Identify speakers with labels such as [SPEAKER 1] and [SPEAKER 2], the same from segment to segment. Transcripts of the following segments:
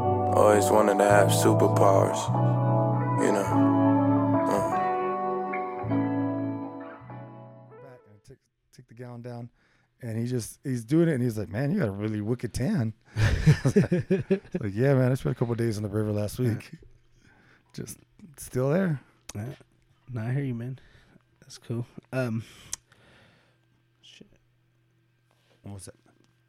[SPEAKER 1] always wanted to have superpowers, you know. Mm.
[SPEAKER 2] back and I took took the gown down, and he just he's doing it, and he's like, "Man, you got a really wicked tan." I was like, I was like, yeah, man, I spent a couple of days on the river last week. Just still there.
[SPEAKER 3] Yeah. No, I hear you, man. That's cool. Um, shit.
[SPEAKER 2] What was that?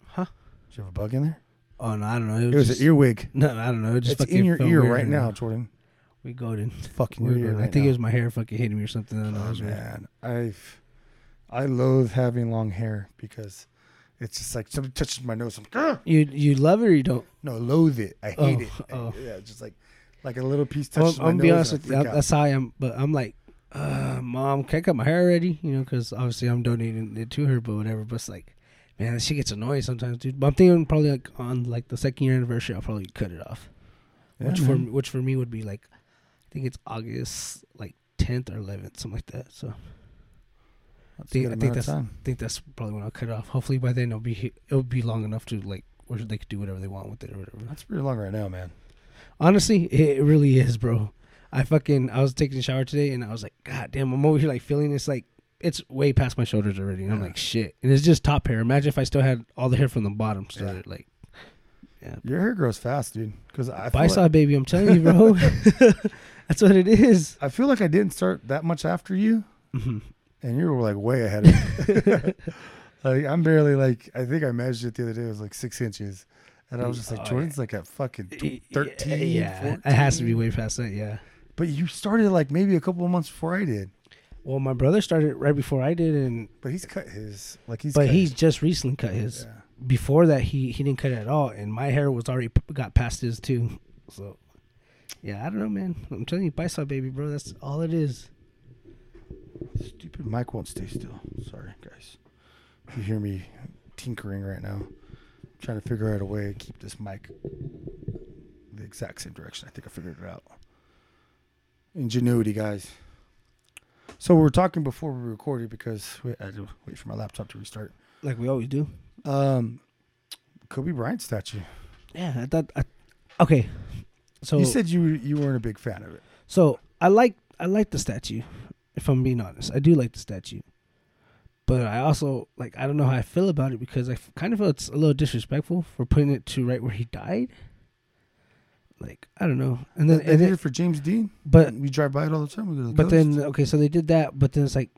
[SPEAKER 3] Huh?
[SPEAKER 2] Did you have a bug in there?
[SPEAKER 3] Oh no, I don't know.
[SPEAKER 2] It was
[SPEAKER 3] just,
[SPEAKER 2] an earwig.
[SPEAKER 3] No, I don't know. It just
[SPEAKER 2] It's
[SPEAKER 3] fucking
[SPEAKER 2] in your
[SPEAKER 3] felt
[SPEAKER 2] ear
[SPEAKER 3] weird
[SPEAKER 2] right
[SPEAKER 3] and
[SPEAKER 2] now, Jordan.
[SPEAKER 3] We golden.
[SPEAKER 2] Fucking
[SPEAKER 3] We're
[SPEAKER 2] your ear
[SPEAKER 3] golden. I
[SPEAKER 2] right
[SPEAKER 3] think it
[SPEAKER 2] now.
[SPEAKER 3] was my hair fucking hitting me or something. I don't know. It
[SPEAKER 2] Oh
[SPEAKER 3] was weird.
[SPEAKER 2] man, I I loathe having long hair because it's just like somebody touches my nose. I'm "Grr!"
[SPEAKER 3] You you love it or you don't?
[SPEAKER 2] no, loathe it. I hate
[SPEAKER 3] Oh,
[SPEAKER 2] it. I-
[SPEAKER 3] oh.
[SPEAKER 2] Yeah, it's just like like a little piece
[SPEAKER 3] I'm, I'm
[SPEAKER 2] touches my
[SPEAKER 3] gonna
[SPEAKER 2] nose.
[SPEAKER 3] be
[SPEAKER 2] and I
[SPEAKER 3] honest with you.
[SPEAKER 2] freak out.
[SPEAKER 3] That's how I am. But I'm like, uh, mom, can I cut my hair already? You know, because obviously I'm donating it to her, but whatever. But it's like, man, she gets annoying sometimes, dude. But I'm thinking probably like on like the second year anniversary, I'll probably cut it off.
[SPEAKER 2] Yeah,
[SPEAKER 3] which for
[SPEAKER 2] man.
[SPEAKER 3] me- which for me would be like, I think it's August like 10th or 11th, something like that. So
[SPEAKER 2] That's a
[SPEAKER 3] think-
[SPEAKER 2] good
[SPEAKER 3] I think
[SPEAKER 2] amount of
[SPEAKER 3] that's-
[SPEAKER 2] time.
[SPEAKER 3] I think that's probably when I'll cut it off. Hopefully by then it'll be he- it'll be long enough to like where they could do whatever they want with it or whatever.
[SPEAKER 2] That's pretty long right now, man.
[SPEAKER 3] Honestly, it really is, bro. I fucking I was taking a shower today and I was like, God damn, I'm over here like feeling this like it's way past my shoulders already. And I'm
[SPEAKER 2] Yeah.
[SPEAKER 3] like, shit. And it's just top hair. Imagine if I still had all the hair from the bottom
[SPEAKER 2] Yeah.
[SPEAKER 3] started like
[SPEAKER 2] Your hair grows fast, dude. Because I feel
[SPEAKER 3] bicep,
[SPEAKER 2] like,
[SPEAKER 3] baby. I'm telling you, bro. That's what it is.
[SPEAKER 2] I feel like I didn't start that much after you,
[SPEAKER 3] Mhm.
[SPEAKER 2] and you were like way ahead of me. like I'm barely like I think I measured it the other day. It was like six inches, and I was just like,
[SPEAKER 3] Oh, yeah.
[SPEAKER 2] Jordan's like at fucking tw-
[SPEAKER 3] Yeah,
[SPEAKER 2] thirteen.
[SPEAKER 3] yeah, it has to be
[SPEAKER 2] 14."
[SPEAKER 3] way past that. Yeah.
[SPEAKER 2] But you started like maybe a couple of months before I did.
[SPEAKER 3] Well, my brother started right before I did, and
[SPEAKER 2] But he's cut his like he's.
[SPEAKER 3] but
[SPEAKER 2] cut
[SPEAKER 3] he's
[SPEAKER 2] his-
[SPEAKER 3] just recently cut his.
[SPEAKER 2] Yeah.
[SPEAKER 3] Before that, he he didn't cut it at all, and my hair was already p- got past his too. So, yeah, I don't know, man. I'm telling you, bicep baby, bro. That's all it is.
[SPEAKER 2] Stupid mic won't stay still. Sorry, guys. If you hear me tinkering right now, trying to figure out a way to keep this mic the exact same direction. I think I figured it out. Ingenuity, guys. So we were talking before we recorded because we, I had to wait for my laptop to restart.
[SPEAKER 3] Like we always do.
[SPEAKER 2] Um, Kobe Bryant statue.
[SPEAKER 3] Yeah, I thought. I, okay, so Oh.
[SPEAKER 2] you said you were- you weren't a big fan of it.
[SPEAKER 3] So I like I like the statue. If I'm being honest, I do like the statue, but I also like I don't know how I feel about it because I f- kind of feel it's a little disrespectful for putting it to right where he died. Like I don't know, and then
[SPEAKER 2] They
[SPEAKER 3] and
[SPEAKER 2] did it
[SPEAKER 3] then,
[SPEAKER 2] for James Dean.
[SPEAKER 3] but
[SPEAKER 2] we drive by it all the time. We go to the
[SPEAKER 3] but
[SPEAKER 2] coast.
[SPEAKER 3] then okay, so they did that, but then it's like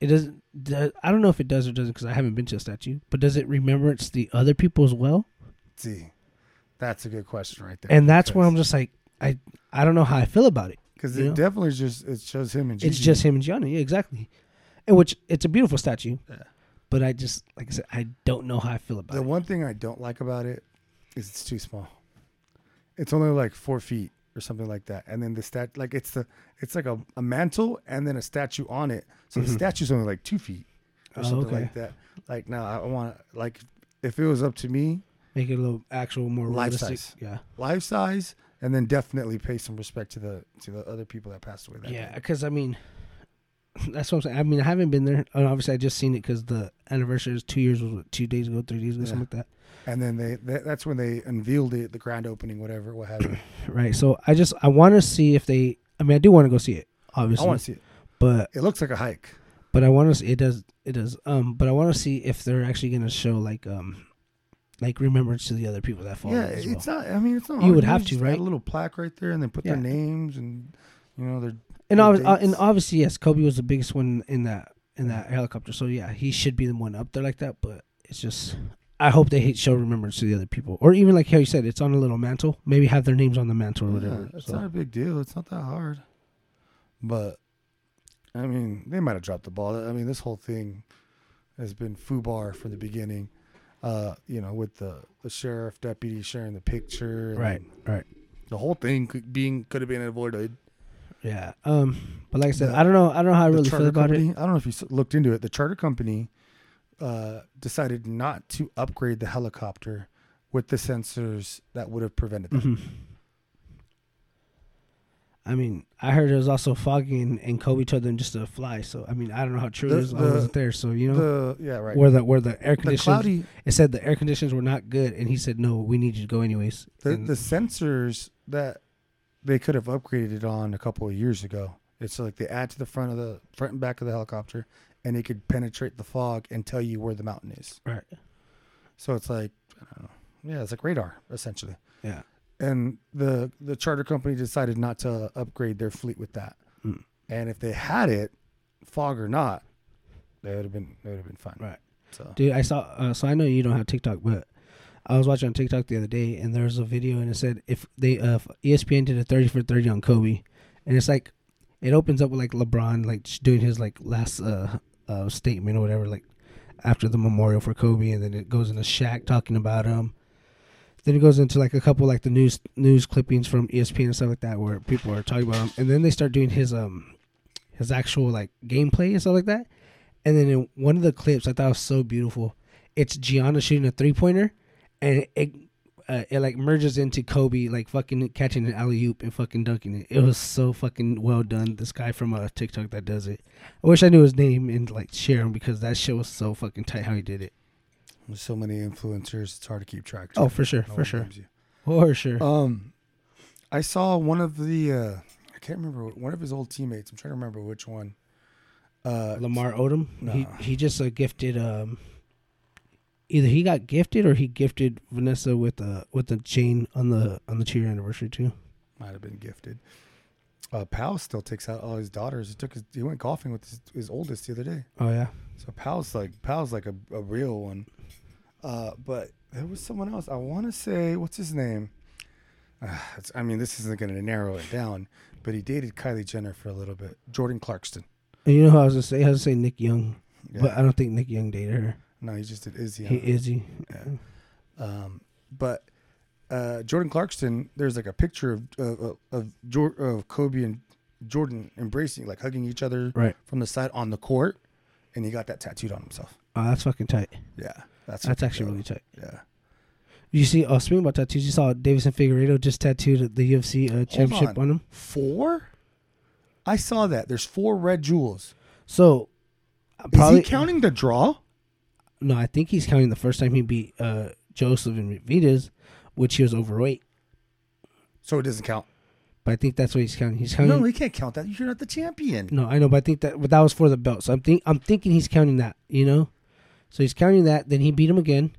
[SPEAKER 3] it doesn't. do- I don't know if it does or doesn't because I haven't been to a statue. But does it remembrance the other people as well?
[SPEAKER 2] see, that's a good question right there.
[SPEAKER 3] And that's where
[SPEAKER 2] because-
[SPEAKER 3] I'm just like I I don't know how I feel about it.
[SPEAKER 2] Because
[SPEAKER 3] You
[SPEAKER 2] it
[SPEAKER 3] know?
[SPEAKER 2] definitely just it shows him and
[SPEAKER 3] It's
[SPEAKER 2] Gigi.
[SPEAKER 3] just him and Gianni, yeah, exactly. And which it's a beautiful statue,
[SPEAKER 2] Yeah.
[SPEAKER 3] but I just like I said, I don't know how I feel about
[SPEAKER 2] the
[SPEAKER 3] it.
[SPEAKER 2] one thing I don't like about it is it's too small. It's only like four feet or something like that, and then the stat like it's the it's like a, a mantle and then a statue on it, so the
[SPEAKER 3] Mhm.
[SPEAKER 2] statue's only like two feet or
[SPEAKER 3] Oh,
[SPEAKER 2] something
[SPEAKER 3] okay.
[SPEAKER 2] like that. Like now I want like if it was up to me,
[SPEAKER 3] Make it a little actual more
[SPEAKER 2] Life
[SPEAKER 3] realistic.
[SPEAKER 2] size.
[SPEAKER 3] Yeah,
[SPEAKER 2] life size, and then definitely pay some respect to the to the other people that passed away. That
[SPEAKER 3] yeah.
[SPEAKER 2] day.
[SPEAKER 3] Because I mean, that's what I'm saying. I mean, I haven't been there. And obviously, I just seen it because the anniversary is two years, was what, two days ago, three days ago,
[SPEAKER 2] Yeah.
[SPEAKER 3] something like
[SPEAKER 2] and then they that, that's when they unveiled it, the grand opening, whatever, what have you.
[SPEAKER 3] that. Right. So I just I want to see if they. I mean, I do want to go see it,
[SPEAKER 2] I
[SPEAKER 3] obviously.
[SPEAKER 2] want to see it.
[SPEAKER 3] but
[SPEAKER 2] It looks like a hike.
[SPEAKER 3] but I want to see it does it does. Um, but I want to see if they're actually gonna show like um, like remembrance to the other people that fall.
[SPEAKER 2] Yeah,
[SPEAKER 3] as well.
[SPEAKER 2] it's not. I mean, it's not.
[SPEAKER 3] You
[SPEAKER 2] hard
[SPEAKER 3] would
[SPEAKER 2] do,
[SPEAKER 3] have
[SPEAKER 2] just
[SPEAKER 3] to,
[SPEAKER 2] add
[SPEAKER 3] right?
[SPEAKER 2] A little plaque right there, and then put
[SPEAKER 3] Yeah.
[SPEAKER 2] their names and you know their
[SPEAKER 3] And
[SPEAKER 2] Your
[SPEAKER 3] obvi- uh, and
[SPEAKER 2] dates.
[SPEAKER 3] obviously, yes, Kobe was the biggest one in that in that helicopter. So yeah, he should be the one up there like that. But it's just, I hope they hate show remembrance to the other people, or even like how you said, it's on a little mantle. Maybe have their names on the mantle or whatever.
[SPEAKER 2] Yeah, it's
[SPEAKER 3] So,
[SPEAKER 2] not a big deal. It's not that hard. But I mean, they might have dropped the ball. I mean, this whole thing has been foobar from the beginning. Uh, you know, with the, the sheriff deputy sharing the picture, and
[SPEAKER 3] Right, right.
[SPEAKER 2] The whole thing could being could have been avoided.
[SPEAKER 3] Yeah. Um. But like I said,
[SPEAKER 2] The-
[SPEAKER 3] I don't know. I don't know how I
[SPEAKER 2] The
[SPEAKER 3] really feel
[SPEAKER 2] charter
[SPEAKER 3] about
[SPEAKER 2] company,
[SPEAKER 3] it.
[SPEAKER 2] I don't know if you s- looked into it. The charter company uh, decided not to upgrade the helicopter with the sensors that would have prevented that.
[SPEAKER 3] Mhm. Mm-hmm. I mean, I heard it was also foggy, and, and Kobe told them just to fly. So I mean, I don't know how true
[SPEAKER 2] The-
[SPEAKER 3] it is. I
[SPEAKER 2] the-
[SPEAKER 3] wasn't there, so you know
[SPEAKER 2] The yeah, right.
[SPEAKER 3] where the where the air
[SPEAKER 2] the
[SPEAKER 3] Mm-hmm. conditions.
[SPEAKER 2] cloudy
[SPEAKER 3] It said the air conditions were not good, and he said, "No, we need you to go anyways."
[SPEAKER 2] the,
[SPEAKER 3] And-
[SPEAKER 2] the sensors that they could have upgraded on a couple of years ago. It's like they add to the front of the front and back of the helicopter, and it could penetrate the fog and tell you where the mountain is.
[SPEAKER 3] right?
[SPEAKER 2] So it's like, I don't know. yeah, it's like radar essentially.
[SPEAKER 3] Yeah.
[SPEAKER 2] And the the charter company decided not to upgrade their fleet with that.
[SPEAKER 3] Mm.
[SPEAKER 2] And if they had it, fog or not, they would have been they would have been fine.
[SPEAKER 3] Right.
[SPEAKER 2] So
[SPEAKER 3] Dude, I saw. Uh, so I know you don't have TikTok, but I was watching on TikTok the other day, and there was a video, and it said if they uh, if ESPN did a thirty for thirty on Kobe, and it's like it opens up with like LeBron like sh- doing his like last uh, uh statement or whatever, like after the memorial for Kobe, and then it goes into Shaq talking about him. Then it goes into like a couple like the news news clippings from E ESPN and stuff like that, where people are talking about him, and then they start doing his um his actual like gameplay and stuff like that. And then in one of the clips, I thought was so beautiful. It's Gianna shooting a three pointer, and it uh, it like merges into Kobe like fucking catching an alley oop and fucking dunking it. It was so fucking well done. This guy from uh, TikTok that does it. I wish I knew his name and like share him because that shit was so fucking tight how he did it.
[SPEAKER 2] there's so many influencers, it's hard to keep track.
[SPEAKER 3] Oh, for sure,
[SPEAKER 2] No
[SPEAKER 3] for
[SPEAKER 2] one
[SPEAKER 3] sure, Uh,
[SPEAKER 2] blames you.
[SPEAKER 3] for sure.
[SPEAKER 2] Um, I saw one of the uh, I can't remember what- one of his old teammates. I'm trying to remember which one. Uh,
[SPEAKER 3] Lamar Odom. He
[SPEAKER 2] Nah.
[SPEAKER 3] he just uh, gifted um. Either he got gifted or he gifted Vanessa with a with a chain on the on the two year anniversary too.
[SPEAKER 2] might have been gifted. Uh, Powell still takes out all his daughters. He took his, he went golfing with his, his oldest the other day.
[SPEAKER 3] Oh yeah.
[SPEAKER 2] So Powell's like Powell's like a, a real one. Uh, but there was someone else. I want to say what's his name. Uh, it's, I mean, this isn't going to narrow it down, but he dated Kylie Jenner for a little bit. Jordan Clarkston.
[SPEAKER 3] And you know who I was gonna say? I was gonna say Nick Young,
[SPEAKER 2] Yeah.
[SPEAKER 3] but I don't think Nick Young dated her.
[SPEAKER 2] no, he just did Izzy.
[SPEAKER 3] He
[SPEAKER 2] on-
[SPEAKER 3] Izzy.
[SPEAKER 2] Yeah. Um, but uh, Jordan Clarkson, there's like a picture of of, of, Jor- of Kobe and Jordan embracing, like hugging each other
[SPEAKER 3] Right.
[SPEAKER 2] from the side on the court, and he got that tattooed on himself.
[SPEAKER 3] Oh, that's fucking tight.
[SPEAKER 2] Yeah, that's
[SPEAKER 3] That's
[SPEAKER 2] fucking
[SPEAKER 3] actually really
[SPEAKER 2] dope.
[SPEAKER 3] tight.
[SPEAKER 2] yeah.
[SPEAKER 3] You see, oh, speaking about tattoos, you saw Davison Figueredo just tattooed the UFC uh, championship
[SPEAKER 2] on.
[SPEAKER 3] on. him.
[SPEAKER 2] Four? I saw that. There's four red jewels.
[SPEAKER 3] So, uh,
[SPEAKER 2] Is
[SPEAKER 3] probably
[SPEAKER 2] he counting the draw?
[SPEAKER 3] no. I think he's counting the first time he beat uh, Joseph and Vitas, which he was overweight.
[SPEAKER 2] So it doesn't count.
[SPEAKER 3] But I think that's what he's counting. He's counting.
[SPEAKER 2] No,
[SPEAKER 3] No,
[SPEAKER 2] he can't count that. You're not the champion.
[SPEAKER 3] I know, but I think that but that was for the belt. So I'm think I'm thinking he's counting that. You know, so he's counting that. Then he beat him again.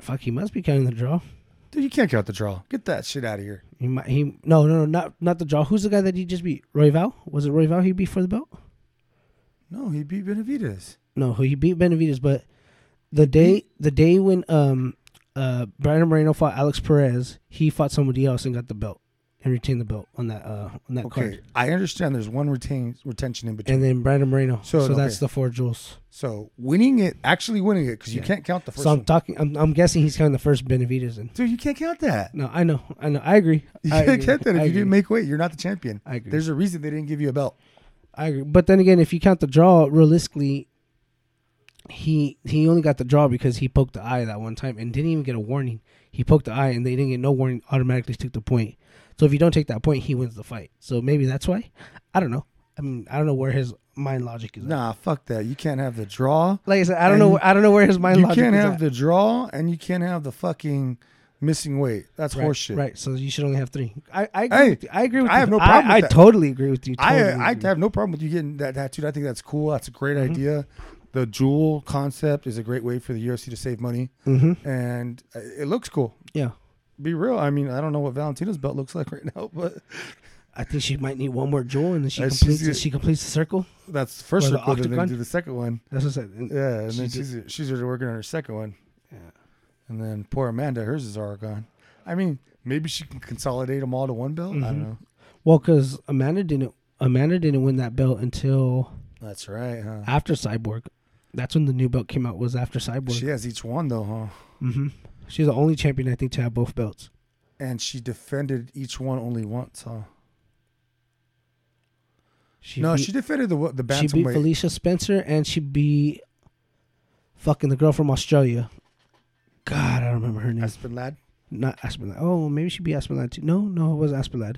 [SPEAKER 3] Fuck, he must be counting the draw.
[SPEAKER 2] Dude, you can't count the draw. Get that shit out of here.
[SPEAKER 3] He might. He no, no, no, not not the draw. Who's the guy that he just beat? Roy Val? Was it Roy Val he beat for the belt?
[SPEAKER 2] No, he beat Benavides.
[SPEAKER 3] No, who he beat Benavides, but the day the day when um uh Brandon Moreno fought Alex Perez, he fought somebody else and got the belt and retained the belt on that uh on that
[SPEAKER 2] Okay,
[SPEAKER 3] card.
[SPEAKER 2] I understand there's one retain, retention in between.
[SPEAKER 3] And then Brandon Moreno.
[SPEAKER 2] So,
[SPEAKER 3] So,
[SPEAKER 2] okay.
[SPEAKER 3] that's the four jewels.
[SPEAKER 2] So winning it, actually winning it, because you
[SPEAKER 3] Yeah.
[SPEAKER 2] can't count the first.
[SPEAKER 3] So I'm
[SPEAKER 2] one.
[SPEAKER 3] talking. I'm, I'm guessing he's counting the first Benavides. And
[SPEAKER 2] Dude, you can't count that.
[SPEAKER 3] no, I know, I know, I agree.
[SPEAKER 2] You
[SPEAKER 3] I
[SPEAKER 2] can't
[SPEAKER 3] agree.
[SPEAKER 2] count that if
[SPEAKER 3] I
[SPEAKER 2] you
[SPEAKER 3] agree.
[SPEAKER 2] didn't make weight. You're not the champion.
[SPEAKER 3] I agree.
[SPEAKER 2] There's a reason they didn't give you a belt.
[SPEAKER 3] I agree. But then again, if you count the draw, realistically, he he only got the draw because he poked the eye that one time and didn't even get a warning. He poked the eye and they didn't get no warning. Automatically took the point. So if you don't take that point, he wins the fight. So maybe that's why. I don't know. I mean, I don't know where his mind logic is. at.
[SPEAKER 2] Nah, fuck that. You can't have the draw.
[SPEAKER 3] Like I said, I don't
[SPEAKER 2] And
[SPEAKER 3] know. I don't know where his mind
[SPEAKER 2] you
[SPEAKER 3] logic
[SPEAKER 2] can't
[SPEAKER 3] is
[SPEAKER 2] have
[SPEAKER 3] at.
[SPEAKER 2] the draw, and you can't have the fucking missing weight. That's
[SPEAKER 3] right,
[SPEAKER 2] horseshit.
[SPEAKER 3] Right. So you should only have three. I I agree
[SPEAKER 2] Hey,
[SPEAKER 3] with you. I agree with
[SPEAKER 2] I
[SPEAKER 3] you.
[SPEAKER 2] have no problem with
[SPEAKER 3] I, I
[SPEAKER 2] that.
[SPEAKER 3] totally agree with you.
[SPEAKER 2] I
[SPEAKER 3] Totally
[SPEAKER 2] I
[SPEAKER 3] agree. Mm-hmm.
[SPEAKER 2] have no problem with you getting that tattooed. I think that's cool. That's a great idea. The jewel concept is a great way for the UFC to save money,
[SPEAKER 3] Mhm.
[SPEAKER 2] and uh, it looks cool.
[SPEAKER 3] Yeah.
[SPEAKER 2] Be real. I mean, I don't know what Valentina's belt looks like right now, but
[SPEAKER 3] I think she might need one more jewel, and then she
[SPEAKER 2] Uh, she's
[SPEAKER 3] completes.
[SPEAKER 2] gonna-
[SPEAKER 3] it. She completes the circle.
[SPEAKER 2] that's the first
[SPEAKER 3] Or the
[SPEAKER 2] record, and then
[SPEAKER 3] octagon?
[SPEAKER 2] do the second one.
[SPEAKER 3] That's what I said. And-
[SPEAKER 2] Yeah, and uh, then
[SPEAKER 3] She
[SPEAKER 2] she's she's already working on her second one.
[SPEAKER 3] Yeah.
[SPEAKER 2] And then poor Amanda, hers is all gone. I mean, maybe she can consolidate them all to one belt. I don't
[SPEAKER 3] Mhm.
[SPEAKER 2] know.
[SPEAKER 3] Well, because Amanda didn't Amanda didn't win that belt until
[SPEAKER 2] That's right, huh?
[SPEAKER 3] after Cyborg. That's when the new belt came out. Was after Cyborg.
[SPEAKER 2] She has each one though, huh?
[SPEAKER 3] hmm She's the only champion I think to have both belts.
[SPEAKER 2] And she defended each one only once, huh?
[SPEAKER 3] She
[SPEAKER 2] no,
[SPEAKER 3] beat,
[SPEAKER 2] she defended the the
[SPEAKER 3] she beat
[SPEAKER 2] bantamweight.
[SPEAKER 3] Felicia Spencer and she beat fucking the girl from Australia. God, I don't remember her name.
[SPEAKER 2] Aspen Lad.
[SPEAKER 3] not Aspinall. Oh, maybe she be Aspinall too. No, no, it was Aspinall.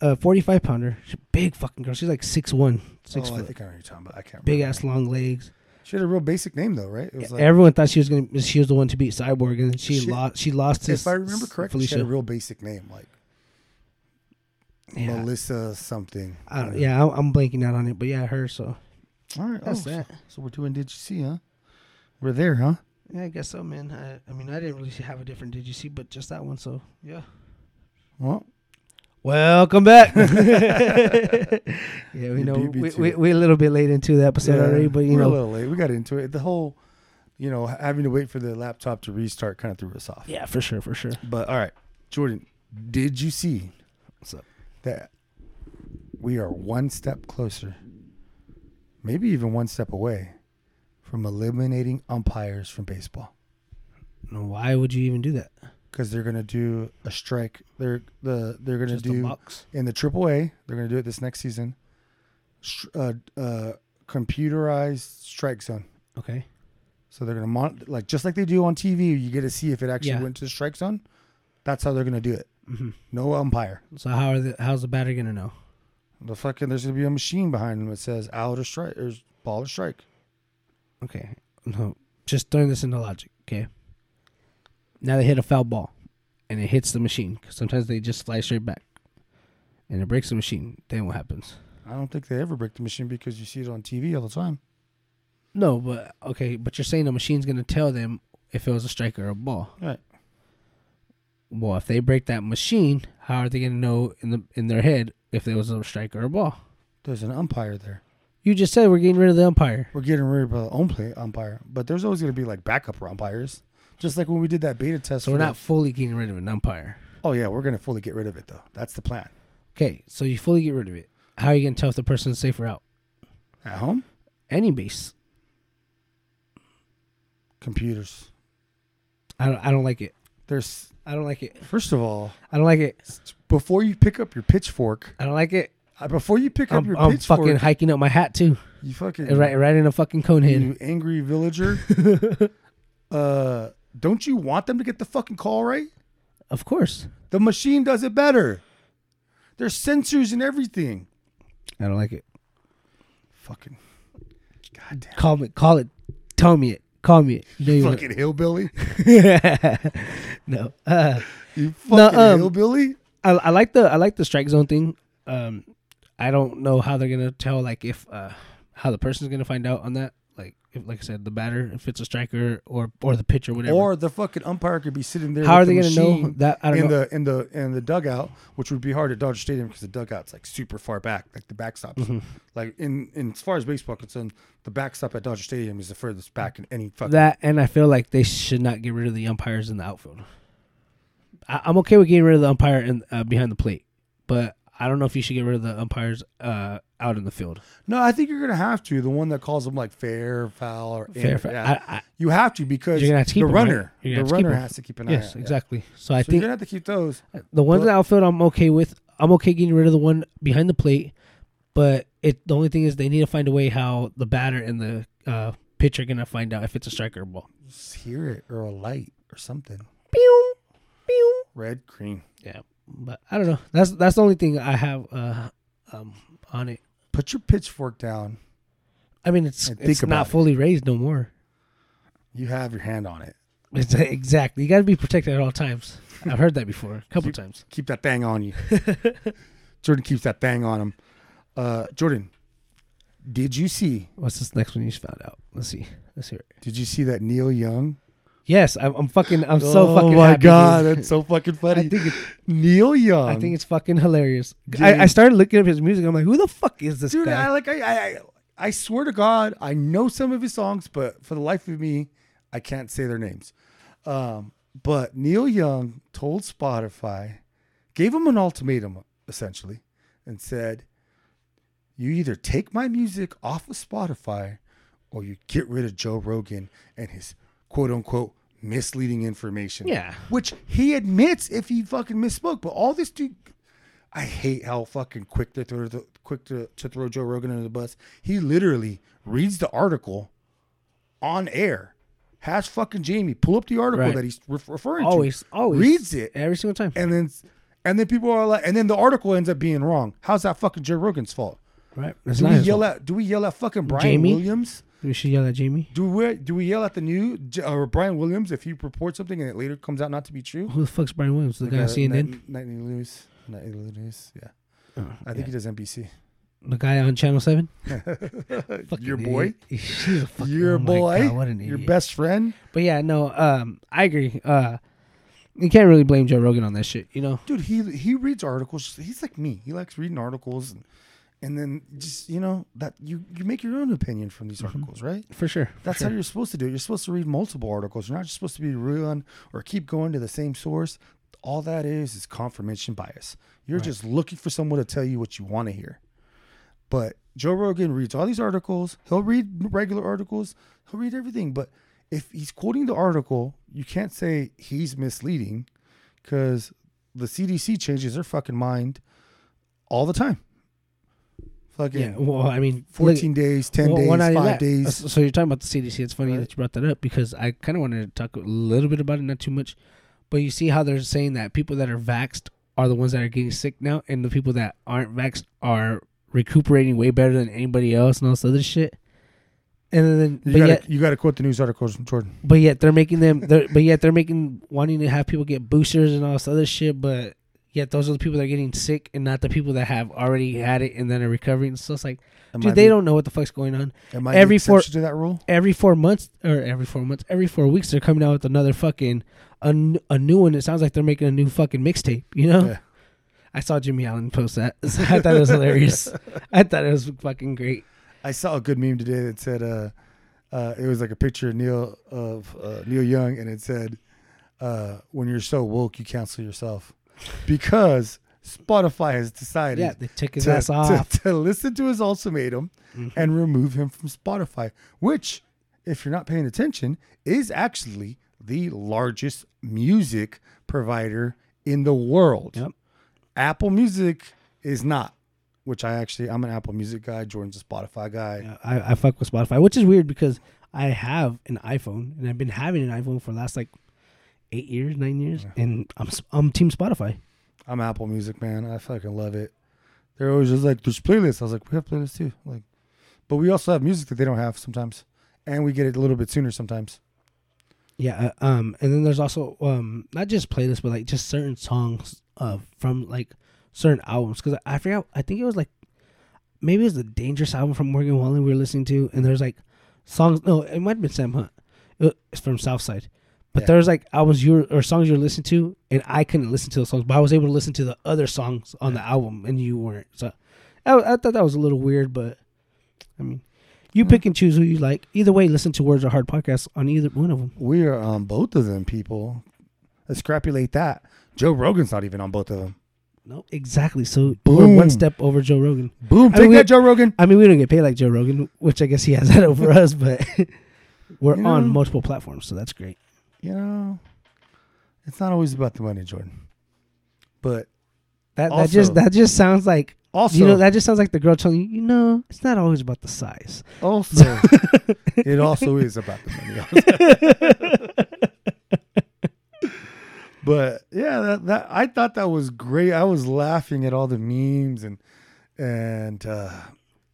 [SPEAKER 3] A forty-five pounder, She's a big fucking girl. She's like six one, six
[SPEAKER 2] oh, I
[SPEAKER 3] foot,
[SPEAKER 2] think I know what you're talking about. I can't.
[SPEAKER 3] big
[SPEAKER 2] remember.
[SPEAKER 3] ass, long legs.
[SPEAKER 2] She had a real basic name though, right? It was like,
[SPEAKER 3] Everyone thought she was gonna. She was the one to beat Cyborg, and she
[SPEAKER 2] She-
[SPEAKER 3] lost. She lost to
[SPEAKER 2] if I remember
[SPEAKER 3] S-
[SPEAKER 2] correctly, she
[SPEAKER 3] Felicia.
[SPEAKER 2] had a real basic name, like
[SPEAKER 3] yeah,
[SPEAKER 2] Melissa something.
[SPEAKER 3] I don't, yeah, I'm- I'm blanking out on it, but yeah, her.
[SPEAKER 2] Oh,
[SPEAKER 3] So
[SPEAKER 2] All right.
[SPEAKER 3] That's
[SPEAKER 2] oh, so-
[SPEAKER 3] that.
[SPEAKER 2] So, we're doing. Did you see? Huh? We're there, huh?
[SPEAKER 3] yeah, I guess so, man. I, I mean, I didn't really have a different. Did you see? But just that one. So yeah.
[SPEAKER 2] Well,
[SPEAKER 3] Welcome back. yeah, we
[SPEAKER 2] You
[SPEAKER 3] know
[SPEAKER 2] beat me
[SPEAKER 3] we,
[SPEAKER 2] to
[SPEAKER 3] we,
[SPEAKER 2] it.
[SPEAKER 3] we're a little bit late into the episode already, but you
[SPEAKER 2] we're a
[SPEAKER 3] know,
[SPEAKER 2] little late. We got into it. The whole, you know, ha- having to wait for the laptop to restart kind of threw us off.
[SPEAKER 3] yeah, for sure, for sure.
[SPEAKER 2] But all right, Jordan, did you see
[SPEAKER 3] What's up?
[SPEAKER 2] that we are one step closer, maybe even one step away from eliminating umpires from baseball?
[SPEAKER 3] No, why would you even do that?
[SPEAKER 2] Because they're going to do a strike. They're the they're going to
[SPEAKER 3] Just
[SPEAKER 2] do
[SPEAKER 3] a box.
[SPEAKER 2] in the AAA. They're going to do it this next season. str- Uh, uh, computerized strike zone.
[SPEAKER 3] Okay.
[SPEAKER 2] So they're gonna mon- like just like they do on TV. You get to see if it actually
[SPEAKER 3] Yeah.
[SPEAKER 2] went to the strike zone. That's how they're gonna do it.
[SPEAKER 3] Mhm.
[SPEAKER 2] No umpire.
[SPEAKER 3] So how are the how's the batter gonna know?
[SPEAKER 2] The fucking there's gonna be a machine behind them that says out or strike or ball or strike.
[SPEAKER 3] Okay. No. Just throwing this into logic. Okay. Now they hit a foul ball, and it hits the machine. 'cause sometimes they just fly straight back, and it breaks the machine. Then what happens?
[SPEAKER 2] I don't think they ever break the machine because you see it on TV all the time.
[SPEAKER 3] No, but okay. But you're saying the machine's gonna tell them if it was a strike or a ball.
[SPEAKER 2] Right.
[SPEAKER 3] Well, if they break that machine, how are they gonna know in the in their head if it was a strike or a ball?
[SPEAKER 2] There's an umpire there.
[SPEAKER 3] You just said we're getting rid of the umpire.
[SPEAKER 2] We're getting rid of the own play umpire, but there's always gonna be like backup umpires. Just like when we did that beta test.
[SPEAKER 3] So we're
[SPEAKER 2] for
[SPEAKER 3] not fully getting rid of an umpire.
[SPEAKER 2] the- Oh yeah, we're gonna fully get rid of it though. That's the plan.
[SPEAKER 3] Okay, so you fully get rid of it. How are you gonna tell if the person's safe or out?
[SPEAKER 2] At home,
[SPEAKER 3] Any base.
[SPEAKER 2] computers.
[SPEAKER 3] I don't, I don't like it.
[SPEAKER 2] There's
[SPEAKER 3] I don't like it.
[SPEAKER 2] first of all,
[SPEAKER 3] I don't like it.
[SPEAKER 2] before you pick up your pitchfork,
[SPEAKER 3] I don't like it.
[SPEAKER 2] Uh, Before you pick up
[SPEAKER 3] I'm,
[SPEAKER 2] your
[SPEAKER 3] I'm
[SPEAKER 2] pitchfork,
[SPEAKER 3] fucking hiking up my hat too.
[SPEAKER 2] you fucking
[SPEAKER 3] Right, right in a fucking cone head.
[SPEAKER 2] you angry villager. uh, don't you want them to get the fucking call right?
[SPEAKER 3] Of course.
[SPEAKER 2] The machine does it better. There's sensors and everything.
[SPEAKER 3] I don't like it.
[SPEAKER 2] Fucking goddamn,
[SPEAKER 3] Call me. Call it. Tell me it. Call me it. You know you want
[SPEAKER 2] fucking hillbilly.
[SPEAKER 3] it. no. Uh,
[SPEAKER 2] You fucking
[SPEAKER 3] um,
[SPEAKER 2] hillbilly.
[SPEAKER 3] I, I like the I like the strike zone thing. Um, I don't know how they're gonna tell like if uh how the person's gonna find out on that. Like if like I said, the batter if it's a striker or or the pitcher whatever.
[SPEAKER 2] Or the fucking umpire could be sitting there.
[SPEAKER 3] how are
[SPEAKER 2] with
[SPEAKER 3] they
[SPEAKER 2] the
[SPEAKER 3] gonna know
[SPEAKER 2] machine
[SPEAKER 3] that? I don't
[SPEAKER 2] in
[SPEAKER 3] know.
[SPEAKER 2] the in the in the dugout, which would be hard at Dodger Stadium because the dugout's like super far back, like the backstop.
[SPEAKER 3] Mm-hmm.
[SPEAKER 2] Like in, in as far as baseball concerned, the backstop at Dodger Stadium is the furthest back in any fucking
[SPEAKER 3] That and I feel like they should not get rid of the umpires in the outfield. I, I'm okay with getting rid of the umpire in, uh, behind the plate, but I don't know if you should get rid of the umpires uh, out in the field.
[SPEAKER 2] No, I think you're gonna have to. The one that calls them like fair, foul, or
[SPEAKER 3] Fair,
[SPEAKER 2] in-
[SPEAKER 3] fair.
[SPEAKER 2] yeah.
[SPEAKER 3] I, I,
[SPEAKER 2] you have to because
[SPEAKER 3] You're gonna have to keep
[SPEAKER 2] the
[SPEAKER 3] them, right?
[SPEAKER 2] runner,
[SPEAKER 3] You're gonna have
[SPEAKER 2] the
[SPEAKER 3] to keep
[SPEAKER 2] runner
[SPEAKER 3] them.
[SPEAKER 2] has to keep an eye.
[SPEAKER 3] yes,
[SPEAKER 2] out, yeah.
[SPEAKER 3] exactly. So
[SPEAKER 2] So
[SPEAKER 3] I
[SPEAKER 2] you're
[SPEAKER 3] think
[SPEAKER 2] gonna have to keep those.
[SPEAKER 3] the ones in
[SPEAKER 2] but-
[SPEAKER 3] the outfield I'm okay with. I'm okay getting rid of the one behind the plate, but it the only thing is they need to find a way how the batter and the uh, pitcher are gonna find out if it's a striker or a ball.
[SPEAKER 2] Just hear it or a light or something.
[SPEAKER 3] Pew, pew.
[SPEAKER 2] Red, green.
[SPEAKER 3] Yeah, but I don't know. That's that's the only thing I have uh, um, on it.
[SPEAKER 2] Put your pitchfork down.
[SPEAKER 3] I mean, it's
[SPEAKER 2] And think
[SPEAKER 3] it's
[SPEAKER 2] about
[SPEAKER 3] not
[SPEAKER 2] it.
[SPEAKER 3] fully raised no more.
[SPEAKER 2] You have your hand on it.
[SPEAKER 3] It's, exactly. You got to be protected at all times. I've heard that before a couple times.
[SPEAKER 2] Keep that thing on you. Jordan keeps that thing on him. Uh, Jordan, did you see?
[SPEAKER 3] What's this next one you just found out? Let's see. Let's hear it.
[SPEAKER 2] Did you see that Neil Young?
[SPEAKER 3] Yes, I'm, I'm fucking. I'm so
[SPEAKER 2] oh
[SPEAKER 3] fucking.
[SPEAKER 2] my
[SPEAKER 3] happy,
[SPEAKER 2] god,
[SPEAKER 3] dude.
[SPEAKER 2] that's so fucking funny.
[SPEAKER 3] I think it,
[SPEAKER 2] Neil Young.
[SPEAKER 3] I think it's fucking hilarious.
[SPEAKER 2] Dude.
[SPEAKER 3] I, I started looking up his music. I'm like, who the fuck is this
[SPEAKER 2] dude. I
[SPEAKER 3] guy?
[SPEAKER 2] like I, I I- I swear to God, I know some of his songs, but for the life of me, I can't say their names. Um, but Neil Young told Spotify, gave him an ultimatum essentially, and said, "You either take my music off of Spotify, or you get rid of Joe Rogan and his quote unquote." Misleading information.
[SPEAKER 3] Yeah.
[SPEAKER 2] Which he admits if he fucking misspoke. But all this dude I hate how fucking quick they throw the quick to, to throw Joe Rogan under the bus. He literally reads the article on air, Hash fucking Jamie. Pull up the article
[SPEAKER 3] Right.
[SPEAKER 2] that he's re- referring to.
[SPEAKER 3] Always, always
[SPEAKER 2] reads it.
[SPEAKER 3] every single time.
[SPEAKER 2] and then and then people are like, and then the article ends up being wrong. How's that fucking Joe Rogan's fault?
[SPEAKER 3] Right? That's
[SPEAKER 2] Do
[SPEAKER 3] not
[SPEAKER 2] we
[SPEAKER 3] his
[SPEAKER 2] yell
[SPEAKER 3] fault.
[SPEAKER 2] at? Do we yell at fucking Brian
[SPEAKER 3] Jamie?
[SPEAKER 2] Williams?
[SPEAKER 3] We should yell at Jamie.
[SPEAKER 2] Do we do we yell at the new J- or Brian Williams if you report something and it later comes out not to be true?
[SPEAKER 3] Who the fuck's Brian Williams? The guy on
[SPEAKER 2] Uh,
[SPEAKER 3] CNN,
[SPEAKER 2] Night- Nightly News, Nightly News. Yeah,
[SPEAKER 3] Oh,
[SPEAKER 2] I think he does NBC.
[SPEAKER 3] the guy on Channel Seven. Fucking
[SPEAKER 2] Your boy,
[SPEAKER 3] idiot. He's a fucking-
[SPEAKER 2] your
[SPEAKER 3] oh my
[SPEAKER 2] boy,
[SPEAKER 3] God, what an
[SPEAKER 2] your
[SPEAKER 3] idiot.
[SPEAKER 2] best friend,
[SPEAKER 3] But yeah, no, um, I agree. Uh, you can't really blame Joe Rogan on that shit, you know.
[SPEAKER 2] dude. He he reads articles. He's like me. He likes reading articles, and, and then just you know that you you make your own opinion from
[SPEAKER 3] Mm-hmm.
[SPEAKER 2] these articles, right?
[SPEAKER 3] For sure. for
[SPEAKER 2] That's
[SPEAKER 3] sure.
[SPEAKER 2] how you're supposed to do it. You're supposed to read multiple articles. You're not just supposed to be run or keep going to the same source. All that is is confirmation bias. You're just looking for someone to tell you what you want to hear. But Joe Rogan reads all these articles. He'll read regular articles. He'll read everything. But if he's quoting the article, you can't say he's misleading because the CDC changes their fucking mind all the time. Fucking
[SPEAKER 3] yeah. Well, I mean, look-
[SPEAKER 2] 14 days, 10
[SPEAKER 3] Well,
[SPEAKER 2] days,
[SPEAKER 3] why not
[SPEAKER 2] 5
[SPEAKER 3] even that?
[SPEAKER 2] days.
[SPEAKER 3] Uh, So you're talking about the CDC. It's funny
[SPEAKER 2] Right.
[SPEAKER 3] that you brought that up because I kind of wanted to talk a little bit about it, not too much. But you see how they're saying that people that are vaxxed are the ones that are getting sick now, and the people that aren't vaxxed are recuperating way better than anybody else and all this other shit. And then,
[SPEAKER 2] You
[SPEAKER 3] but
[SPEAKER 2] gotta,
[SPEAKER 3] yet,
[SPEAKER 2] you gotta quote the news articles from Jordan.
[SPEAKER 3] but yet they're making them. They're, but yet they're making wanting to have people get boosters and all this other shit. But yet those are the people that are getting sick, and not the people that have already had it and then are recovering. So it's like,
[SPEAKER 2] Am I
[SPEAKER 3] dude, they
[SPEAKER 2] the-
[SPEAKER 3] don't know what the fuck's going on
[SPEAKER 2] Am I
[SPEAKER 3] every
[SPEAKER 2] every
[SPEAKER 3] four-
[SPEAKER 2] to that rule?
[SPEAKER 3] every four months or every four months, every four weeks, they're coming out with another fucking a, n- a new one. It sounds like they're making a new fucking mixtape. You know,
[SPEAKER 2] Yeah.
[SPEAKER 3] I saw Jimmy Allen post that. So I thought it was hilarious. I thought it was fucking great.
[SPEAKER 2] I saw a good meme today that said, uh, uh, it was like a picture of Neil of uh, Neil Young, and it said, uh, "When you're so woke, you cancel yourself," because Spotify has decided
[SPEAKER 3] Yeah, they took his
[SPEAKER 2] to,
[SPEAKER 3] ass
[SPEAKER 2] to-
[SPEAKER 3] off. Mm-hmm.
[SPEAKER 2] to listen to his ultimatum and remove him from Spotify, which, if you're not paying attention, is actually the largest music provider in the world.
[SPEAKER 3] Yep.
[SPEAKER 2] Apple Music is not, which I actually I'm an Apple Music guy. Jordan's a Spotify guy.
[SPEAKER 3] Yeah, I, I fuck with Spotify, which is weird because I have an iPhone and I've been having an iPhone for the last like eight years, nine years, and I'm s- I'm team Spotify.
[SPEAKER 2] I'm Apple Music man. I fucking love it. They're always just like there's playlists. I was like, we have playlists too. Like, but we also have music that they don't have sometimes, and we get it a little bit sooner sometimes.
[SPEAKER 3] Yeah, uh, um, and then there's also um, not just playlists, but like just certain songs uh, from like certain albums. Because I, I forgot, I think it was like maybe it was the Dangerous album from Morgan Wallen we were listening to, and there's like songs. No, it might have been Sam Hunt. It wa- It's from Southside, but
[SPEAKER 2] Yeah.
[SPEAKER 3] there's like albums you were, or songs you were listening to, and I couldn't listen to the songs, but I was able to listen to the other songs on the album, and you weren't. So I, I thought that was a little weird, but I mean. You pick and choose who you like. Either way, listen to Words or Hard podcasts on either one of them.
[SPEAKER 2] We are on both of them, people. Extrapolate that. Joe Rogan's not even on both of them.
[SPEAKER 3] No, exactly. So we're one
[SPEAKER 2] Boom.
[SPEAKER 3] step over Joe Rogan.
[SPEAKER 2] Boom!
[SPEAKER 3] I
[SPEAKER 2] Take
[SPEAKER 3] mean, we-
[SPEAKER 2] that, Joe Rogan.
[SPEAKER 3] I mean, we don't get paid like Joe Rogan, which I guess he has that over us, but we're
[SPEAKER 2] You
[SPEAKER 3] on
[SPEAKER 2] know.
[SPEAKER 3] multiple platforms, so that's great.
[SPEAKER 2] You know, it's not always about the money, Jordan. But
[SPEAKER 3] That that
[SPEAKER 2] Also-
[SPEAKER 3] just that just sounds like
[SPEAKER 2] also,
[SPEAKER 3] you know that just sounds like the girl telling you, you know, it's not always about the size.
[SPEAKER 2] also, it also is about the money. but yeah, that, that I thought that was great. I was laughing at all the memes and and uh,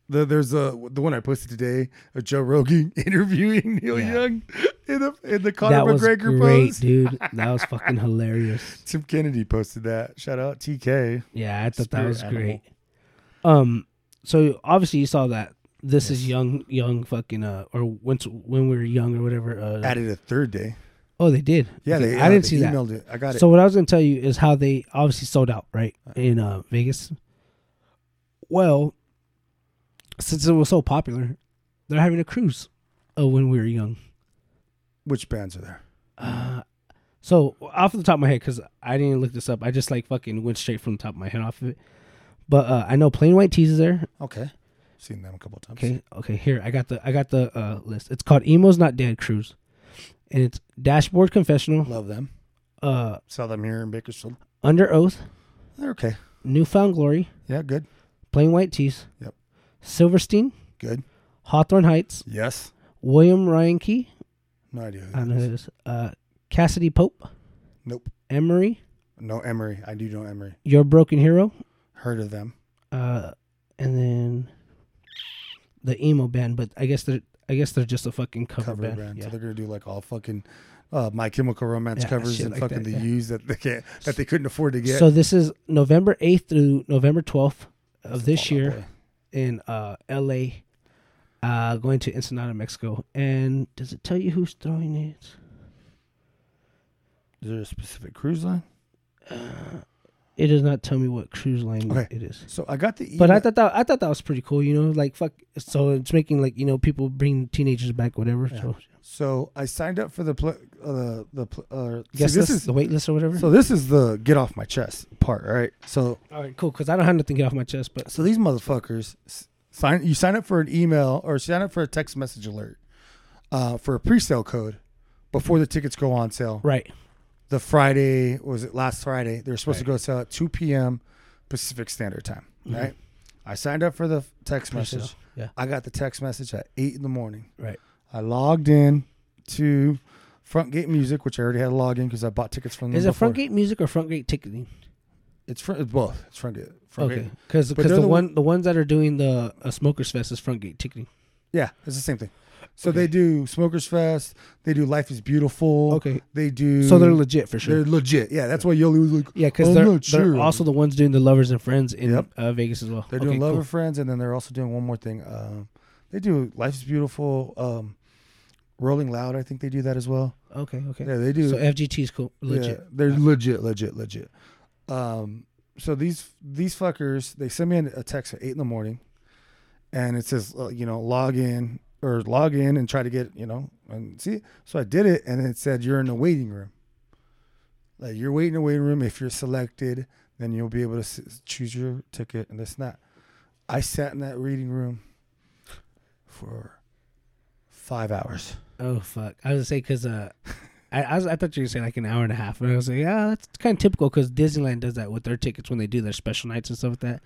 [SPEAKER 2] the, there's a the one I posted today of Joe Rogan interviewing Neil
[SPEAKER 3] Yeah.
[SPEAKER 2] Young in the in the Conor
[SPEAKER 3] that was
[SPEAKER 2] McGregor
[SPEAKER 3] great,
[SPEAKER 2] pose.
[SPEAKER 3] dude. That was fucking hilarious.
[SPEAKER 2] Tim Kennedy posted that. Shout out TK.
[SPEAKER 3] Yeah, I thought that
[SPEAKER 2] Spirit
[SPEAKER 3] was
[SPEAKER 2] animal.
[SPEAKER 3] great. Um, so obviously you saw that. This is young, young fucking uh, or once when we were young or whatever. Uh,
[SPEAKER 2] Added a third day.
[SPEAKER 3] oh, they did.
[SPEAKER 2] Yeah,
[SPEAKER 3] Okay,
[SPEAKER 2] they,
[SPEAKER 3] I
[SPEAKER 2] uh,
[SPEAKER 3] didn't
[SPEAKER 2] they
[SPEAKER 3] see that.
[SPEAKER 2] emailed it. I got it. Uh-huh.
[SPEAKER 3] So what I was gonna tell you is how they obviously sold out, right, in uh, Vegas. Well, since it was so popular, they're having a cruise. Oh, when we were young.
[SPEAKER 2] Which bands are there?
[SPEAKER 3] So off the top of my head, because I didn't look this up, I just like fucking went straight from the top of my head off of it. But uh, I know plain white tees is there.
[SPEAKER 2] Okay. Seen them a couple times.
[SPEAKER 3] Okay, okay. Here I got the I got the uh, list. It's called Emo's Not Dead Cruise, and it's Dashboard Confessional,
[SPEAKER 2] Love them.
[SPEAKER 3] uh,
[SPEAKER 2] Saw them here in Bakersfield.
[SPEAKER 3] Under Oath,
[SPEAKER 2] They're okay.
[SPEAKER 3] Newfound Glory,
[SPEAKER 2] Yeah, good.
[SPEAKER 3] Plain White Tees,
[SPEAKER 2] Yep.
[SPEAKER 3] Silverstein,
[SPEAKER 2] Good.
[SPEAKER 3] Hawthorne Heights,
[SPEAKER 2] Yes.
[SPEAKER 3] William Ryan Key,
[SPEAKER 2] No idea. Who
[SPEAKER 3] I
[SPEAKER 2] that
[SPEAKER 3] know
[SPEAKER 2] is.
[SPEAKER 3] who it is. Uh, Cassidy Pope,
[SPEAKER 2] Nope.
[SPEAKER 3] Emery,
[SPEAKER 2] No Emery. I do know Emery.
[SPEAKER 3] Your Broken Hero,
[SPEAKER 2] Heard of them.
[SPEAKER 3] uh, and then the emo band. But I guess they're I guess they're just a fucking cover,
[SPEAKER 2] Cover
[SPEAKER 3] band.
[SPEAKER 2] band.
[SPEAKER 3] Yeah.
[SPEAKER 2] So they're gonna do like all fucking uh, My Chemical Romance
[SPEAKER 3] Yeah,
[SPEAKER 2] covers
[SPEAKER 3] shit
[SPEAKER 2] and
[SPEAKER 3] like
[SPEAKER 2] fucking
[SPEAKER 3] that,
[SPEAKER 2] the
[SPEAKER 3] yeah.
[SPEAKER 2] U's that they can't that they couldn't afford to get.
[SPEAKER 3] So this is November eighth through November twelfth of this
[SPEAKER 2] Fall Out
[SPEAKER 3] year.
[SPEAKER 2] Boy.
[SPEAKER 3] in uh, L.A. Uh, going to Ensenada, Mexico, and does it tell you who's throwing it?
[SPEAKER 2] Is there a specific cruise line?
[SPEAKER 3] It does not tell me what cruise line
[SPEAKER 2] Okay.
[SPEAKER 3] it is.
[SPEAKER 2] So I got the.
[SPEAKER 3] But I
[SPEAKER 2] email-
[SPEAKER 3] thought that I thought that was pretty cool, you know, like fuck. So it's making like you know people bring teenagers back, whatever. So
[SPEAKER 2] So I signed up for the pl- uh, the pl- uh, see,
[SPEAKER 3] guess
[SPEAKER 2] this
[SPEAKER 3] this
[SPEAKER 2] is
[SPEAKER 3] the wait list or whatever.
[SPEAKER 2] so this is the get off my chest part, all right? So
[SPEAKER 3] All right, cool. Because I don't have nothing to get off my chest, but
[SPEAKER 2] so these motherfuckers s- sign you sign up for an email or sign up for a text message alert uh, for a pre-sale code before the tickets go on sale.
[SPEAKER 3] right,
[SPEAKER 2] The Friday was it last Friday? They were supposed to go sell at 2 p.m. Pacific Standard Time, right? I signed up for the text
[SPEAKER 3] Mm-hmm. Pre-sale,
[SPEAKER 2] message.
[SPEAKER 3] yeah.
[SPEAKER 2] I got the text message at eight in the morning.
[SPEAKER 3] right,
[SPEAKER 2] I logged in to Front Gate Music, which I already had to log in because I bought tickets from them.
[SPEAKER 3] is it
[SPEAKER 2] before.
[SPEAKER 3] front gate music or front gate ticketing?
[SPEAKER 2] It's front. It's both. It's front gate. Front
[SPEAKER 3] Okay,
[SPEAKER 2] gate.
[SPEAKER 3] because
[SPEAKER 2] But they're
[SPEAKER 3] the
[SPEAKER 2] the one-
[SPEAKER 3] one the ones that are doing the uh, smokers fest is front gate ticketing.
[SPEAKER 2] Yeah, it's the same thing. So they do Smokers Fest. They do Life Is Beautiful.
[SPEAKER 3] Okay.
[SPEAKER 2] They do.
[SPEAKER 3] So they're legit for sure.
[SPEAKER 2] They're legit. Yeah, that's why Yoli was like,
[SPEAKER 3] Yeah, because
[SPEAKER 2] "I'm
[SPEAKER 3] they're,
[SPEAKER 2] not sure."
[SPEAKER 3] they're also the ones doing the lovers and friends in
[SPEAKER 2] Oh, Yep.
[SPEAKER 3] uh, Vegas as well.
[SPEAKER 2] They're
[SPEAKER 3] Okay,
[SPEAKER 2] doing Love
[SPEAKER 3] cool.
[SPEAKER 2] and Friends, and then they're also doing one more thing. Um, they do Life Is Beautiful. Um, Rolling Loud, I think they do that as well.
[SPEAKER 3] Okay, okay.
[SPEAKER 2] Yeah, they do.
[SPEAKER 3] So FGT is cool, legit.
[SPEAKER 2] Yeah, they're legit, legit, legit. Um, so these these fuckers, they send me an- a text at eight in the morning, and it says, uh, you know, log in or log in and try to get, you know, and see. So I did it, and it said you're in the waiting room. Like you're waiting in the waiting room. If you're selected, then you'll be able to s- choose your ticket and this and that. I sat in that reading room for five hours.
[SPEAKER 3] Oh fuck! I was gonna say because uh, I I, was, I thought you were gonna say like an hour and a half, and I was like, yeah, that's kind of typical because Disneyland does that with their tickets when they do their special nights and stuff like that.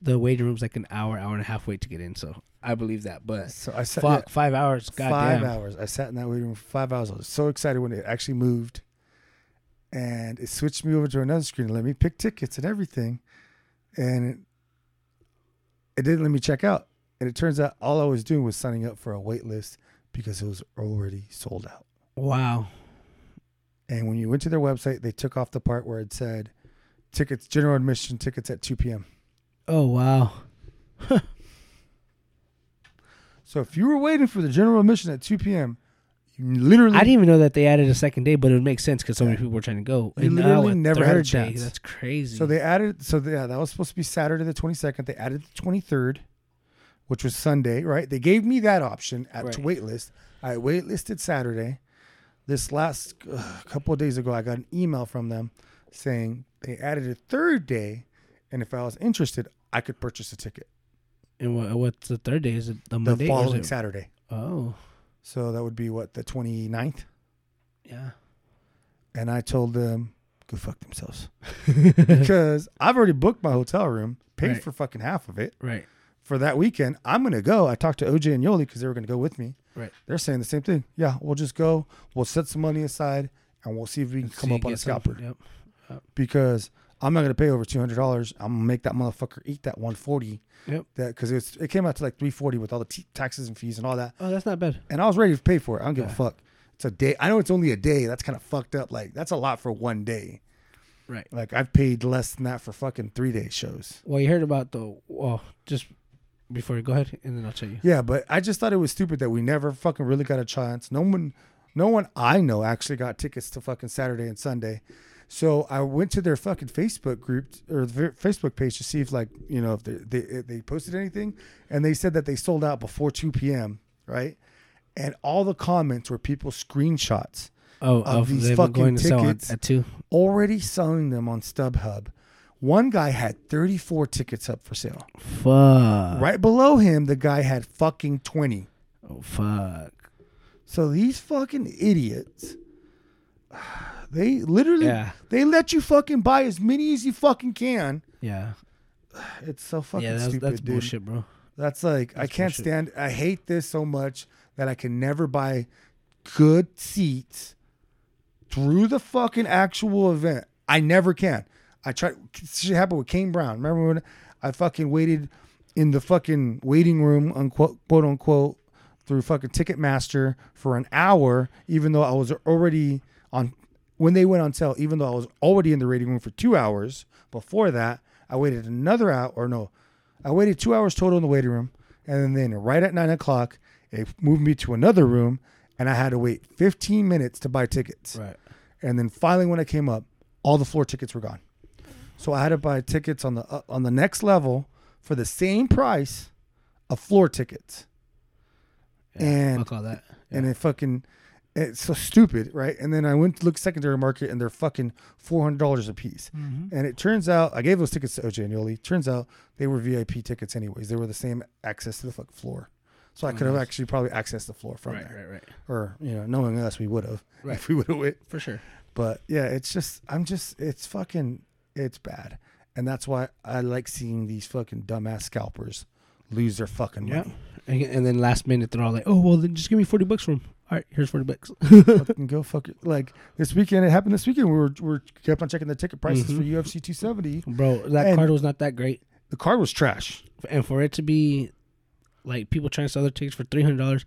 [SPEAKER 3] The waiting room's like an hour, hour and a half wait to get in, so I believe that. But
[SPEAKER 2] So I sat.
[SPEAKER 3] fuck, five hours,
[SPEAKER 2] five
[SPEAKER 3] goddamn.
[SPEAKER 2] hours. I sat in that waiting room for five hours. I was so excited when it actually moved, and it switched me over to another screen and let me pick tickets and everything, and it, it didn't let me check out. And it turns out all I was doing was signing up for a wait list because it was already sold out.
[SPEAKER 3] Wow.
[SPEAKER 2] And when you went to their website, they took off the part where it said tickets, general admission tickets at 2 p.m.
[SPEAKER 3] Oh wow.
[SPEAKER 2] So if you were waiting for the general admission at 2 p.m., you literally
[SPEAKER 3] I didn't even know that they added a second day, but it would make sense because so many people were trying to go.
[SPEAKER 2] You
[SPEAKER 3] And now
[SPEAKER 2] literally never had a
[SPEAKER 3] third day,
[SPEAKER 2] chance.
[SPEAKER 3] That's crazy.
[SPEAKER 2] So they added. So the, yeah, that was supposed to be Saturday the twenty second. They added the twenty third, which was Sunday, right? They gave me that option at
[SPEAKER 3] Right.
[SPEAKER 2] to wait list. I waitlisted Saturday. This last uh, couple of days ago, I got an email from them saying they added a third day, and if I was interested, I could purchase a ticket
[SPEAKER 3] And what, what's the third day? Is it the
[SPEAKER 2] the
[SPEAKER 3] Monday? or is
[SPEAKER 2] following
[SPEAKER 3] it-
[SPEAKER 2] Saturday.
[SPEAKER 3] Oh,
[SPEAKER 2] So that would be what the 29th.
[SPEAKER 3] yeah.
[SPEAKER 2] And I told them go fuck themselves because I've already booked my hotel room, paid
[SPEAKER 3] Right.
[SPEAKER 2] for fucking half of it.
[SPEAKER 3] Right,
[SPEAKER 2] for that weekend, I'm going to go. I talked to OJ and Yoli because they were going to go with me.
[SPEAKER 3] right.
[SPEAKER 2] They're saying the same thing. Yeah, we'll just go. We'll set some money aside and we'll see if we can come
[SPEAKER 3] So
[SPEAKER 2] up
[SPEAKER 3] you
[SPEAKER 2] on a
[SPEAKER 3] get some-
[SPEAKER 2] scalper
[SPEAKER 3] Yep.
[SPEAKER 2] because I'm not going to pay over two hundred dollars. I'm going to make that motherfucker eat that one forty.
[SPEAKER 3] Yep.
[SPEAKER 2] That because it's it came out to like three forty with all the t- taxes and fees and all that.
[SPEAKER 3] Oh, that's not bad.
[SPEAKER 2] And I was ready to pay for it. I don't give a
[SPEAKER 3] Yeah.
[SPEAKER 2] fuck. It's a day. I know it's only a day. That's kind of fucked up. Like that's a lot for one day.
[SPEAKER 3] Right.
[SPEAKER 2] Like I've paid less than that for fucking three day shows.
[SPEAKER 3] Well, you heard about the well, just before you go ahead, and then I'll tell you.
[SPEAKER 2] Yeah, but I just thought it was stupid that we never fucking really got a chance. No one, no one I know actually got tickets to fucking Saturday and Sunday. So I went to their fucking Facebook group or their Facebook page to see if like you know if they they, if they posted anything, and they said that they sold out before two p.m. Right, and all the comments were people screenshots
[SPEAKER 3] Oh,
[SPEAKER 2] Of
[SPEAKER 3] of
[SPEAKER 2] these
[SPEAKER 3] them
[SPEAKER 2] fucking
[SPEAKER 3] going to sell on,
[SPEAKER 2] tickets.
[SPEAKER 3] at two.
[SPEAKER 2] already selling them on StubHub. One guy had thirty four tickets up for sale.
[SPEAKER 3] Fuck.
[SPEAKER 2] Right below him, the guy had fucking twenty.
[SPEAKER 3] Oh, fuck.
[SPEAKER 2] So these fucking idiots, they literally
[SPEAKER 3] Yeah.
[SPEAKER 2] they let you fucking buy as many as you fucking can.
[SPEAKER 3] Yeah.
[SPEAKER 2] It's so fucking
[SPEAKER 3] yeah. That's
[SPEAKER 2] stupid,
[SPEAKER 3] that's
[SPEAKER 2] dude.
[SPEAKER 3] bullshit, bro.
[SPEAKER 2] That's like I
[SPEAKER 3] That's
[SPEAKER 2] can't
[SPEAKER 3] bullshit.
[SPEAKER 2] stand. I hate this so much that I can never buy good seats through the fucking actual event. I never can. I tried. Shit happened with Kane Brown. Remember when I fucking waited in the fucking waiting room, unquote, quote unquote, through fucking Ticketmaster for an hour, even though I was already on when they went on sale. Even though I was already in the waiting room for two hours before that, I waited another hour or no, I waited two hours total in the waiting room, and then right at nine o'clock, it moved me to another room, and I had to wait 15 minutes to buy tickets.
[SPEAKER 3] Right.
[SPEAKER 2] And then finally, when I came up, all the floor tickets were gone. So I had to buy tickets on the uh, on the next level for the same price of floor tickets,
[SPEAKER 3] Yeah,
[SPEAKER 2] And-
[SPEAKER 3] fuck all that.
[SPEAKER 2] and it fucking it's so stupid, right? And then I went to look secondary market, and they're fucking four hundred dollars a piece.
[SPEAKER 3] Mm-hmm.
[SPEAKER 2] And it turns out I gave those tickets to OJ and Yoli. Turns out they were VIP tickets anyways. They were the same access to the fuck floor. So I could have actually probably accessed the floor from
[SPEAKER 3] Right,
[SPEAKER 2] there,
[SPEAKER 3] right, right.
[SPEAKER 2] or you know, knowing us, we would have
[SPEAKER 3] Right.
[SPEAKER 2] if we would have went.
[SPEAKER 3] For sure.
[SPEAKER 2] But yeah, it's just I'm just it's fucking it's bad, and that's why I like seeing these fucking dumbass scalpers lose their fucking
[SPEAKER 3] Yeah.
[SPEAKER 2] money.
[SPEAKER 3] And, and then last minute, they're all like, oh, well, then just give me 40 bucks for them. All right, here's 40 bucks.
[SPEAKER 2] fucking go fuck it. Like this weekend, it happened this weekend. We were we were kept on checking the ticket prices for UFC 270.
[SPEAKER 3] Bro, that
[SPEAKER 2] And-
[SPEAKER 3] card was not that great.
[SPEAKER 2] Mm-hmm. The card was trash.
[SPEAKER 3] And for it to be like people trying to sell their tickets for $300,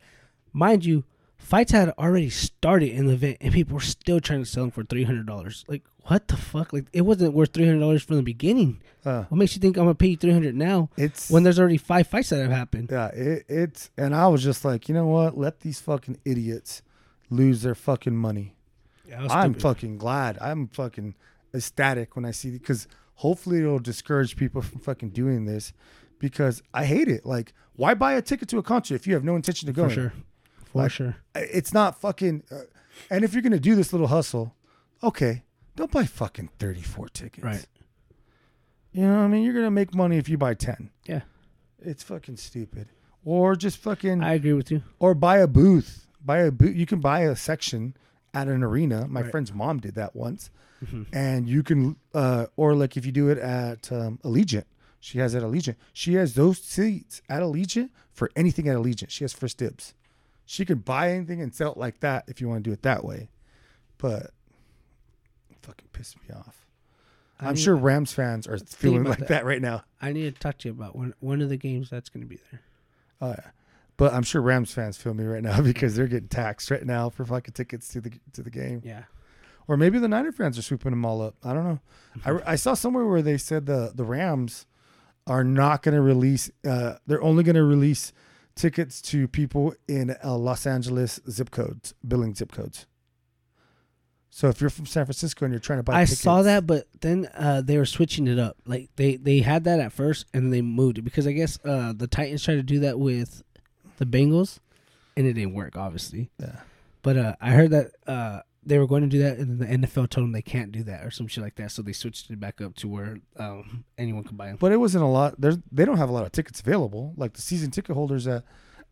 [SPEAKER 3] mind you, fights had already started in the event and people were still trying to sell them for $300. Like, what the fuck? Like, it wasn't worth $300 from the beginning.
[SPEAKER 2] Uh,
[SPEAKER 3] What makes you think I'm going to pay you 300 now
[SPEAKER 2] it's
[SPEAKER 3] when there's already five fights that have happened?
[SPEAKER 2] yeah, it, it's and I was just like, you know what? Let these fucking idiots lose their fucking money.
[SPEAKER 3] Yeah, that was
[SPEAKER 2] I'm
[SPEAKER 3] stupid.
[SPEAKER 2] fucking glad. I'm fucking ecstatic when I see because hopefully it'll discourage people from fucking doing this because I hate it. Like, why buy a ticket to a concert if you have no intention of going?
[SPEAKER 3] For sure. For sure.
[SPEAKER 2] It's not fucking. Uh, and if you're gonna do this little hustle, okay, don't buy fucking 34 tickets.
[SPEAKER 3] Right.
[SPEAKER 2] You know what I mean? You're gonna make money if you buy 10.
[SPEAKER 3] Yeah.
[SPEAKER 2] It's fucking stupid. Or just fucking
[SPEAKER 3] I agree with you.
[SPEAKER 2] or buy a booth. Buy a booth. You can buy a section at an arena. My
[SPEAKER 3] Right.
[SPEAKER 2] friend's mom did that once, and you can, uh, or like if you do it at um, Allegiant, she has at Allegiant. She has those seats at Allegiant for anything at Allegiant. She has first dibs. She can buy anything and sell it like that if you want to do it that way, but it fucking pissed me off. I am
[SPEAKER 3] need-
[SPEAKER 2] sure Rams fans are feeling
[SPEAKER 3] about
[SPEAKER 2] like
[SPEAKER 3] that.
[SPEAKER 2] that right now.
[SPEAKER 3] I need to talk to you about one one of the games that's going to be there.
[SPEAKER 2] Oh yeah. But I'm sure Rams fans feel me right now because they're getting taxed right now for fucking tickets to the to the game.
[SPEAKER 3] Yeah.
[SPEAKER 2] Or maybe the Niner fans are swooping them all up. I don't know. I, I saw somewhere where they said the the Rams are not going to release. Uh, they're only going to release tickets to people in uh, Los Angeles zip codes, billing zip codes. So if you're from San Francisco and you're trying to buy,
[SPEAKER 3] I
[SPEAKER 2] tickets,
[SPEAKER 3] saw that, but then uh, they were switching it up. Like they they had that at first, and they moved it because I guess uh, the Titans tried to do that with the Bengals, and it didn't work, obviously.
[SPEAKER 2] Yeah.
[SPEAKER 3] But uh, I heard that uh, they were going to do that, and then the NFL told them they can't do that or some shit like that, so they switched it back up to where um, anyone could buy them.
[SPEAKER 2] But it wasn't a lot. There's they don't have a lot of tickets available. Like the season ticket holders at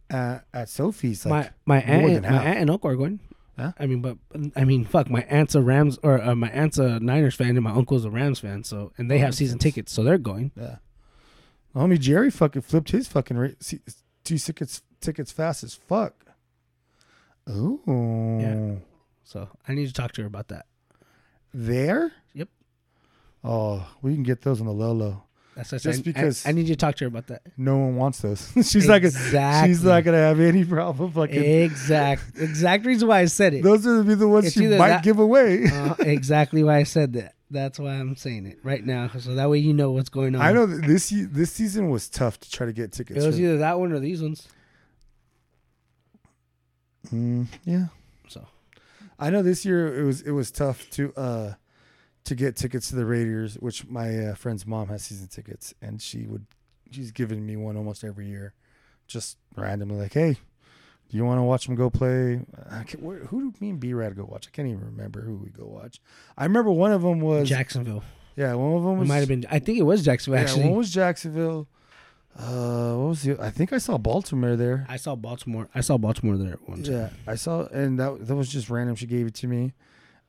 [SPEAKER 2] at, at Sophie's, like
[SPEAKER 3] my my
[SPEAKER 2] more than
[SPEAKER 3] aunt, my
[SPEAKER 2] half.
[SPEAKER 3] aunt and uncle are going.
[SPEAKER 2] Huh?
[SPEAKER 3] I mean, but I mean, fuck. My aunt's a Rams or uh, my aunt's a Niners fan, and my uncle's a Rams fan. So, and they
[SPEAKER 2] Oh,
[SPEAKER 3] have season tickets, so they're going.
[SPEAKER 2] Yeah. My homie Jerry fucking flipped his fucking ra- se- two tickets tickets fast as fuck. Ooh.
[SPEAKER 3] Yeah. So I need to talk to her about that.
[SPEAKER 2] There?
[SPEAKER 3] Yep.
[SPEAKER 2] Oh, we can get those on the low low.
[SPEAKER 3] That's what I
[SPEAKER 2] Just
[SPEAKER 3] said. I-
[SPEAKER 2] because-
[SPEAKER 3] I, need you to talk to her about that.
[SPEAKER 2] No one wants those. she's not gonna, she's
[SPEAKER 3] Exactly.
[SPEAKER 2] not gonna have any problem fucking
[SPEAKER 3] Exact, exact reason why I said it.
[SPEAKER 2] those would be the ones
[SPEAKER 3] It's
[SPEAKER 2] she
[SPEAKER 3] either
[SPEAKER 2] might
[SPEAKER 3] that-
[SPEAKER 2] give away.
[SPEAKER 3] Uh, exactly why I said that. That's why I'm saying it right now, so that way you know what's going on.
[SPEAKER 2] I know that this ye- this season was tough to try to get
[SPEAKER 3] it
[SPEAKER 2] tickets.
[SPEAKER 3] was
[SPEAKER 2] for-
[SPEAKER 3] either that one or these ones.
[SPEAKER 2] Mm, yeah.
[SPEAKER 3] So
[SPEAKER 2] I know this year it was it was tough to uh to get tickets to the Raiders, which my uh, friend's mom has season tickets, and she would she's given me one almost every year, just randomly like, hey, do you want to watch them go play? I can't, where, who do me and B Rad go watch? I can't even remember who we go watch. I remember one of them was
[SPEAKER 3] Jacksonville.
[SPEAKER 2] yeah, one of them
[SPEAKER 3] It
[SPEAKER 2] was
[SPEAKER 3] might have been. I think it was Jacksonville.
[SPEAKER 2] yeah,
[SPEAKER 3] Actually,
[SPEAKER 2] one was Jacksonville. Uh, what was the? I think I saw Baltimore there.
[SPEAKER 3] I saw Baltimore. I saw Baltimore there at one time.
[SPEAKER 2] Yeah, I saw, and that that was just random. She gave it to me,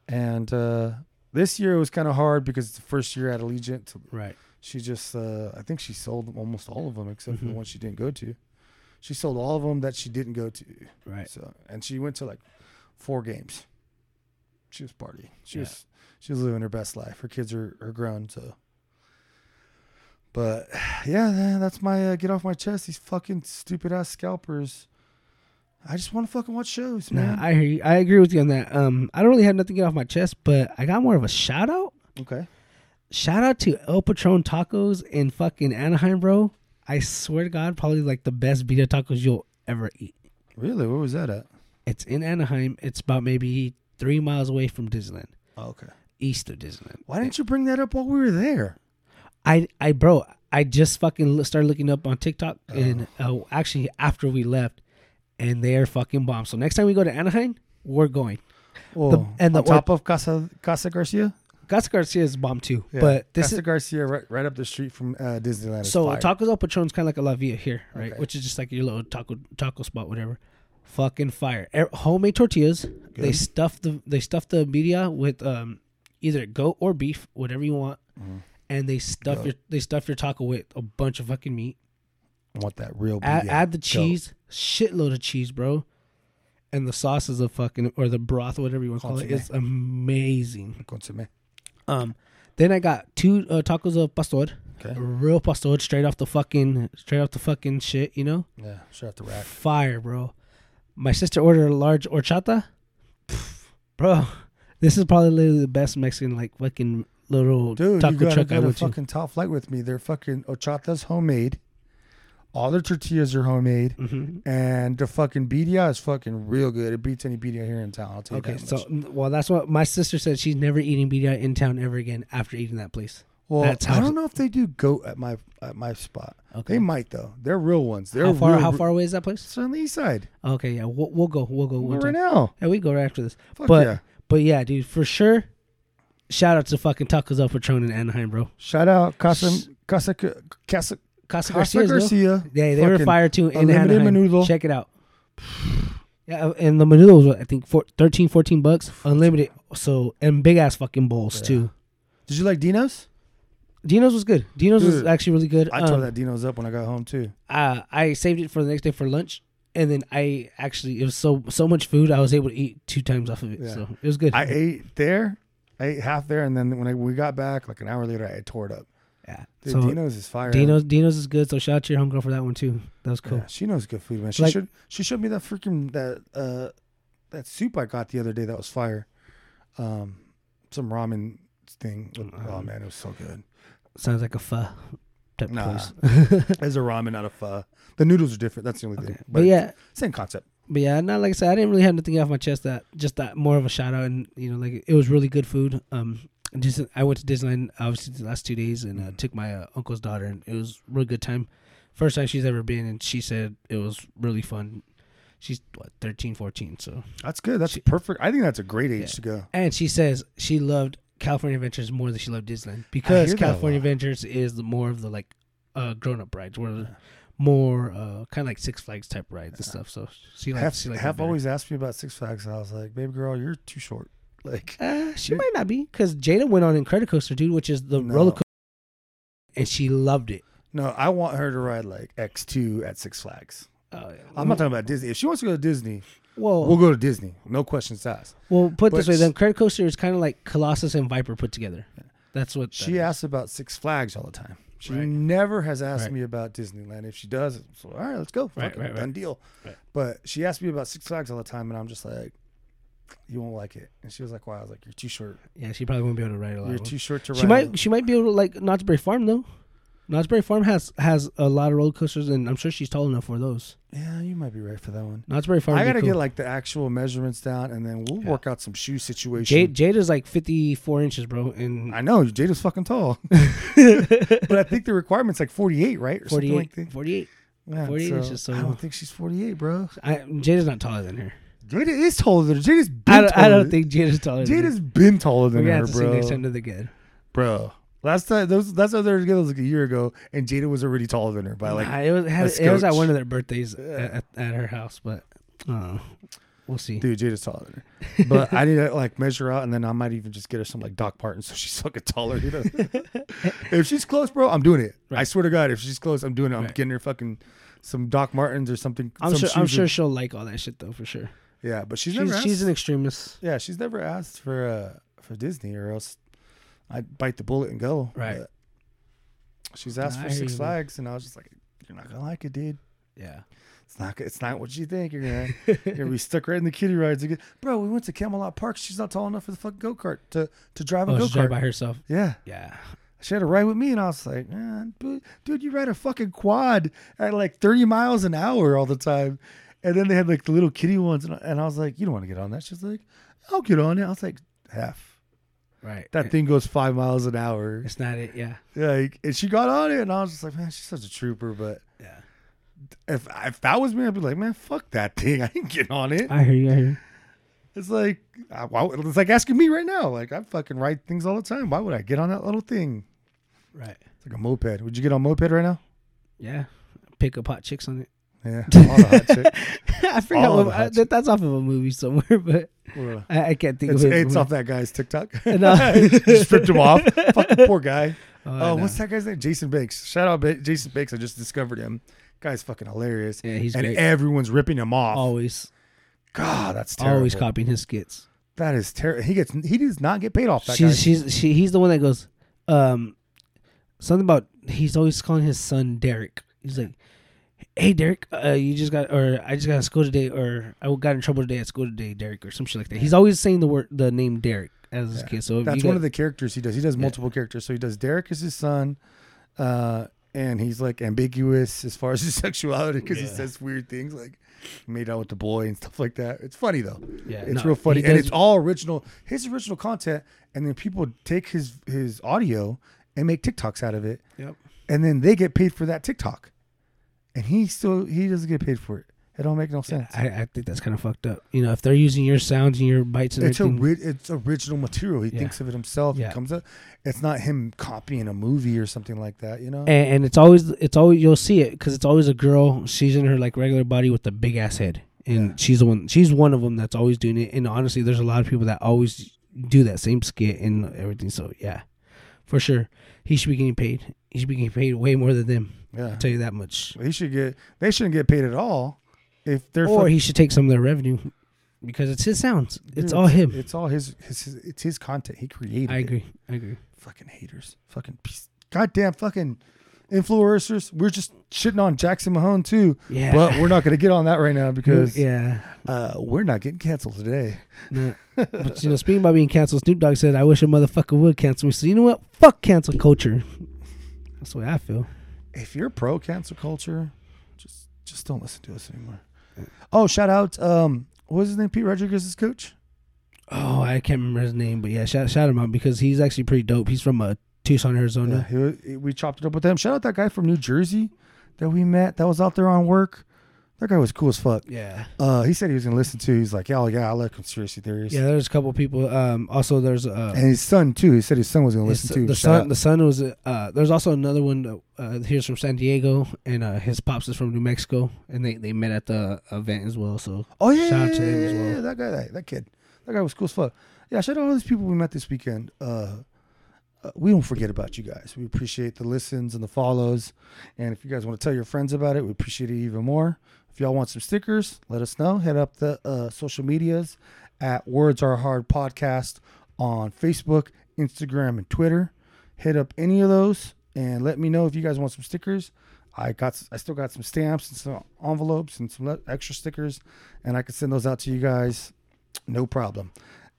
[SPEAKER 2] and uh, this year it was kind of hard because it's the first year at Allegiant. So
[SPEAKER 3] Right.
[SPEAKER 2] She just, uh, I think she sold almost all of them except for the
[SPEAKER 3] Mhm.
[SPEAKER 2] one she didn't go to. She sold all of them that she didn't go to.
[SPEAKER 3] Right.
[SPEAKER 2] So, and she went to like four games. She was partying. She
[SPEAKER 3] Yeah.
[SPEAKER 2] was she was living her best life. Her kids are, are grown, so. But yeah, tha- that's my uh, get off my chest. These fucking stupid ass scalpers. I just want to fucking watch shows, man.
[SPEAKER 3] Nah, I hear you. I agree with you on that. Um, I don't really have nothing to get off my chest, but I got more of a shout out.
[SPEAKER 2] okay.
[SPEAKER 3] Shout out to El Patron Tacos in fucking Anaheim, bro. I swear to God, probably like the best beta tacos you'll ever eat.
[SPEAKER 2] Really? Where was that at?
[SPEAKER 3] It's in Anaheim. It's about maybe three miles away from Disneyland,
[SPEAKER 2] Oh, okay.
[SPEAKER 3] east of Disneyland.
[SPEAKER 2] Why didn't you bring that up while we were there?
[SPEAKER 3] I, I, bro, I just fucking lo- started looking up on TikTok, and uh, actually after we left, and they are fucking bomb. So next time we go to Anaheim, we're going.
[SPEAKER 2] Well,
[SPEAKER 3] and the
[SPEAKER 2] on top of Casa Casa Garcia.
[SPEAKER 3] Gus Garcia is bomb too, but this
[SPEAKER 2] Casa
[SPEAKER 3] is
[SPEAKER 2] Garcia, right, right up the street from uh, Disneyland. is
[SPEAKER 3] So
[SPEAKER 2] fire.
[SPEAKER 3] tacos al patron's kind of like a La Villa here, right?
[SPEAKER 2] Okay.
[SPEAKER 3] Which is just like your little taco taco spot, whatever. Fucking fire! Er, homemade tortillas. They
[SPEAKER 2] Good.
[SPEAKER 3] stuff the they stuff the media with um either goat or beef, whatever you want, and they stuff
[SPEAKER 2] Mm-hmm. Goat.
[SPEAKER 3] your they stuff your taco with a bunch of fucking meat.
[SPEAKER 2] I want that real.
[SPEAKER 3] Add,
[SPEAKER 2] big
[SPEAKER 3] add the
[SPEAKER 2] goat.
[SPEAKER 3] cheese, shitload of cheese, bro. And the sauce is a fucking or the broth, whatever you want to call it,
[SPEAKER 2] Consommé.
[SPEAKER 3] is amazing.
[SPEAKER 2] Consomme.
[SPEAKER 3] Um, then I got two uh, tacos of pastor
[SPEAKER 2] Okay.
[SPEAKER 3] real pastor straight off the fucking straight off the fucking shit, you know?
[SPEAKER 2] Yeah, straight off the rack.
[SPEAKER 3] Fire, bro. My sister ordered a large horchata. Pff, bro, this is probably literally the best Mexican like fucking little
[SPEAKER 2] Dude, you
[SPEAKER 3] taco
[SPEAKER 2] gotta
[SPEAKER 3] truck I
[SPEAKER 2] go to
[SPEAKER 3] went to.
[SPEAKER 2] fucking top flight with me. They're fucking ochata's homemade. All their tortillas are homemade,
[SPEAKER 3] Mhm.
[SPEAKER 2] and the fucking BDI is fucking real good. It beats any BDI here in town. I'll tell you
[SPEAKER 3] Okay,
[SPEAKER 2] that
[SPEAKER 3] so
[SPEAKER 2] much.
[SPEAKER 3] well, that's what my sister said. She's never eating BDI in town ever again after eating that place.
[SPEAKER 2] well,
[SPEAKER 3] that's how-
[SPEAKER 2] I don't know if they do goat at my at my spot.
[SPEAKER 3] Okay.
[SPEAKER 2] They might though. They're real ones. They're
[SPEAKER 3] How far?
[SPEAKER 2] real,
[SPEAKER 3] How far away is that place?
[SPEAKER 2] It's on the east side.
[SPEAKER 3] Okay, yeah, we'll, we'll go. We'll go.
[SPEAKER 2] We're
[SPEAKER 3] We'll
[SPEAKER 2] right now.
[SPEAKER 3] Yeah, we go right after this.
[SPEAKER 2] Fuck
[SPEAKER 3] but
[SPEAKER 2] yeah.
[SPEAKER 3] but yeah, dude, for sure. Shout out to fucking Tacos El Patron in Anaheim, bro.
[SPEAKER 2] Shout out Casa Casa Casa
[SPEAKER 3] Casa,
[SPEAKER 2] Casa
[SPEAKER 3] Garcia's, bro.
[SPEAKER 2] Garcia.
[SPEAKER 3] Yeah, they were
[SPEAKER 2] Fucking
[SPEAKER 3] fired too in
[SPEAKER 2] unlimited
[SPEAKER 3] Anaheim.
[SPEAKER 2] menudo.
[SPEAKER 3] Check it out. Yeah, and the menudo was I think four, 13, 14 bucks, unlimited. So and big ass fucking bowls too.
[SPEAKER 2] Did you like Dino's?
[SPEAKER 3] Dino's was good. Dino's was
[SPEAKER 2] Dude,
[SPEAKER 3] actually really good.
[SPEAKER 2] I
[SPEAKER 3] Um,
[SPEAKER 2] tore that Dino's up when I got home too.
[SPEAKER 3] uh, I saved it for the next day for lunch, and then I actually it was so so much food I was able to eat two times off of it.
[SPEAKER 2] Yeah.
[SPEAKER 3] So it was good.
[SPEAKER 2] I ate there, I ate half there, and then when I, we got back, like an hour later, I tore it up.
[SPEAKER 3] yeah.
[SPEAKER 2] Dude,
[SPEAKER 3] so Dino's,
[SPEAKER 2] Dino's is fire.
[SPEAKER 3] Dino's is good. So shout out to your homegirl for that one too. That was
[SPEAKER 2] Yeah,
[SPEAKER 3] cool.
[SPEAKER 2] she knows good food, man. She
[SPEAKER 3] Like-
[SPEAKER 2] should. She showed me that freaking that uh that soup I got the other day. That was fire. Um, some ramen thing. with-
[SPEAKER 3] Uh-huh.
[SPEAKER 2] oh man, it was so good.
[SPEAKER 3] Sounds like a pho type
[SPEAKER 2] Nah.
[SPEAKER 3] place.
[SPEAKER 2] It's a ramen, not a pho. The noodles are different. That's the only
[SPEAKER 3] Okay.
[SPEAKER 2] thing.
[SPEAKER 3] But yeah,
[SPEAKER 2] same concept.
[SPEAKER 3] But yeah, not like I said, I didn't really have nothing off my chest. That just that more of a shout out, and you know, like it was really good food. Um, and just I went to Disneyland obviously the last two days, and uh, took my uh, uncle's daughter, and it was a real good time. First time she's ever been, and she said it was really fun. She's what 13, 14, so
[SPEAKER 2] That's good. That's
[SPEAKER 3] She-
[SPEAKER 2] perfect. I think that's a great age
[SPEAKER 3] Yeah.
[SPEAKER 2] to go.
[SPEAKER 3] and she says she loved California Adventures more than she loved Disneyland
[SPEAKER 2] I
[SPEAKER 3] because
[SPEAKER 2] hear that a
[SPEAKER 3] California
[SPEAKER 2] lot.
[SPEAKER 3] Adventures is the more of the like uh grown up rides, where the more uh kind of like Six Flags type rides and stuff. So she likes
[SPEAKER 2] Half,
[SPEAKER 3] she likes it
[SPEAKER 2] half
[SPEAKER 3] better.
[SPEAKER 2] always asked me about Six Flags, and I was like, "Baby girl, you're too short." Like,
[SPEAKER 3] Uh, she
[SPEAKER 2] You're-
[SPEAKER 3] might not be because Jada went on Incredicoaster, dude, which is the
[SPEAKER 2] No.
[SPEAKER 3] roller coaster, and she loved it.
[SPEAKER 2] no, I want her to ride like X two at Six Flags.
[SPEAKER 3] Uh,
[SPEAKER 2] I'm not talking about Disney. If she wants to go to Disney,
[SPEAKER 3] Well,
[SPEAKER 2] we'll go to Disney. No questions asked.
[SPEAKER 3] well, put it this
[SPEAKER 2] but
[SPEAKER 3] way: the
[SPEAKER 2] s-
[SPEAKER 3] Incredicoaster is kind of like Colossus and Viper put together. That's what
[SPEAKER 2] She
[SPEAKER 3] that is.
[SPEAKER 2] asks about Six Flags all the time. She
[SPEAKER 3] Right.
[SPEAKER 2] never has asked
[SPEAKER 3] Right.
[SPEAKER 2] me about Disneyland. If she does, so all right, let's go.
[SPEAKER 3] Right,
[SPEAKER 2] Fucking
[SPEAKER 3] right, right.
[SPEAKER 2] done deal.
[SPEAKER 3] Right.
[SPEAKER 2] But she asked me about Six Flags all the time, and I'm just like, "You won't like it." And she was like, "Why?" I was like, "You're too short.
[SPEAKER 3] Yeah, she probably won't be able to ride a lot.
[SPEAKER 2] You're
[SPEAKER 3] of
[SPEAKER 2] too short to
[SPEAKER 3] them.
[SPEAKER 2] ride."
[SPEAKER 3] she might. She might be able to like Knott's Berry Farm though. Knott's Berry Farm has has a lot of roller coasters, and I'm sure she's tall enough for those.
[SPEAKER 2] Yeah, you might be right for that one.
[SPEAKER 3] Knott's Berry Farm.
[SPEAKER 2] I
[SPEAKER 3] would be
[SPEAKER 2] gotta
[SPEAKER 3] cool.
[SPEAKER 2] get like the actual measurements down, and then we'll
[SPEAKER 3] Yeah.
[SPEAKER 2] work out some shoe situation.
[SPEAKER 3] Jade, Jada's like 54 inches, bro, and
[SPEAKER 2] I know Jade is fucking tall, but I think the requirement's like 48, right? Or something
[SPEAKER 3] 48,
[SPEAKER 2] like that.
[SPEAKER 3] 48.
[SPEAKER 2] Yeah,
[SPEAKER 3] 48 inches, so-
[SPEAKER 2] I don't think she's 48, bro.
[SPEAKER 3] I, Jada's not taller than her.
[SPEAKER 2] Jada is taller than her. Jada's been
[SPEAKER 3] I don't,
[SPEAKER 2] taller
[SPEAKER 3] I don't
[SPEAKER 2] than-
[SPEAKER 3] think Jada's taller. than her.
[SPEAKER 2] Jada's been taller
[SPEAKER 3] We're
[SPEAKER 2] than
[SPEAKER 3] gonna
[SPEAKER 2] her,
[SPEAKER 3] have to
[SPEAKER 2] bro.
[SPEAKER 3] see next time they're together.
[SPEAKER 2] Bro, last time those that's how they were together was like a year ago, and Jada was already taller than her by like.
[SPEAKER 3] Nah, it was had-
[SPEAKER 2] a
[SPEAKER 3] it was at
[SPEAKER 2] scotch.
[SPEAKER 3] one of their birthdays
[SPEAKER 2] Yeah.
[SPEAKER 3] at, at, at her house, but uh, we'll see.
[SPEAKER 2] Dude, Jada's taller than her. But I need to like measure out and then I might even just get her some like Doc Parton so she's fucking taller, you know. if she's close, bro, I'm doing it. I
[SPEAKER 3] Right.
[SPEAKER 2] swear to God, if she's close, I'm doing it. I'm
[SPEAKER 3] Right.
[SPEAKER 2] getting her fucking some Doc Martens or something.
[SPEAKER 3] I'm
[SPEAKER 2] some
[SPEAKER 3] sure. I'm
[SPEAKER 2] shoes
[SPEAKER 3] sure
[SPEAKER 2] with-
[SPEAKER 3] she'll like all that shit though, for sure.
[SPEAKER 2] Yeah, but she's,
[SPEAKER 3] She's,
[SPEAKER 2] never. Asked,
[SPEAKER 3] she's an extremist.
[SPEAKER 2] yeah, she's never asked for uh, for Disney, or else I'd bite the bullet and go.
[SPEAKER 3] Right.
[SPEAKER 2] But she's asked
[SPEAKER 3] Nah, I
[SPEAKER 2] for
[SPEAKER 3] hear
[SPEAKER 2] Six
[SPEAKER 3] you, man.
[SPEAKER 2] Flags, and I was just like, "You're not gonna like it, dude.
[SPEAKER 3] Yeah.
[SPEAKER 2] It's not. go- It's not what you think. You're gonna. you're gonna be stuck right in the kiddie rides again, bro. We went to Camelot Park. She's not tall enough for the fucking go kart to to drive a
[SPEAKER 3] Oh,
[SPEAKER 2] go
[SPEAKER 3] she's there
[SPEAKER 2] kart.
[SPEAKER 3] by herself.
[SPEAKER 2] yeah,
[SPEAKER 3] Yeah.
[SPEAKER 2] she had a ride with me, and I was like, man, dude, dude, you ride a fucking quad at like 30 miles an hour all the time. And then they had like the little kiddie ones, and I, and I was like, you don't want to get on that. She's like, I'll get on it. I was like, half.
[SPEAKER 3] Right.
[SPEAKER 2] That thing goes five miles an hour.
[SPEAKER 3] It's not it. Yeah.
[SPEAKER 2] Like, and she got on it, and I was just like, man, she's such a trooper. But
[SPEAKER 3] Yeah.
[SPEAKER 2] if if that was me, I'd be like, man, fuck that thing. I can get on it.
[SPEAKER 3] I hear you. I hear you.
[SPEAKER 2] It's like, I, why would- it's like asking me right now. Like, I fucking ride things all the time. Why would I get on that little thing?
[SPEAKER 3] Right.
[SPEAKER 2] It's like a moped. Would you get on moped right now?
[SPEAKER 3] Yeah. Pick up hot chicks on it.
[SPEAKER 2] Yeah, all the hot shit.
[SPEAKER 3] I forgot
[SPEAKER 2] All
[SPEAKER 3] what,
[SPEAKER 2] the
[SPEAKER 3] I,
[SPEAKER 2] hot
[SPEAKER 3] that, that's off of a movie somewhere, but
[SPEAKER 2] Well,
[SPEAKER 3] I, I can't think
[SPEAKER 2] It's,
[SPEAKER 3] of it.
[SPEAKER 2] it's off that guy's TikTok.
[SPEAKER 3] No.
[SPEAKER 2] Just stripped him off. Fucking poor guy.
[SPEAKER 3] Oh,
[SPEAKER 2] Oh,
[SPEAKER 3] no.
[SPEAKER 2] what's that guy's name? Jason Bakes. Shout out ba- Jason Bakes. I just discovered him. Guy's fucking hilarious.
[SPEAKER 3] Yeah, he's
[SPEAKER 2] and
[SPEAKER 3] great.
[SPEAKER 2] everyone's ripping him off.
[SPEAKER 3] always
[SPEAKER 2] God, that's terrible.
[SPEAKER 3] always copying his skits.
[SPEAKER 2] That is terrible. He gets he does not get paid off that guy.
[SPEAKER 3] She's she's she, he's the one that goes, um, something about he's always calling his son Derek. He's like, "Hey Derek, uh, you just got or I just got to school today, or I got in trouble today at school today, Derek, or some shit like that." He's always saying the word the name Derek as his kid. So if
[SPEAKER 2] That's
[SPEAKER 3] you
[SPEAKER 2] one
[SPEAKER 3] got-
[SPEAKER 2] of the characters he does. He does multiple characters. So he does Derek as his son, uh, and he's like ambiguous as far as his sexuality because he
[SPEAKER 3] Yeah.
[SPEAKER 2] says weird things like made out with the boy and stuff like that. It's funny though.
[SPEAKER 3] Yeah,
[SPEAKER 2] it's
[SPEAKER 3] no,
[SPEAKER 2] real funny,
[SPEAKER 3] he
[SPEAKER 2] and
[SPEAKER 3] does-
[SPEAKER 2] it's all original. His original content, and then people take his his audio and make TikToks out of it,
[SPEAKER 3] Yep.
[SPEAKER 2] and then they get paid for that TikTok, and he still he doesn't get paid for it. It don't make no sense.
[SPEAKER 3] I, I think that's kind of fucked up. You know, if they're using your sounds and your bites and
[SPEAKER 2] it's a
[SPEAKER 3] everything,
[SPEAKER 2] ri- it's original material. He
[SPEAKER 3] Yeah.
[SPEAKER 2] thinks of it himself.
[SPEAKER 3] Yeah.
[SPEAKER 2] It comes up. It's not him copying a movie or something like that. You know.
[SPEAKER 3] and, and it's always it's always you'll see it because it's always a girl. She's in her like regular body with the big ass head, and
[SPEAKER 2] Yeah.
[SPEAKER 3] she's the one. She's one of them that's always doing it. And honestly, there's a lot of people that always do that same skit and everything. So yeah, for sure, he should be getting paid. He should be getting paid way more than them.
[SPEAKER 2] yeah.
[SPEAKER 3] I'll tell you that much.
[SPEAKER 2] He should get. They shouldn't get paid at all. If they're
[SPEAKER 3] Or
[SPEAKER 2] fuck-
[SPEAKER 3] he should take some of their revenue because it's his sounds. It's
[SPEAKER 2] dude,
[SPEAKER 3] all him.
[SPEAKER 2] It's all his, his. his- It's his content. He created.
[SPEAKER 3] I
[SPEAKER 2] it.
[SPEAKER 3] agree. I agree.
[SPEAKER 2] Fucking haters. Fucking piece. Goddamn fucking influencers. We're just shitting on Jackson Mahone too.
[SPEAKER 3] Yeah.
[SPEAKER 2] But we're not gonna get on that right now because
[SPEAKER 3] yeah.
[SPEAKER 2] uh, we're not getting canceled today.
[SPEAKER 3] No. But you know, speaking about being canceled, Snoop Dogg said, "I wish a motherfucker would cancel me." So you know what? Fuck cancel culture. That's the way I feel.
[SPEAKER 2] if you're pro cancel culture, just just don't listen to us anymore. Oh, shout out um what was his name? Pete Rodriguez's coach?
[SPEAKER 3] Oh, I can't remember his name, but yeah, shout shout him out because he's actually pretty dope. He's from uh, Tucson,
[SPEAKER 2] Yeah,
[SPEAKER 3] Arizona.
[SPEAKER 2] he wa- he- we chopped it up with him. Shout out that guy from New Jersey that we met that was out there on work. That guy was cool as fuck.
[SPEAKER 3] Yeah,
[SPEAKER 2] Uh, he said he was gonna listen to. He's like, yeah, oh, yeah, I love conspiracy theories.
[SPEAKER 3] yeah. There's a couple people. Um, also there's uh,
[SPEAKER 2] And his son too. He said his son was gonna
[SPEAKER 3] his-
[SPEAKER 2] listen to.
[SPEAKER 3] the
[SPEAKER 2] Shout
[SPEAKER 3] son. The son was uh, there's also another one. Uh, here's from San Diego, and uh, his pops is from New Mexico, and they they met at the event as well. So
[SPEAKER 2] out- oh yeah,
[SPEAKER 3] shout out
[SPEAKER 2] yeah,
[SPEAKER 3] to him
[SPEAKER 2] yeah,
[SPEAKER 3] as well.
[SPEAKER 2] yeah, that guy, that, that kid, that guy was cool as fuck. Yeah, shout out all these people we met this weekend. Uh, uh, we don't forget about you guys. We appreciate the listens and the follows. And if you guys want to tell your friends about it, we appreciate it even more. If y'all want some stickers, let us know. Head up the uh, social medias at Words Are Hard Podcast on Facebook, Instagram, and Twitter. Hit up any of those and let me know if you guys want some stickers. I got, s- I still got some stamps and some envelopes and some le- extra stickers, and I can send those out to you guys, no problem.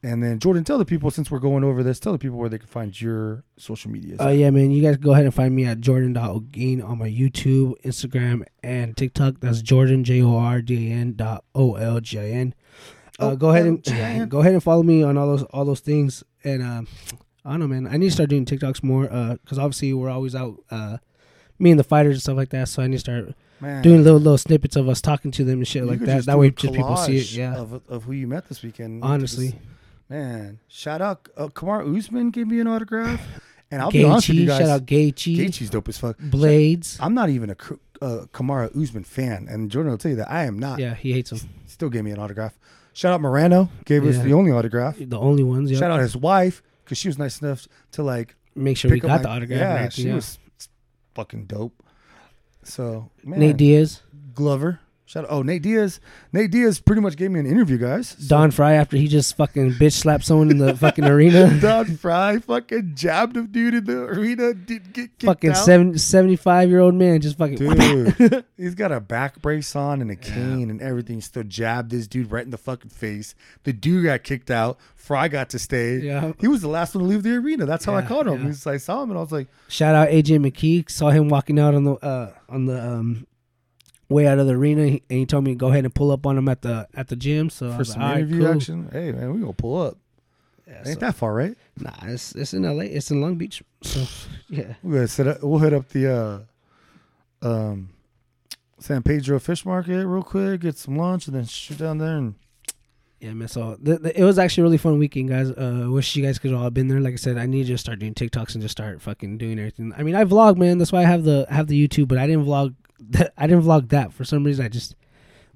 [SPEAKER 2] And then Jordan, tell the people since we're going over this, tell the people where they can find your social medias.
[SPEAKER 3] Oh yeah, man. You guys go ahead and find me at Jordan.O'Gain on my YouTube, Instagram, and TikTok. That's Jordan J O R D A N dot O L G I N. Uh, go ahead and
[SPEAKER 2] O-L-G-I-N.
[SPEAKER 3] go ahead and follow me on all those all those things. And um, I don't know, man. I need to start doing TikToks more because obviously we're always out, uh, me and the fighters and stuff like that. So I need to start
[SPEAKER 2] Man.
[SPEAKER 3] doing little little snippets of us talking to them and shit
[SPEAKER 2] You
[SPEAKER 3] like
[SPEAKER 2] could
[SPEAKER 3] that.
[SPEAKER 2] just
[SPEAKER 3] That
[SPEAKER 2] do
[SPEAKER 3] way,
[SPEAKER 2] a
[SPEAKER 3] just people see it.
[SPEAKER 2] collage
[SPEAKER 3] Yeah,
[SPEAKER 2] Of, of who you met this weekend. You could
[SPEAKER 3] honestly.
[SPEAKER 2] just- man, shout out uh, Kamar Usman gave me an autograph, and I'll be honest with
[SPEAKER 3] Gaethje,
[SPEAKER 2] you guys.
[SPEAKER 3] shout out Gaethje,
[SPEAKER 2] Gaethje's dope as fuck.
[SPEAKER 3] Blades.
[SPEAKER 2] I'm not even a K- uh, Kamara Usman fan, and Jordan will tell you that I am not.
[SPEAKER 3] Yeah, he hates them.
[SPEAKER 2] Still gave me an autograph. Shout out Morano gave us
[SPEAKER 3] Yeah.
[SPEAKER 2] the only autograph.
[SPEAKER 3] The only ones. Yeah,
[SPEAKER 2] Shout out his wife because she was nice enough to like
[SPEAKER 3] make sure we
[SPEAKER 2] pick up
[SPEAKER 3] got
[SPEAKER 2] my-
[SPEAKER 3] the autograph. and
[SPEAKER 2] Yeah,
[SPEAKER 3] everything,
[SPEAKER 2] she
[SPEAKER 3] yeah.
[SPEAKER 2] was fucking dope. So man,
[SPEAKER 3] Nate Diaz.
[SPEAKER 2] Glover. Shout out. Oh, Nate Diaz. Nate Diaz pretty much gave me an interview, guys. So-
[SPEAKER 3] Don Fry after he just fucking bitch slapped someone in the fucking arena.
[SPEAKER 2] Don Fry fucking jabbed him, dude, in the arena. Did get kicked
[SPEAKER 3] fucking
[SPEAKER 2] out.
[SPEAKER 3] 70, 75 year old man just fucking
[SPEAKER 2] Dude, he's got a back brace on and a cane and everything. Still jabbed this dude right in the fucking face. The dude got kicked out. Fry got to stay.
[SPEAKER 3] Yeah.
[SPEAKER 2] He was the last one to leave the arena. That's how I
[SPEAKER 3] Yeah,
[SPEAKER 2] caught him.
[SPEAKER 3] yeah.
[SPEAKER 2] He's- I saw him and I was like,
[SPEAKER 3] Shout out AJ McKee. Saw him walking out on the uh, on the um, way out of the arena, and he told me to go ahead and pull up on him at the at the gym. So I
[SPEAKER 2] for
[SPEAKER 3] was
[SPEAKER 2] some
[SPEAKER 3] like, "All right,
[SPEAKER 2] interview
[SPEAKER 3] cool."
[SPEAKER 2] action. Hey, man, we going to pull up.
[SPEAKER 3] Yeah,
[SPEAKER 2] Ain't
[SPEAKER 3] so-
[SPEAKER 2] that far, right?
[SPEAKER 3] nah, it's it's in LA. It's in Long Beach. So yeah,
[SPEAKER 2] We're gonna set up, we'll hit up the uh, um, San Pedro Fish Market real quick, get some lunch, and then shoot down there and
[SPEAKER 3] yeah, man. So the, the, it was actually a really fun weekend, guys. Uh, I wish you guys could all have been there. Like I said, I need to just start doing TikToks and just start fucking doing everything. I mean, I vlog, man. That's why I have the I have the YouTube, but I didn't vlog. That, I didn't vlog that for some reason. I just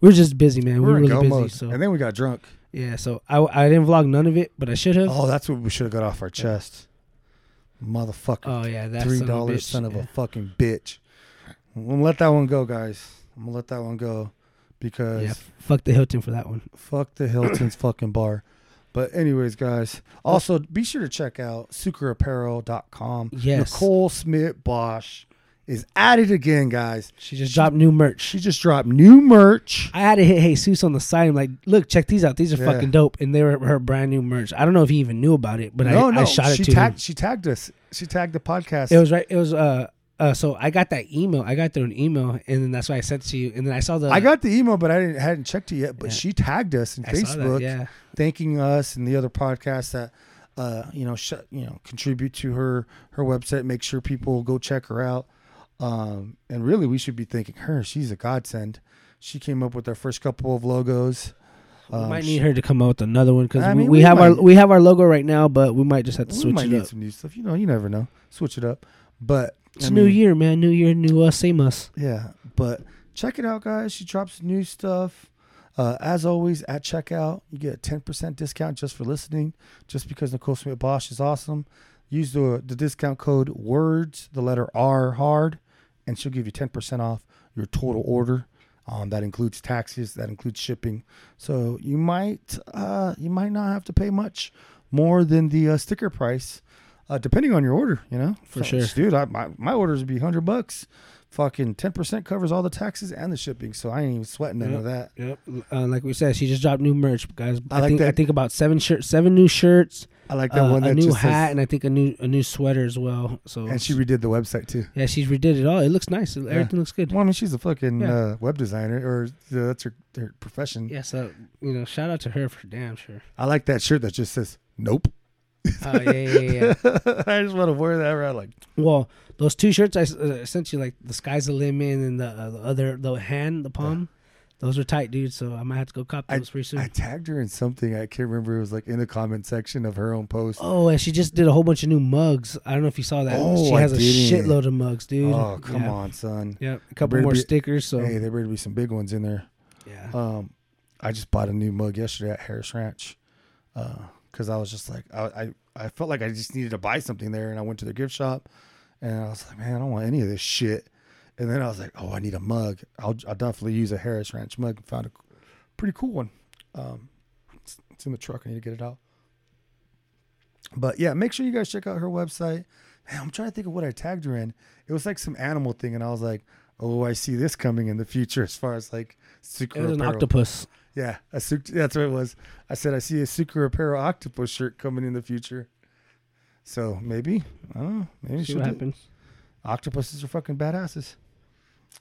[SPEAKER 3] we we're just busy, man. We
[SPEAKER 2] we're
[SPEAKER 3] We're
[SPEAKER 2] in
[SPEAKER 3] really
[SPEAKER 2] go
[SPEAKER 3] busy.
[SPEAKER 2] mode.
[SPEAKER 3] So
[SPEAKER 2] And then we got drunk.
[SPEAKER 3] yeah, so I I didn't vlog none of it, but I should have.
[SPEAKER 2] Oh, that's what we should have got off our chest, motherfucker.
[SPEAKER 3] Oh yeah, that's
[SPEAKER 2] Three dollars, son of a fucking bitch. I'm gonna let that one go, guys. I'm gonna let that one go because
[SPEAKER 3] Yeah, fuck the Hilton for that one.
[SPEAKER 2] fuck the Hilton's fucking bar. But anyways, guys. Also, be sure to check out sucreapparel.com.
[SPEAKER 3] Yes.
[SPEAKER 2] Nicole Smith Bosch is at it again, guys.
[SPEAKER 3] She just dropped new merch.
[SPEAKER 2] She just dropped new merch.
[SPEAKER 3] I had to hit Jesus on the side. I'm like, look, check these out. These are
[SPEAKER 2] Yeah.
[SPEAKER 3] fucking dope, and they were her brand new merch. I don't know if he even knew about it, but
[SPEAKER 2] no,
[SPEAKER 3] I,
[SPEAKER 2] no,
[SPEAKER 3] I shot it
[SPEAKER 2] she
[SPEAKER 3] to
[SPEAKER 2] tagged.
[SPEAKER 3] him.
[SPEAKER 2] She tagged us. She tagged the podcast.
[SPEAKER 3] It was right. It was uh. Uh, so I got that email. I got through an email, and then that's why I sent to you. And then I saw the.
[SPEAKER 2] I got the email, but I didn't hadn't checked it yet. But
[SPEAKER 3] Yeah.
[SPEAKER 2] she tagged us in
[SPEAKER 3] I saw that,
[SPEAKER 2] Facebook,
[SPEAKER 3] yeah.
[SPEAKER 2] thanking us and the other podcasts that uh, you know sh- you know contribute to her her website. Make sure people go check her out. Um, and really, we should be thanking her. She's a godsend. She came up with our first couple of logos.
[SPEAKER 3] we
[SPEAKER 2] Um,
[SPEAKER 3] might
[SPEAKER 2] she-
[SPEAKER 3] need her to come out with another one because
[SPEAKER 2] I
[SPEAKER 3] we,
[SPEAKER 2] mean,
[SPEAKER 3] we
[SPEAKER 2] we
[SPEAKER 3] have our
[SPEAKER 2] might-
[SPEAKER 3] we have our logo right now, but we might just have to
[SPEAKER 2] we
[SPEAKER 3] switch
[SPEAKER 2] might
[SPEAKER 3] it
[SPEAKER 2] need
[SPEAKER 3] up.
[SPEAKER 2] some new stuff. You know, you never know. Switch it up. But
[SPEAKER 3] It's
[SPEAKER 2] I
[SPEAKER 3] new
[SPEAKER 2] mean,
[SPEAKER 3] year, man. New year, new us, same us.
[SPEAKER 2] Yeah, but check it out, guys. She drops new stuff. Uh, as always, at checkout, you get a ten percent discount just for listening. Just because Nicole Smith Bosch is awesome, use the the discount code words the letter R hard, and she'll give you ten percent off your total order. Um, that includes taxes, that includes shipping. So you might uh, you might not have to pay much more than the uh, sticker price, uh, depending on your order. You know,
[SPEAKER 3] For sure.
[SPEAKER 2] dude. I, my my orders would be hundred bucks. Fucking ten percent covers all the taxes and the shipping, so I ain't even sweating none of that.
[SPEAKER 3] Yep. Uh, like we said, she just dropped new merch, guys. I,
[SPEAKER 2] I like
[SPEAKER 3] think I
[SPEAKER 2] that.
[SPEAKER 3] think about seven shirts, seven new shirts,
[SPEAKER 2] I like that
[SPEAKER 3] uh,
[SPEAKER 2] one. That
[SPEAKER 3] a new
[SPEAKER 2] just
[SPEAKER 3] hat,
[SPEAKER 2] says-
[SPEAKER 3] and I think a new a new sweater as well. So
[SPEAKER 2] and she redid the website too.
[SPEAKER 3] yeah, she's redid it all. It looks nice. Everything looks good.
[SPEAKER 2] Well, I mean, she's a fucking
[SPEAKER 3] Yeah.
[SPEAKER 2] uh, web designer, or yeah, that's her, her profession.
[SPEAKER 3] Yeah. So you know, shout out to her for damn sure.
[SPEAKER 2] I like that shirt that just says "Nope."
[SPEAKER 3] Oh yeah, yeah, yeah, yeah.
[SPEAKER 2] I just want to wear that around. Like,
[SPEAKER 3] well, those two shirts I s- uh, sent you, like the sky's the limit and the, uh, the other the hand, the palm. Those are tight, dude. So I might have to go cop
[SPEAKER 2] I-
[SPEAKER 3] those pretty soon.
[SPEAKER 2] I tagged her in something. I can't remember. It was like in the comment section of her own post. Oh,
[SPEAKER 3] Oh, and she just did a whole bunch of new mugs. I don't know if you saw that.
[SPEAKER 2] Oh,
[SPEAKER 3] she
[SPEAKER 2] I
[SPEAKER 3] has a
[SPEAKER 2] didn't.
[SPEAKER 3] shitload of mugs, dude.
[SPEAKER 2] Oh, come
[SPEAKER 3] Yeah.
[SPEAKER 2] on, son.
[SPEAKER 3] Yeah, a couple
[SPEAKER 2] Better
[SPEAKER 3] more
[SPEAKER 2] be-
[SPEAKER 3] stickers. So
[SPEAKER 2] Hey, there better be some big ones in there.
[SPEAKER 3] yeah,
[SPEAKER 2] Um, I just bought a new mug yesterday at Harris Ranch because I was just like, I, I, I felt like I just needed to buy something there. And I went to the gift shop and I was like, man, I don't want any of this shit. And then I was like, oh, I need a mug. I'll, I'll definitely use a Harris Ranch mug. Found a pretty cool one. Um, it's, it's in the truck. I need to get it out. But yeah, make sure you guys check out her website. Man, I'm trying to think of what I tagged her in. It was like some animal thing, and I was like, "Oh, I see this coming in the future." As far as like
[SPEAKER 3] it
[SPEAKER 2] secret
[SPEAKER 3] was an
[SPEAKER 2] apparel.
[SPEAKER 3] octopus.
[SPEAKER 2] Yeah, a su- that's what it was. I said I see a Sucre Apparel octopus shirt coming in the future. So maybe, I don't know, maybe
[SPEAKER 3] See
[SPEAKER 2] she'll
[SPEAKER 3] what
[SPEAKER 2] do-
[SPEAKER 3] happens.
[SPEAKER 2] Octopuses are fucking badasses.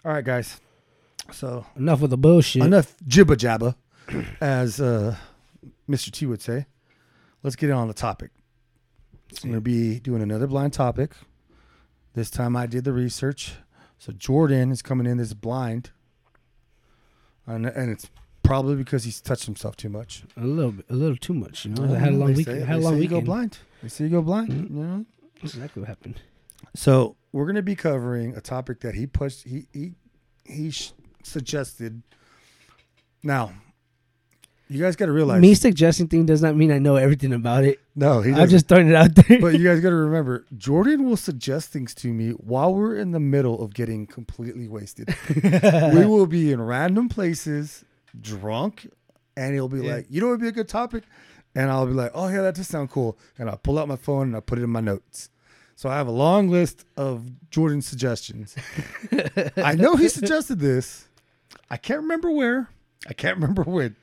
[SPEAKER 2] All right, guys. So
[SPEAKER 3] Enough with the bullshit.
[SPEAKER 2] enough jibba jabba, as uh, Mr. T would say. Let's get on the topic. I'm going to be doing another blind topic. This time I did the research. So Jordan is coming in as blind. And, and it's probably because he's touched himself too much.
[SPEAKER 3] A little, bit, a little too much. You know, I had a long
[SPEAKER 2] Mm-hmm. They
[SPEAKER 3] weekend.
[SPEAKER 2] Say,
[SPEAKER 3] had a
[SPEAKER 2] they
[SPEAKER 3] long
[SPEAKER 2] say you go
[SPEAKER 3] weekend.
[SPEAKER 2] blind. They say you go blind.
[SPEAKER 3] Mhm.
[SPEAKER 2] You know?
[SPEAKER 3] That's exactly what happened.
[SPEAKER 2] So we're going to be covering a topic that he pushed. He he he sh- suggested. Now, You guys got to realize.
[SPEAKER 3] Me suggesting thing does not mean I know everything about it.
[SPEAKER 2] no, he
[SPEAKER 3] I'm
[SPEAKER 2] doesn't.
[SPEAKER 3] just throwing it out there.
[SPEAKER 2] but you guys got to remember, Jordan will suggest things to me while we're in the middle of getting completely wasted. we will be in random places, drunk, and he'll be
[SPEAKER 3] Yeah.
[SPEAKER 2] like, "You know, it'd be a good topic," and I'll be like, "Oh yeah, that does sound cool," and I'll pull out my phone and I put it in my notes. So I have a long list of Jordan's suggestions. I know he suggested this. I can't remember where. I can't remember when,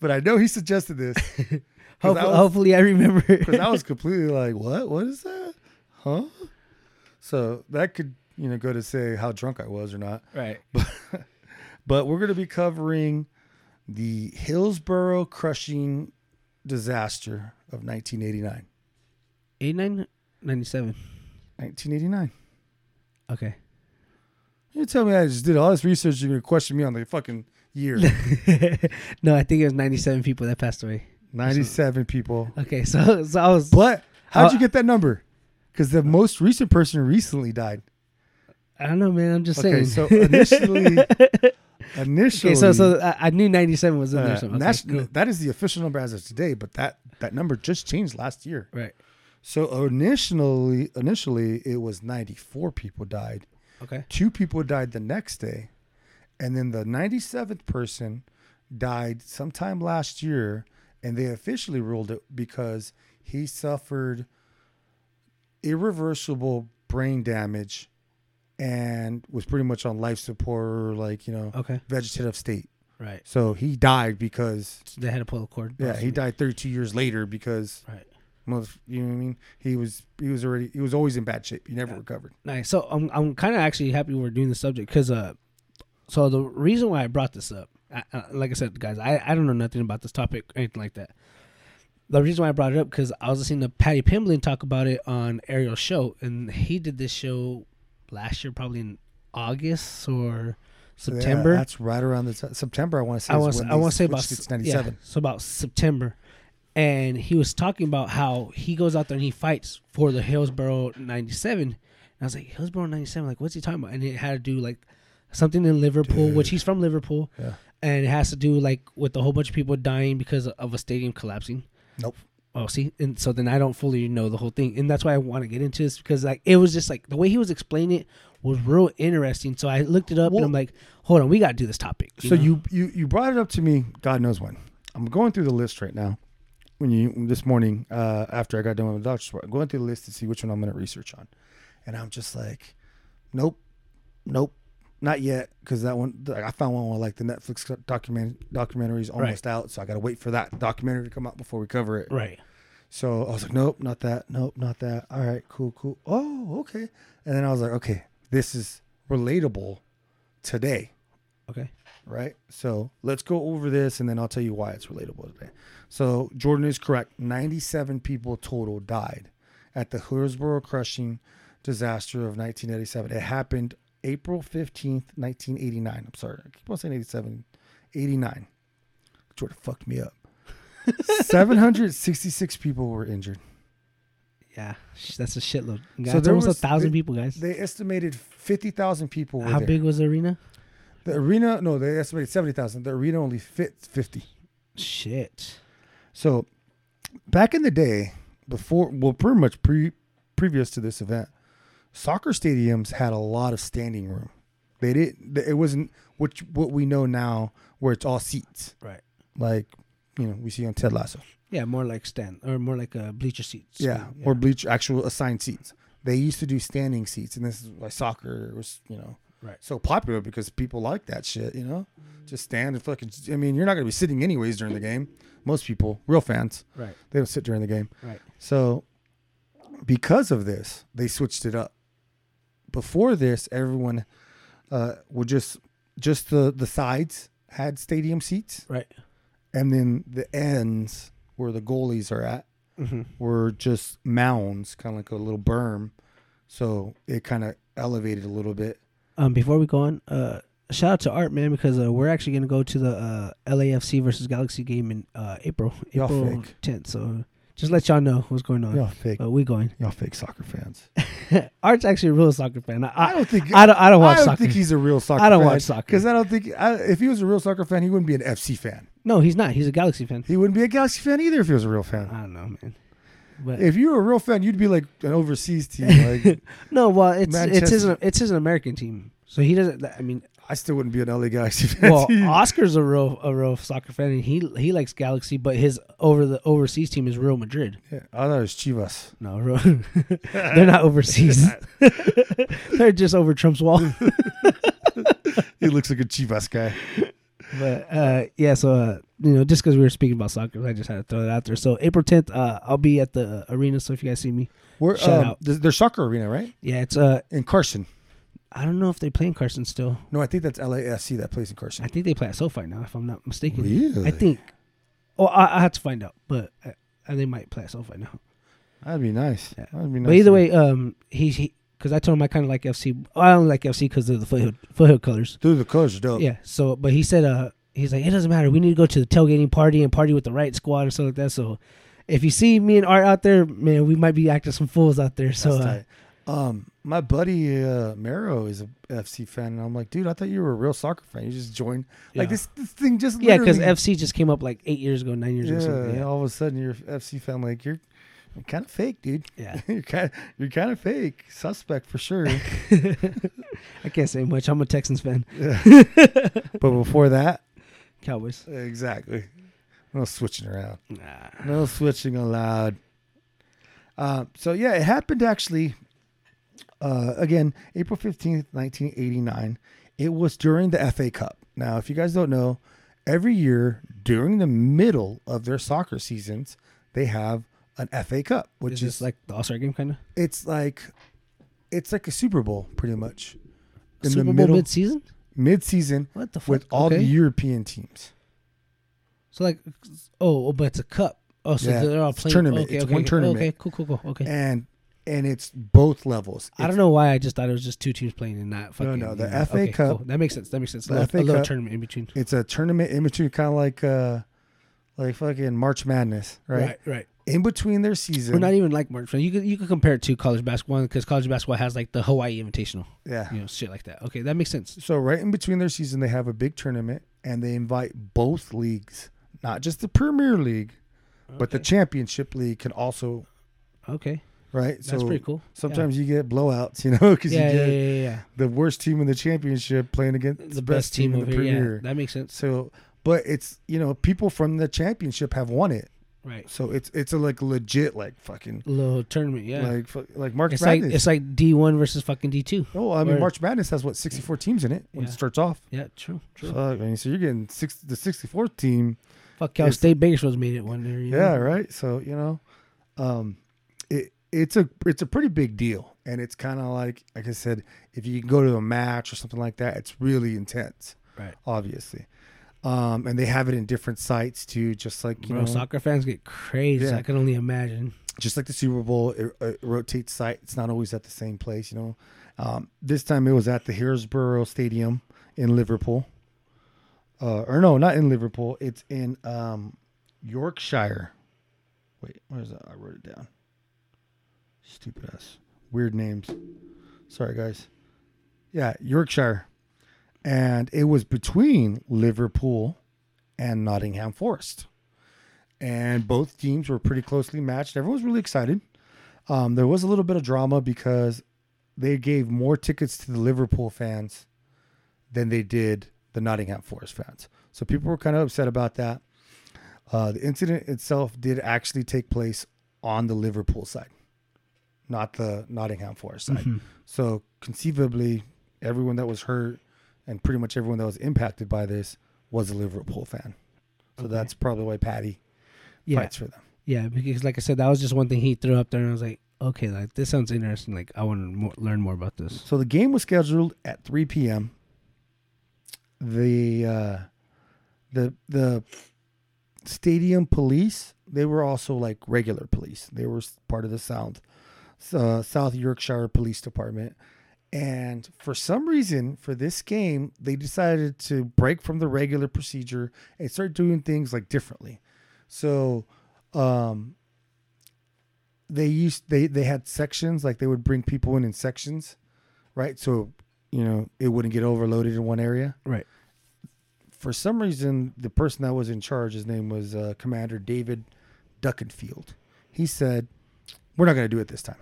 [SPEAKER 2] but I know he suggested this. 'Cause
[SPEAKER 3] Hopefully,
[SPEAKER 2] I was-
[SPEAKER 3] hopefully I remember.
[SPEAKER 2] because I was completely like, "What? What is that? Huh?" So that could you know go to say how drunk I was or not.
[SPEAKER 3] right.
[SPEAKER 2] But we're going to be covering the Hillsborough crushing disaster of 1989.
[SPEAKER 3] 89, 97.
[SPEAKER 2] 1989.
[SPEAKER 3] Okay.
[SPEAKER 2] You tell me I just did all this research. You're going to question me on the fucking year.
[SPEAKER 3] no, I think it was 97 people that passed away.
[SPEAKER 2] 97 people.
[SPEAKER 3] Okay, so so I was
[SPEAKER 2] But how'd you
[SPEAKER 3] Uh,
[SPEAKER 2] get that number? Because the most recent person recently died.
[SPEAKER 3] I don't know, man. I'm just
[SPEAKER 2] Okay, so
[SPEAKER 3] saying.
[SPEAKER 2] initially, initially,
[SPEAKER 3] okay, so so I, I knew 97 was in
[SPEAKER 2] Uh,
[SPEAKER 3] there. So okay,
[SPEAKER 2] that's-
[SPEAKER 3] cool.
[SPEAKER 2] that is the official number as of today, but that that number just changed last year.
[SPEAKER 3] right.
[SPEAKER 2] So initially, initially it was 94 people died.
[SPEAKER 3] Okay.
[SPEAKER 2] Two people died the next day, and then the 97th person died sometime last year, and they officially ruled it because he suffered irreversible brain damage and was pretty much on life support or like you know
[SPEAKER 3] Okay.
[SPEAKER 2] vegetative state.
[SPEAKER 3] Right.
[SPEAKER 2] So he died because
[SPEAKER 3] So they had to pull the cord.
[SPEAKER 2] yeah, he died 32 years later because
[SPEAKER 3] Right.
[SPEAKER 2] motherf- you know what I mean. He was he was already he was always in bad shape. He never recovered.
[SPEAKER 3] Nice. So I'm I'm kind of actually happy we're doing this subject because uh, so the reason why I brought this up, I, I, like I said, guys, I I don't know nothing about this topic or anything like that. The reason why I brought it up because I was listening to Patty Pimblin talk about it on Ariel's show, and he did this show last year, probably in August or
[SPEAKER 2] Yeah,
[SPEAKER 3] September.
[SPEAKER 2] that's right around the t- September. I want to say.
[SPEAKER 3] I
[SPEAKER 2] is
[SPEAKER 3] want
[SPEAKER 2] when
[SPEAKER 3] I
[SPEAKER 2] they
[SPEAKER 3] want to say about
[SPEAKER 2] switched it
[SPEAKER 3] s-
[SPEAKER 2] to 97.
[SPEAKER 3] Yeah, so about September, and he was talking about how he goes out there and he fights for the Hillsboro '97. And I was like, Hillsboro '97, like what's he talking about? And it had to do like something in Liverpool, which he's from Liverpool,
[SPEAKER 2] Yeah.
[SPEAKER 3] and it has to do like with a whole bunch of people dying because of a stadium collapsing.
[SPEAKER 2] Nope.
[SPEAKER 3] Oh, see, and so then I don't fully know the whole thing, and that's why I want to get into this because like it was just like the way he was explaining it was real interesting. So I looked it up
[SPEAKER 2] Well-
[SPEAKER 3] and I'm like, hold on, we got to do this topic.
[SPEAKER 2] so
[SPEAKER 3] know?
[SPEAKER 2] you, you you brought it up to me. God knows when. I'm going through the list right now. When you this morning uh, after I got done with the doctor's work, I'm going through the list to see which one I'm going to research on, and I'm just like, nope, nope, not yet, because that one I found one where like the Netflix document documentary is almost out, so I got to wait for that documentary to come out before we cover it.
[SPEAKER 3] right.
[SPEAKER 2] So I was like, nope, not that. Nope, not that. All right, cool, cool. Oh, okay. And then I was like, okay, this is relatable today
[SPEAKER 3] Okay.
[SPEAKER 2] right? So let's go over this and then I'll tell you why it's relatable today. So Jordan is correct. 97 people total died at the Hillsborough crushing disaster of 1987. It happened April 15th, 1989. I'm sorry. I keep on saying 87. 89. Jordan fucked me up. 766 people were injured.
[SPEAKER 3] Yeah, sh- that's a shitload. Guys,
[SPEAKER 2] there
[SPEAKER 3] almost
[SPEAKER 2] was-
[SPEAKER 3] a thousand
[SPEAKER 2] it-
[SPEAKER 3] people, guys.
[SPEAKER 2] They estimated 50,000 people were
[SPEAKER 3] How
[SPEAKER 2] there.
[SPEAKER 3] big was the arena?
[SPEAKER 2] The arena, no, they estimated 70,000. The arena only fits 50.
[SPEAKER 3] Shit.
[SPEAKER 2] So, back in the day, before well, pretty much pre previous to this event, soccer stadiums had a lot of standing room. They didn't. It wasn't what what we know now, where it's all seats,
[SPEAKER 3] Right.
[SPEAKER 2] like you know we see on Ted Lasso.
[SPEAKER 3] Yeah, more like stand or more like uh, bleacher seats.
[SPEAKER 2] Yeah, or bleach actual assigned seats. They used to do standing seats, and this is why soccer was you know
[SPEAKER 3] Right.
[SPEAKER 2] so popular because people like that shit. You know, just stand and fucking. I mean, you're not gonna be sitting anyways during the game. Most people, real fans,
[SPEAKER 3] right.
[SPEAKER 2] they don't sit during the game.
[SPEAKER 3] Right.
[SPEAKER 2] So, because of this, they switched it up. Before this, everyone uh, would just just the the sides had stadium seats,
[SPEAKER 3] Right.
[SPEAKER 2] and then the ends where the goalies are at
[SPEAKER 3] Mhm.
[SPEAKER 2] were just mounds, kind of like a little berm. So it kind of elevated a little bit.
[SPEAKER 3] Um, before we go on, uh, shout out to Art man because uh, we're actually gonna go to the uh, LAFC versus Galaxy game in uh, April,
[SPEAKER 2] Y'all
[SPEAKER 3] April
[SPEAKER 2] fake.
[SPEAKER 3] tenth. So Just let y'all know what's going on.
[SPEAKER 2] Y'all fake,
[SPEAKER 3] But we going.
[SPEAKER 2] y'all fake soccer fans.
[SPEAKER 3] Art's actually a real soccer fan. I,
[SPEAKER 2] I
[SPEAKER 3] I,
[SPEAKER 2] don't think.
[SPEAKER 3] I don't. I don't watch
[SPEAKER 2] I don't
[SPEAKER 3] soccer.
[SPEAKER 2] think he's a real soccer.
[SPEAKER 3] I don't
[SPEAKER 2] fan,
[SPEAKER 3] watch soccer.
[SPEAKER 2] because I don't think I, if he was a real soccer fan, he wouldn't be an FC fan.
[SPEAKER 3] no, he's not. He's a Galaxy fan.
[SPEAKER 2] He wouldn't be a Galaxy fan either if he was a real fan.
[SPEAKER 3] I don't know, man. But
[SPEAKER 2] If you were a real fan, you'd be like an overseas team. Like
[SPEAKER 3] no, well, it's it's his
[SPEAKER 2] Manchester-
[SPEAKER 3] it's his American team, so he doesn't. I mean,
[SPEAKER 2] I still wouldn't be an LA Galaxy fan.
[SPEAKER 3] well,
[SPEAKER 2] either.
[SPEAKER 3] Oscar's a real a real soccer fan, and he he likes Galaxy, but his over the overseas team is Real Madrid.
[SPEAKER 2] Yeah, I thought it was Chivas.
[SPEAKER 3] No, real, they're not overseas. they're just over Trump's wall.
[SPEAKER 2] He looks like a Chivas guy.
[SPEAKER 3] But uh, yeah, so uh, you know, just because we were speaking about soccer, I just had to throw that out there. So April tenth, uh, I'll be at the arena. So if you guys see me,
[SPEAKER 2] We're,
[SPEAKER 3] Shout
[SPEAKER 2] um,
[SPEAKER 3] out.
[SPEAKER 2] there's, there's soccer arena, right?
[SPEAKER 3] yeah, it's uh,
[SPEAKER 2] In Carson.
[SPEAKER 3] I don't know if they play in Carson still.
[SPEAKER 2] No, I think that's LAFC that plays in Carson.
[SPEAKER 3] I think they play at SoFi now, if I'm not mistaken.
[SPEAKER 2] Really?
[SPEAKER 3] I think. Oh, I, I have to find out, but uh, they might play at SoFi now.
[SPEAKER 2] That'd be nice.
[SPEAKER 3] Yeah.
[SPEAKER 2] That'd be nice.
[SPEAKER 3] But either
[SPEAKER 2] to-
[SPEAKER 3] way, um, he he, because I told him I kind of like FC. I only like FC because they're the foothill foothill colors.
[SPEAKER 2] dude, the colors are dope.
[SPEAKER 3] Yeah. So, but he said, uh, he's like, it doesn't matter. We need to go to the tailgating party and party with the right squad and stuff like that. So, if you see me and Art out there, man, we might be acting some fools out there. So,
[SPEAKER 2] That's
[SPEAKER 3] uh,
[SPEAKER 2] tight. um, my buddy uh, Mero is a FC fan, and I'm like, dude, I thought you were a real soccer fan. You just joined. Like
[SPEAKER 3] Yeah.
[SPEAKER 2] this, this thing just
[SPEAKER 3] yeah, because
[SPEAKER 2] literally-
[SPEAKER 3] FC just came up like eight years ago, nine years ago.
[SPEAKER 2] Yeah,
[SPEAKER 3] Something.
[SPEAKER 2] and
[SPEAKER 3] Yeah.
[SPEAKER 2] all of a sudden you're a FC fan. Like you're, you're kind of fake, dude.
[SPEAKER 3] yeah.
[SPEAKER 2] you're kind, you're kind of fake, suspect for sure.
[SPEAKER 3] I can't say much. I'm a Texans fan.
[SPEAKER 2] but before that,
[SPEAKER 3] Cowboys.
[SPEAKER 2] exactly. No switching around.
[SPEAKER 3] Nah.
[SPEAKER 2] No switching allowed. Uh, so yeah, it happened actually. Uh, again, April fifteenth, nineteen eighty nine. It was during the FA Cup. Now, if you guys don't know, every year during the middle of their soccer seasons, they have an FA Cup, which
[SPEAKER 3] Is
[SPEAKER 2] is,
[SPEAKER 3] this like the All Star game kind of?
[SPEAKER 2] it's like it's like a Super Bowl pretty much in
[SPEAKER 3] Super
[SPEAKER 2] the
[SPEAKER 3] Bowl
[SPEAKER 2] middle
[SPEAKER 3] mid season?
[SPEAKER 2] mid season
[SPEAKER 3] What the fuck?
[SPEAKER 2] with all
[SPEAKER 3] Okay.
[SPEAKER 2] the European teams.
[SPEAKER 3] So like, oh, oh, but it's a cup. Oh, so
[SPEAKER 2] Yeah,
[SPEAKER 3] they're all
[SPEAKER 2] it's
[SPEAKER 3] playing.
[SPEAKER 2] tournament.
[SPEAKER 3] Okay,
[SPEAKER 2] It's
[SPEAKER 3] okay,
[SPEAKER 2] one
[SPEAKER 3] okay.
[SPEAKER 2] tournament.
[SPEAKER 3] Okay, cool, cool, cool. Okay.
[SPEAKER 2] and and it's both levels.
[SPEAKER 3] I don't know why I just thought it was just two teams playing and not fucking.
[SPEAKER 2] no, the
[SPEAKER 3] you know,
[SPEAKER 2] FA
[SPEAKER 3] okay,
[SPEAKER 2] Cup-
[SPEAKER 3] cool. That makes sense. That makes sense.
[SPEAKER 2] the
[SPEAKER 3] a little,
[SPEAKER 2] FA
[SPEAKER 3] a little
[SPEAKER 2] Cup-
[SPEAKER 3] tournament in between.
[SPEAKER 2] It's a tournament in between, kind of like uh, like fucking March Madness, right?
[SPEAKER 3] right. right.
[SPEAKER 2] In between their season,
[SPEAKER 3] We're not even like March. You could you could compare it to college basketball because college basketball has like the Hawaii Invitational,
[SPEAKER 2] yeah.
[SPEAKER 3] you know, shit like that. Okay, that makes sense.
[SPEAKER 2] So right in between their season, they have a big tournament, and they invite both leagues, not just the Premier League, but the
[SPEAKER 3] Okay.
[SPEAKER 2] Championship League can also
[SPEAKER 3] Okay,
[SPEAKER 2] right.
[SPEAKER 3] that's pretty cool. Yeah.
[SPEAKER 2] Sometimes you get blowouts, you know, because
[SPEAKER 3] Yeah,
[SPEAKER 2] you
[SPEAKER 3] yeah, yeah,
[SPEAKER 2] get
[SPEAKER 3] yeah, yeah.
[SPEAKER 2] the worst team in the championship playing against
[SPEAKER 3] The, best team, over here. Yeah, that makes sense.
[SPEAKER 2] So, but it's you know people from the championship have won it.
[SPEAKER 3] Right.
[SPEAKER 2] So it's it's a like legit like fucking
[SPEAKER 3] Little tournament. Yeah.
[SPEAKER 2] like fu- like March
[SPEAKER 3] it's like
[SPEAKER 2] Madness.
[SPEAKER 3] it's like D one versus fucking D two.
[SPEAKER 2] oh, I mean
[SPEAKER 3] or-
[SPEAKER 2] March Madness has what sixty four teams in it when
[SPEAKER 3] Yeah.
[SPEAKER 2] it starts off.
[SPEAKER 3] Yeah. True. True.
[SPEAKER 2] Fuck, man. So you're getting six the sixty fourth team.
[SPEAKER 3] Fuck Cal
[SPEAKER 2] It's-
[SPEAKER 3] State Bakersfield's made it one year. you
[SPEAKER 2] Yeah,
[SPEAKER 3] know?
[SPEAKER 2] right. So you know, um, it it's a it's a pretty big deal, and it's kind of like like I said, if you can go to a match or something like that, it's really intense.
[SPEAKER 3] Right.
[SPEAKER 2] Obviously, um, and they have it in different sites too, just like you
[SPEAKER 3] Bro,
[SPEAKER 2] know,
[SPEAKER 3] soccer fans get crazy.
[SPEAKER 2] Yeah.
[SPEAKER 3] I can only imagine.
[SPEAKER 2] just like the Super Bowl, it, it rotates site. It's not always at the same place, you know. Um, this time it was at the Hillsborough Stadium in Liverpool. Uh, or no, not in Liverpool. It's in um, Yorkshire. Wait, where's that? I wrote it down. Stupid ass. Weird names. Sorry, guys. Yeah, Yorkshire. And it was between Liverpool and Nottingham Forest and both teams were pretty closely matched. Everyone was really excited. Um, there was a little bit of drama because they gave more tickets to the Liverpool fans than they did the Nottingham Forest fans. So people were kind of upset about that. Uh, the incident itself did actually take place on the Liverpool side, not the Nottingham Forest side. So conceivably, everyone that was hurt and pretty much everyone that was impacted by this was a Liverpool fan. So that's probably why Patty
[SPEAKER 3] Yeah,
[SPEAKER 2] fights for them.
[SPEAKER 3] yeah. Because like I said, that was just one thing he threw up there, and I was like, okay, like this sounds interesting. Like I want to mo- learn more about this.
[SPEAKER 2] So the game was scheduled at 3 p.m. The uh, the the stadium police they were also like regular police. They were s- part of the South uh, South Yorkshire Police Department, and for some reason for this game they decided to break from the regular procedure and start doing things like differently. So um, they used they they had sections like they would bring people in in sections, right? So you know it wouldn't get overloaded in one area.
[SPEAKER 3] Right.
[SPEAKER 2] For some reason, the person that was in charge, his name was uh, Commander David Duckenfield. He said, "We're not going to do it this time."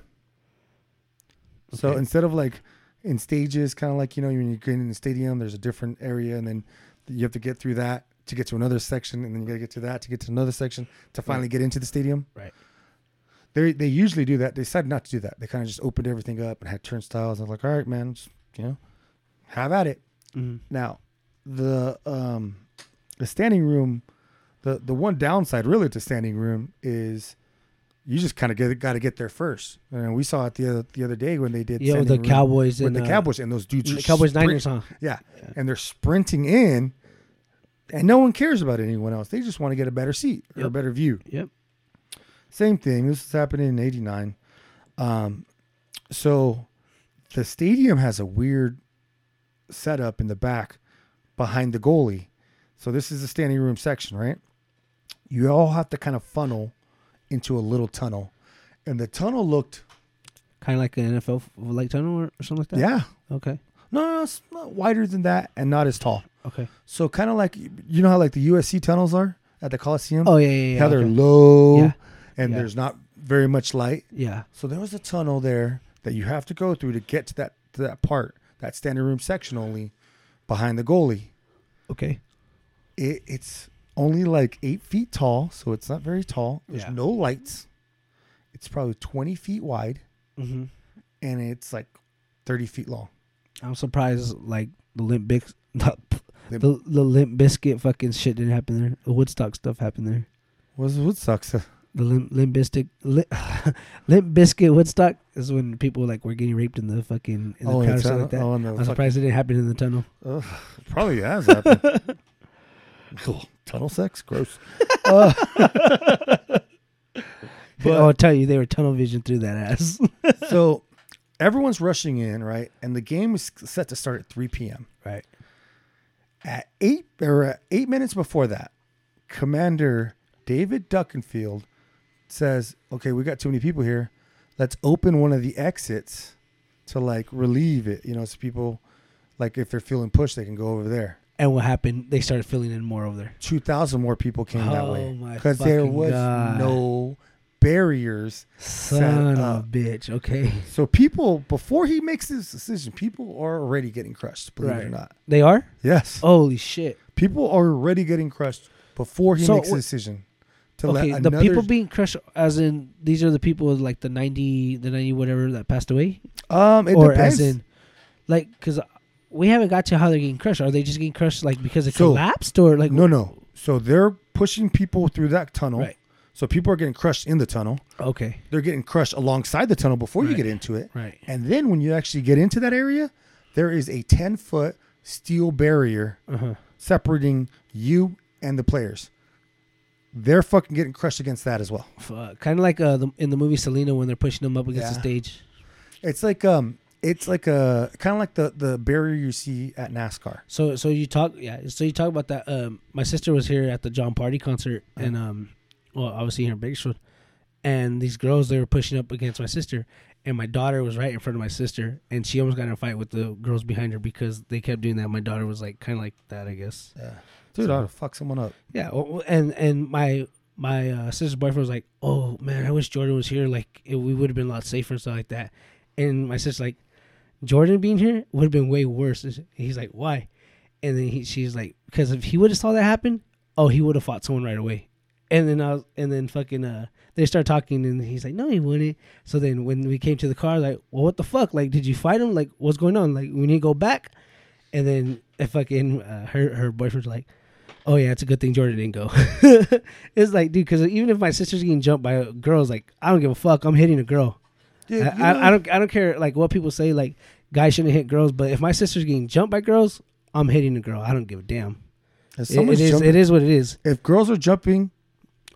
[SPEAKER 2] So
[SPEAKER 3] Okay.
[SPEAKER 2] instead of like in stages, kind of like you know when you're getting in the stadium, there's a different area, and then you have to get through that to get to another section, and then you got to get to that to get to another section to finally get into the stadium.
[SPEAKER 3] Right.
[SPEAKER 2] They they usually do that. They decided not to do that. They kind of just opened everything up and had turnstiles. And like, all right, man, just, you know, have at it.
[SPEAKER 3] Mm-hmm.
[SPEAKER 2] Now, the um, the standing room, the the one downside really to standing room is you just kind of get got to get there first. And we saw it the other the other day when they did
[SPEAKER 3] Yeah, with the
[SPEAKER 2] standing room
[SPEAKER 3] Cowboys
[SPEAKER 2] with
[SPEAKER 3] and
[SPEAKER 2] the
[SPEAKER 3] uh,
[SPEAKER 2] Cowboys and those dudes.
[SPEAKER 3] the
[SPEAKER 2] are
[SPEAKER 3] Cowboys
[SPEAKER 2] sprint-
[SPEAKER 3] Niners, huh?
[SPEAKER 2] Yeah, and they're sprinting in, and no one cares about anyone else. They just want to get a better seat or a
[SPEAKER 3] Yep.
[SPEAKER 2] better view.
[SPEAKER 3] Yep.
[SPEAKER 2] Same thing. This is happening in '89. Um, so the stadium has a weird setup in the back behind the goalie. So this is the standing room section, right? You all have to kind of funnel into a little tunnel, and the tunnel looked
[SPEAKER 3] Kind of like an NFL f- light tunnel or, or something like that.
[SPEAKER 2] yeah,
[SPEAKER 3] Okay.
[SPEAKER 2] no, no, it's not wider than that and not as tall.
[SPEAKER 3] Okay.
[SPEAKER 2] So kind of like you know how like the USC tunnels are at the Coliseum.
[SPEAKER 3] Oh yeah, yeah, yeah.
[SPEAKER 2] how they're
[SPEAKER 3] okay.
[SPEAKER 2] low
[SPEAKER 3] Yeah.
[SPEAKER 2] and
[SPEAKER 3] Yeah.
[SPEAKER 2] there's not very much light.
[SPEAKER 3] yeah.
[SPEAKER 2] So there was a tunnel there that you have to go through to get to that to that part, that standing room section only behind the goalie.
[SPEAKER 3] Okay.
[SPEAKER 2] It, it's only like eight feet tall, so it's not very tall. There's
[SPEAKER 3] Yeah.
[SPEAKER 2] no lights. It's probably twenty feet wide
[SPEAKER 3] Mm-hmm.
[SPEAKER 2] and it's like thirty feet long.
[SPEAKER 3] I'm surprised like the Limp Bix, the,
[SPEAKER 2] Limp-
[SPEAKER 3] the the Limp Biscuit fucking shit didn't happen there. The Woodstock stuff happened there.
[SPEAKER 2] What what sucks?
[SPEAKER 3] The Limp Limp Biscuit Limp, Limp Biscuit Woodstock is when people like were getting raped in the fucking in the
[SPEAKER 2] Oh,
[SPEAKER 3] crowd or
[SPEAKER 2] it's,
[SPEAKER 3] something
[SPEAKER 2] uh,
[SPEAKER 3] like that.
[SPEAKER 2] oh, no,
[SPEAKER 3] I'm surprised it didn't happen in the tunnel.
[SPEAKER 2] Ugh, probably has happened. cool. Tunnel sex? Gross. Uh,
[SPEAKER 3] But I'll tell you, they were tunnel vision through that ass.
[SPEAKER 2] so everyone's rushing in, right? And the game is set to start at 3 p.m.
[SPEAKER 3] right.
[SPEAKER 2] At eight or uh, eight minutes before that, Commander David Duckenfield says, Okay, we got too many people here. Let's open one of the exits to like relieve it, you know, so people like if they're feeling pushed, they can go over there.
[SPEAKER 3] And what happened? They started filling in more over there.
[SPEAKER 2] two thousand more people came that
[SPEAKER 3] Oh
[SPEAKER 2] way
[SPEAKER 3] my
[SPEAKER 2] there
[SPEAKER 3] fucking
[SPEAKER 2] was
[SPEAKER 3] God.
[SPEAKER 2] no barriers.
[SPEAKER 3] Son of a
[SPEAKER 2] up.
[SPEAKER 3] bitch. Okay.
[SPEAKER 2] So people, before he makes this decision, people are already getting crushed. Believe it or
[SPEAKER 3] Right. Oh.
[SPEAKER 2] not,
[SPEAKER 3] They are?
[SPEAKER 2] yes,
[SPEAKER 3] Holy shit.
[SPEAKER 2] people are already getting crushed before he
[SPEAKER 3] So
[SPEAKER 2] makes a
[SPEAKER 3] what-
[SPEAKER 2] decision. To
[SPEAKER 3] Okay,
[SPEAKER 2] let
[SPEAKER 3] the
[SPEAKER 2] another-
[SPEAKER 3] people being crushed, as in these are the people like the ninety, the ninety whatever that passed away,
[SPEAKER 2] um, it
[SPEAKER 3] or
[SPEAKER 2] depends.
[SPEAKER 3] as in, like, because we haven't got to how they're getting crushed. Are they just getting crushed like because it
[SPEAKER 2] So-
[SPEAKER 3] collapsed, or like
[SPEAKER 2] no, no. So they're pushing people through that tunnel.
[SPEAKER 3] Right.
[SPEAKER 2] So people are getting crushed in the tunnel.
[SPEAKER 3] Okay,
[SPEAKER 2] They're getting crushed alongside the tunnel before you
[SPEAKER 3] Right.
[SPEAKER 2] get into it.
[SPEAKER 3] right.
[SPEAKER 2] And then when you actually get into that area, there is a 10 foot steel barrier
[SPEAKER 3] Uh huh.
[SPEAKER 2] separating you and the players. They're fucking getting crushed against that as well.
[SPEAKER 3] Fuck. Kind of like uh, the, in the movie Selena when they're pushing them up against the
[SPEAKER 2] Yeah.
[SPEAKER 3] stage.
[SPEAKER 2] It's like um, it's like a kind of like the the barrier you see at NASCAR.
[SPEAKER 3] So so you talk yeah so you talk about that. Um, my sister was here at the John Party concert and um, well obviously here in Bakersfield, and these girls they were pushing up against my sister, and my daughter was right in front of my sister, and she almost got in a fight with the girls behind her because they kept doing that. My daughter was like kind of like that I guess.
[SPEAKER 2] Yeah, dude, I would fuck someone up.
[SPEAKER 3] Yeah, well, well, and and my my uh, sister's boyfriend was like, "Oh man, I wish Jordan was here. Like it, we would have been a lot safer and stuff like that." And my sister's like, "Jordan being here would have been way worse." And he's like, "Why?" And then he, she's like, "Because if he would have saw that happen, oh, he would have fought someone right away." And then I was, and then fucking uh, they start talking, and he's like, "No, he wouldn't." So then when we came to the car, like, "Well, what the fuck? Like, did you fight him? Like, what's going on? Like, we need to go back." And then if fucking uh, her her boyfriend's like, "Oh yeah, it's a good thing Jordan didn't go." it's like, dude, because even if my sister's getting jumped by girls, like I don't give a fuck. I'm hitting a girl.
[SPEAKER 2] Dude,
[SPEAKER 3] I,
[SPEAKER 2] you know-
[SPEAKER 3] I, I don't I don't care like what people say. Like guys shouldn't hit girls, but if my sister's getting jumped by girls, I'm hitting a girl. I don't give a damn.
[SPEAKER 2] if,
[SPEAKER 3] It, it
[SPEAKER 2] someone's
[SPEAKER 3] is
[SPEAKER 2] jumping-
[SPEAKER 3] it is what it is.
[SPEAKER 2] if girls are jumping,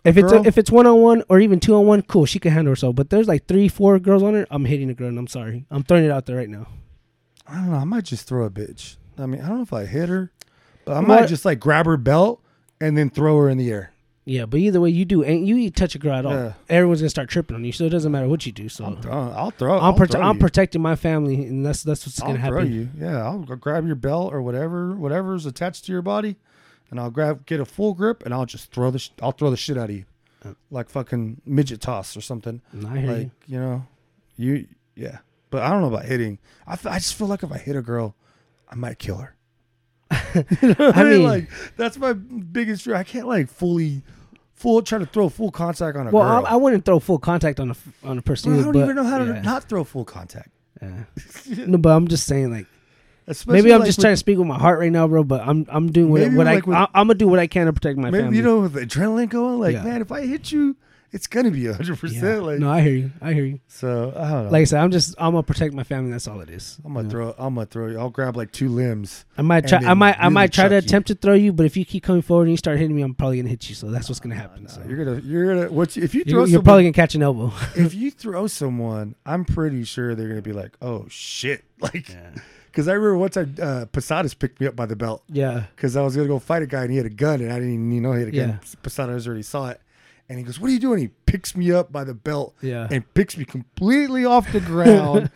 [SPEAKER 3] If it's
[SPEAKER 2] Girl-
[SPEAKER 3] if it's one on one or even two on one, cool, she can handle herself. But there's like three, four girls on her. I'm hitting a girl, and I'm sorry. I'm throwing it out there right now.
[SPEAKER 2] I don't know. I might just throw a bitch. I mean, I don't know if I hit her, but I
[SPEAKER 3] Well,
[SPEAKER 2] might
[SPEAKER 3] I-
[SPEAKER 2] just like grab her belt and then throw her in the air.
[SPEAKER 3] Yeah, but either way you do, and you touch a girl at all,
[SPEAKER 2] Yeah.
[SPEAKER 3] everyone's gonna start tripping on you. So it doesn't matter what you do. So
[SPEAKER 2] I'm
[SPEAKER 3] I'm,
[SPEAKER 2] done. I'll throw. I'll,
[SPEAKER 3] prote-
[SPEAKER 2] throw
[SPEAKER 3] I'm
[SPEAKER 2] you.
[SPEAKER 3] protecting my family, and that's that's what's
[SPEAKER 2] I'll
[SPEAKER 3] gonna
[SPEAKER 2] throw
[SPEAKER 3] happen.
[SPEAKER 2] you. Yeah, I'll g- grab your belt or whatever, whatever's attached to your body, and I'll grab, get a full grip, and I'll just throw the, sh- I'll throw the shit out of you,
[SPEAKER 3] Oh.
[SPEAKER 2] like fucking midget toss or something.
[SPEAKER 3] And I hear
[SPEAKER 2] like
[SPEAKER 3] you.
[SPEAKER 2] you. know, you, yeah. But I don't know about hitting. I, f- I just feel like if I hit a girl, I might kill her. You know what
[SPEAKER 3] I
[SPEAKER 2] I mean,
[SPEAKER 3] mean-
[SPEAKER 2] like that's my biggest fear. I can't like fully, full try to throw full contact on a
[SPEAKER 3] Well,
[SPEAKER 2] girl.
[SPEAKER 3] I, I wouldn't throw full contact on a f- on a person.
[SPEAKER 2] Dude, I
[SPEAKER 3] either,
[SPEAKER 2] don't
[SPEAKER 3] but-
[SPEAKER 2] even know how to
[SPEAKER 3] yeah,
[SPEAKER 2] not throw full contact.
[SPEAKER 3] yeah. no, but I'm just saying, like
[SPEAKER 2] Especially
[SPEAKER 3] maybe I'm
[SPEAKER 2] like,
[SPEAKER 3] just
[SPEAKER 2] with-
[SPEAKER 3] trying to speak with my heart right now, bro. But I'm I'm doing what,
[SPEAKER 2] Maybe
[SPEAKER 3] what
[SPEAKER 2] like
[SPEAKER 3] I,
[SPEAKER 2] with-
[SPEAKER 3] I I'm gonna do what I can to protect my
[SPEAKER 2] Maybe
[SPEAKER 3] family.
[SPEAKER 2] you know with the adrenaline going, like
[SPEAKER 3] Yeah.
[SPEAKER 2] man, if I hit you, it's gonna be hundred
[SPEAKER 3] yeah.
[SPEAKER 2] percent. Like
[SPEAKER 3] no, I hear you. I hear you.
[SPEAKER 2] so, I don't know.
[SPEAKER 3] Like I said, I'm just I'm gonna protect my family. That's all it is.
[SPEAKER 2] I'm gonna
[SPEAKER 3] You know?
[SPEAKER 2] throw. I'm gonna throw you. I'll grab like two limbs.
[SPEAKER 3] I might
[SPEAKER 2] and
[SPEAKER 3] try. I
[SPEAKER 2] then
[SPEAKER 3] might. I
[SPEAKER 2] really
[SPEAKER 3] might try to
[SPEAKER 2] chuck you.
[SPEAKER 3] attempt to throw you, but if you keep coming forward and you start hitting me, I'm probably gonna hit you. So that's what's gonna happen. so.
[SPEAKER 2] You're gonna. You're gonna. What you, if you
[SPEAKER 3] You-
[SPEAKER 2] throw?
[SPEAKER 3] you're, probably gonna catch an elbow.
[SPEAKER 2] Gonna, if you throw someone, I'm pretty sure they're gonna be like, "Oh shit!" Like, because I remember once I uh, Posadas picked me up by the belt
[SPEAKER 3] yeah.
[SPEAKER 2] because I was gonna go fight a guy and he had a gun and I didn't even you know he had a gun. Posadas already saw it, and he goes, "What are you doing?" He picks me up by the belt
[SPEAKER 3] Yeah.
[SPEAKER 2] and picks me completely off the ground,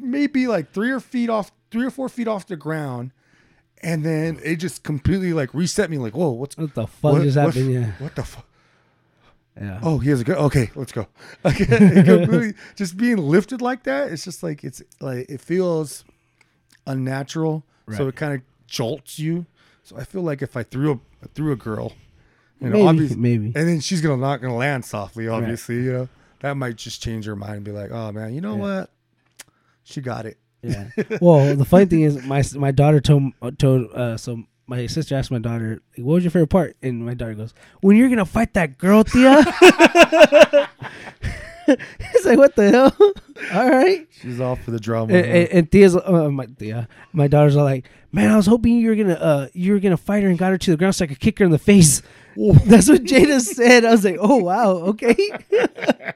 [SPEAKER 2] maybe like three or feet off, three or four feet off the ground, and then it just completely like reset me. Like, whoa, what's
[SPEAKER 3] What the fuck
[SPEAKER 2] what-
[SPEAKER 3] just
[SPEAKER 2] what-
[SPEAKER 3] happened? Yeah.
[SPEAKER 2] What the fuck?
[SPEAKER 3] Yeah.
[SPEAKER 2] Oh, he has a gun. Okay, let's go. Okay, it completely- just being lifted like that, it's just like it's like it feels unnatural. So
[SPEAKER 3] Right.
[SPEAKER 2] it kind of jolts you. So I feel like if I threw a threw a girl, you know,
[SPEAKER 3] maybe.
[SPEAKER 2] obviously,
[SPEAKER 3] maybe.
[SPEAKER 2] and then she's gonna not gonna land softly, obviously, you know. That might just change her mind and be like, oh man, you know
[SPEAKER 3] Yeah.
[SPEAKER 2] what? She got it.
[SPEAKER 3] Yeah. well, the funny thing is, my my daughter told told uh, so my sister asked my daughter, like, "What was your favorite part?" And my daughter goes, "When you're gonna fight that girl, Thea." it's like, what the hell? all right.
[SPEAKER 2] She's off for the drama.
[SPEAKER 3] And,
[SPEAKER 2] huh?
[SPEAKER 3] and, and Thea's uh, my Thea, my daughters are like, man, I was hoping you were gonna uh, you were gonna fight her and got her to the ground so I could kick her in the face. That's what Jada said. I was like, oh wow, okay.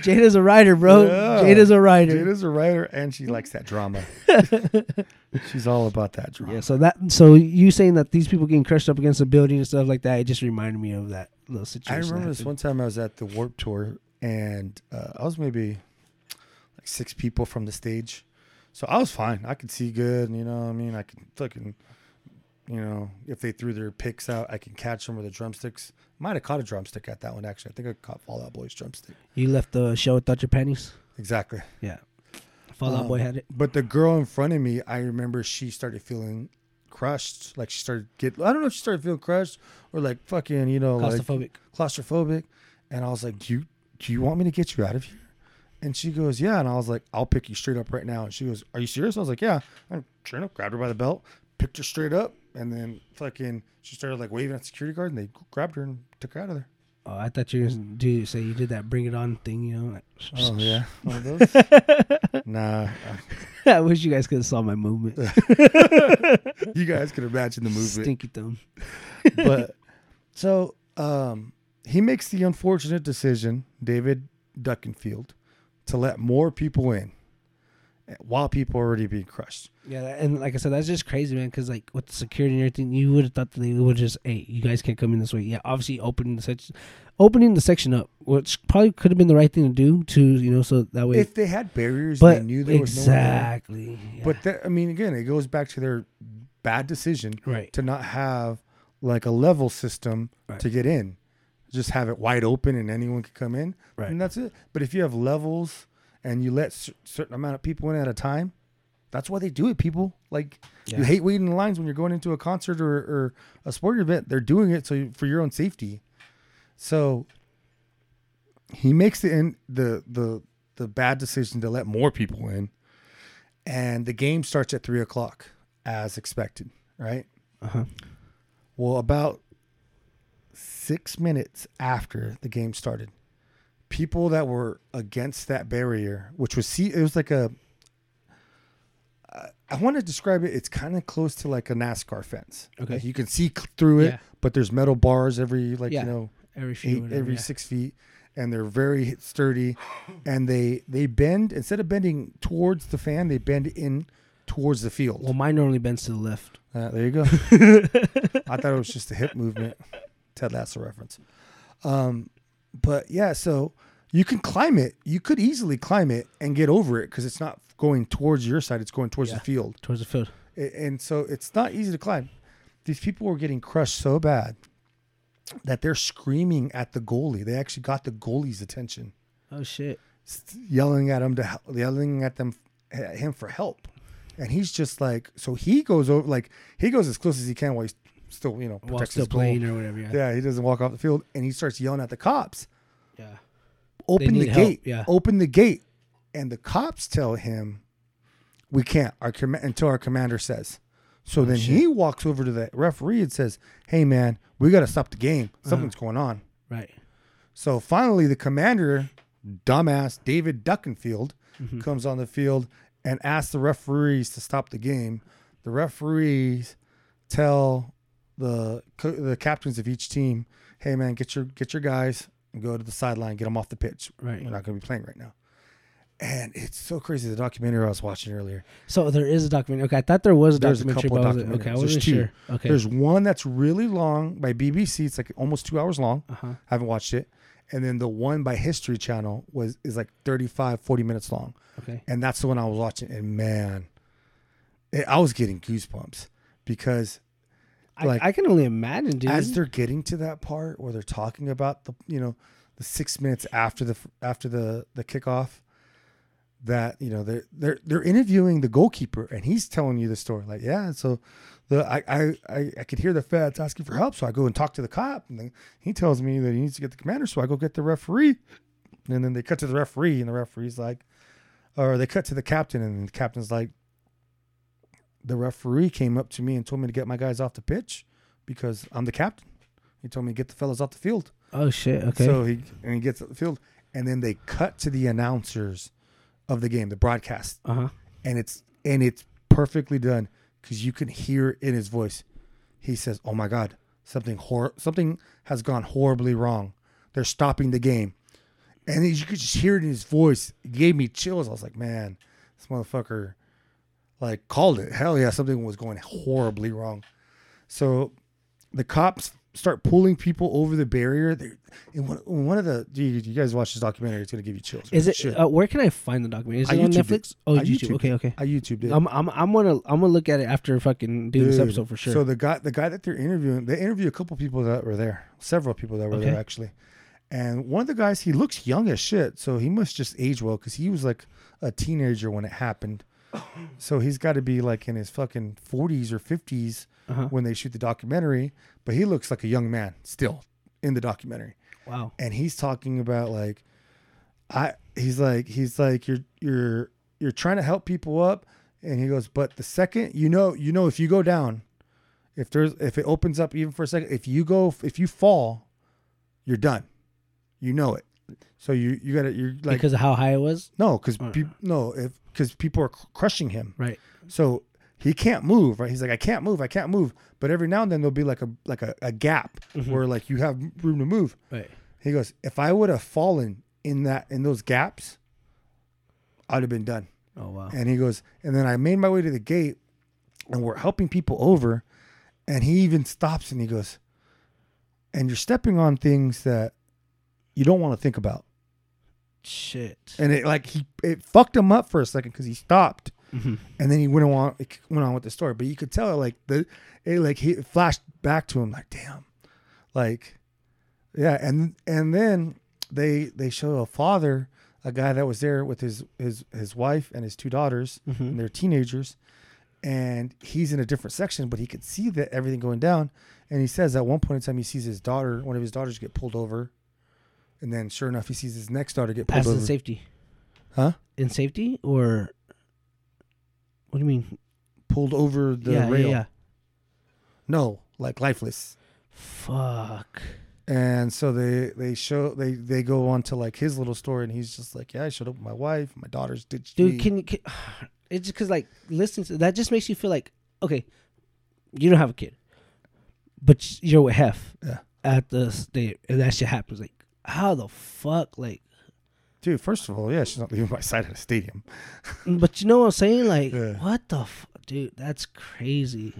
[SPEAKER 3] Jada's a writer, bro.
[SPEAKER 2] Yeah.
[SPEAKER 3] Jada's a writer.
[SPEAKER 2] Jada's a writer and she likes that drama. she's all about that drama.
[SPEAKER 3] Yeah, so that so you saying that these people getting crushed up against a building and stuff like that, it just reminded me of that little
[SPEAKER 2] I
[SPEAKER 3] situation.
[SPEAKER 2] remember
[SPEAKER 3] that
[SPEAKER 2] this
[SPEAKER 3] happened.
[SPEAKER 2] one time I was at the Warp Tour and uh, I was maybe like six people from the stage, so I was fine. I could see good, and you know, what I mean, I could fucking, you know, if they threw their picks out, I can catch them with the drumsticks. Might have caught a drumstick at that one actually. I think I caught Fallout Boy's drumstick.
[SPEAKER 3] You left the show without your panties.
[SPEAKER 2] Exactly.
[SPEAKER 3] Yeah, Fallout
[SPEAKER 2] Um,
[SPEAKER 3] Boy had it.
[SPEAKER 2] But the girl in front of me, I remember she started feeling crushed. Like she started get. I don't know if she started feeling crushed or like fucking, you know, like
[SPEAKER 3] Claustrophobic.
[SPEAKER 2] claustrophobic. And I was like, Do you do you want me to get you out of here? And she goes, Yeah. And I was like, I'll pick you straight up right now. And she goes, Are you serious? I was like, Yeah. And sure enough, grabbed her by the belt, picked her straight up, and then fucking she started like waving at security guard and they grabbed her and took her out of there.
[SPEAKER 3] Oh, I thought you were gonna do say you did that bring it on thing. You know, like,
[SPEAKER 2] Oh yeah. One of those? nah.
[SPEAKER 3] I wish you guys could have saw my movement.
[SPEAKER 2] You guys can imagine the movement.
[SPEAKER 3] Stinky thumb.
[SPEAKER 2] but so um, he makes the unfortunate decision, David Duckenfield, to let more people in while people are already being crushed.
[SPEAKER 3] Yeah, that- and like I said, that's just crazy, man. Because like with the security and everything, you would have thought that they would just, hey, you guys can't come in this way. Yeah, obviously opening the section, opening the section up, which probably could have been the right thing to do, to you know, so that way.
[SPEAKER 2] If they had barriers,
[SPEAKER 3] but
[SPEAKER 2] they knew there
[SPEAKER 3] exactly, yeah.
[SPEAKER 2] was no one there. But that, I mean, again, it goes back to their bad decision
[SPEAKER 3] right,
[SPEAKER 2] to not have like a level system
[SPEAKER 3] Right.
[SPEAKER 2] to get in. Just have it wide open and anyone could come in,
[SPEAKER 3] Right.
[SPEAKER 2] and that's it. But if you have levels and you let cer- certain amount of people in at a time, that's why they do it. People like
[SPEAKER 3] Yeah.
[SPEAKER 2] you hate waiting in lines when you're going into a concert or, or a sporting event. They're doing it so you- for your own safety. So he makes the in, the the the bad decision to let more people in, and the game starts at three o'clock as expected. Right.
[SPEAKER 3] uh-huh.
[SPEAKER 2] Well, about six minutes after the game started, people that were against that barrier, which was see, it was like a. I- I want to describe it. It's kind of close to like a NASCAR fence.
[SPEAKER 3] Okay.
[SPEAKER 2] Like, you can see c- through it,
[SPEAKER 3] Yeah.
[SPEAKER 2] but there's metal bars every like
[SPEAKER 3] Yeah.
[SPEAKER 2] you know
[SPEAKER 3] every few,
[SPEAKER 2] eight,
[SPEAKER 3] whatever,
[SPEAKER 2] e- every
[SPEAKER 3] yeah.
[SPEAKER 2] six feet, and they're very sturdy, and they they bend instead of bending towards the fan, they bend in towards the field.
[SPEAKER 3] Well, mine normally bends to the left.
[SPEAKER 2] Uh, there you go. I thought it was just a hip movement. Ted Lasso reference. Um, but yeah, so you can climb it. You could easily climb it and get over it because it's not going towards your side. It's going towards
[SPEAKER 3] Yeah.
[SPEAKER 2] the field.
[SPEAKER 3] towards the field.
[SPEAKER 2] A- and so it's not easy to climb. These people were getting crushed so bad that they're screaming at the goalie. They actually got the goalie's attention,
[SPEAKER 3] Oh shit!
[SPEAKER 2] s- yelling at him to hel- yelling at them at him for help. And he's just like, so he goes over like he goes as close as he can while he's still you know
[SPEAKER 3] While
[SPEAKER 2] protects
[SPEAKER 3] still
[SPEAKER 2] his goal.
[SPEAKER 3] playing or whatever. Yeah.
[SPEAKER 2] Yeah, he doesn't walk off the field, and he starts yelling at the cops
[SPEAKER 3] yeah.
[SPEAKER 2] open the
[SPEAKER 3] need help,
[SPEAKER 2] gate.
[SPEAKER 3] yeah.
[SPEAKER 2] Open the gate. And the cops tell him, we can't our com- until our commander says. So then
[SPEAKER 3] Oh, shit.
[SPEAKER 2] he walks over to the referee and says, hey, man, we got to stop the game.
[SPEAKER 3] Uh-huh.
[SPEAKER 2] Something's going on.
[SPEAKER 3] Right.
[SPEAKER 2] So finally, the commander, dumbass David Duckenfield,
[SPEAKER 3] Mm-hmm.
[SPEAKER 2] comes on the field and asks the referees to stop the game. The referees tell the co- the captains of each team, "Hey man, get your get your guys and go to the sideline, get them off the pitch.
[SPEAKER 3] Right.
[SPEAKER 2] We're not going to be playing right now." And it's so crazy. The documentary I was watching earlier,
[SPEAKER 3] So there is a documentary. Okay, I thought there was a
[SPEAKER 2] There's a
[SPEAKER 3] documentary.
[SPEAKER 2] couple
[SPEAKER 3] but I wasn't-
[SPEAKER 2] documentaries.
[SPEAKER 3] Okay, I
[SPEAKER 2] There's
[SPEAKER 3] wasn't
[SPEAKER 2] two.
[SPEAKER 3] sure. Okay.
[SPEAKER 2] there's one that's really long by BBC. It's like almost two hours long.
[SPEAKER 3] uh huh.
[SPEAKER 2] I haven't watched it. And then the one by History Channel was is like 35, 40 minutes long.
[SPEAKER 3] Okay.
[SPEAKER 2] And that's the one I was watching. And man, it, I was getting goosebumps because Like-
[SPEAKER 3] I, I can only imagine, dude.
[SPEAKER 2] as they're getting to that part where they're talking about the, you know, the six minutes after the after the the kickoff, that you know they're they're they're interviewing the goalkeeper and he's telling you the story like yeah and so the I, I I I could hear the feds asking for help so I go and talk to the cop and then he tells me that he needs to get the commander so I go get the referee and then they cut to the referee and the referee's like or they cut to the captain and the captain's like the referee came up to me and told me to get my guys off the pitch because I'm the captain he told me to get the fellas off the field
[SPEAKER 3] oh shit. Okay.
[SPEAKER 2] so he and he gets up the field, and then they cut to the announcers of the game, the broadcast,
[SPEAKER 3] uh huh.
[SPEAKER 2] and it's and it's perfectly done because you can hear in his voice. He says, "Oh my God, something hor- something has gone horribly wrong. They're stopping the game," and you could just hear it in his voice. It gave me chills. I was like, "Man, this motherfucker." Like called it. Hell yeah, something was going horribly wrong. So the cops start pulling people over the barrier. They, in one, in one of the, dude, you guys watch this documentary, it's gonna give you chills.
[SPEAKER 3] Is it?
[SPEAKER 2] Shit.
[SPEAKER 3] Uh, where can I find the documentary? Is
[SPEAKER 2] I
[SPEAKER 3] it on
[SPEAKER 2] YouTubed it.
[SPEAKER 3] Netflix? Oh,
[SPEAKER 2] I
[SPEAKER 3] YouTube.
[SPEAKER 2] YouTubed
[SPEAKER 3] Okay.
[SPEAKER 2] it.
[SPEAKER 3] Okay.
[SPEAKER 2] I YouTubed it.
[SPEAKER 3] I'm I'm I'm gonna I'm gonna look at it after fucking doing this
[SPEAKER 2] Dude,
[SPEAKER 3] episode for sure.
[SPEAKER 2] So the guy, the guy that they're interviewing, they interview a couple people that were there, several people that were there
[SPEAKER 3] Okay.
[SPEAKER 2] actually, and one of the guys, he looks young as shit, so he must just age well because he was like a teenager when it happened. So he's got to be like in his fucking forties or 50s
[SPEAKER 3] Uh-huh.
[SPEAKER 2] when they shoot the documentary, but he looks like a young man still in the documentary
[SPEAKER 3] wow.
[SPEAKER 2] and he's talking about like I he's like he's like you're you're you're trying to help people up and he goes but the second you know you know if you go down if there's if it opens up even for a second if you go if you fall you're done you know it so you you got to you're like
[SPEAKER 3] because of how high it was.
[SPEAKER 2] no cuz no if cuz people are cr- crushing him
[SPEAKER 3] Right.
[SPEAKER 2] so he can't move, right? He's like, I can't move, I can't move. But every now and then there'll be like a like a, a gap where like you have room to move.
[SPEAKER 3] Right.
[SPEAKER 2] He goes, if I would have fallen in that in those gaps, I'd have been done.
[SPEAKER 3] Oh wow.
[SPEAKER 2] And he goes, and then I made my way to the gate, and we're helping people over, and he even stops and he goes, and you're stepping on things that you don't want to think about.
[SPEAKER 3] Shit.
[SPEAKER 2] And it like he it fucked him up for a second because he stopped,
[SPEAKER 3] Mhm.
[SPEAKER 2] and then he went on went on with the story. But you could tell like the it like he it flashed back to him like damn, like yeah. And and then they they show a father, a guy that was there with his his his wife and his two daughters,
[SPEAKER 3] Mm-hmm.
[SPEAKER 2] and they're teenagers, and he's in a different section, but he could see that everything going down. And he says at one point in time he sees his daughter, one of his daughters get pulled over. And then, sure enough, he sees his next daughter get pulled
[SPEAKER 3] As in
[SPEAKER 2] over.
[SPEAKER 3] safety.
[SPEAKER 2] Huh?
[SPEAKER 3] In safety or. What do you mean?
[SPEAKER 2] Pulled over the
[SPEAKER 3] yeah,
[SPEAKER 2] rail.
[SPEAKER 3] yeah, yeah.
[SPEAKER 2] No, like lifeless.
[SPEAKER 3] Fuck.
[SPEAKER 2] And so they they show they they go on to like his little story, and he's just like, yeah, I showed up with my wife, my daughter's ditched
[SPEAKER 3] dude
[SPEAKER 2] me.
[SPEAKER 3] can you can, it's just because like listening to that just makes you feel like okay you don't have a kid but you're with hef
[SPEAKER 2] Yeah.
[SPEAKER 3] at the state and that shit happens like how the fuck like
[SPEAKER 2] dude, first of all, yeah, she's not leaving my side of the stadium.
[SPEAKER 3] mm, but you know what i'm saying like
[SPEAKER 2] Yeah.
[SPEAKER 3] what the f- dude that's crazy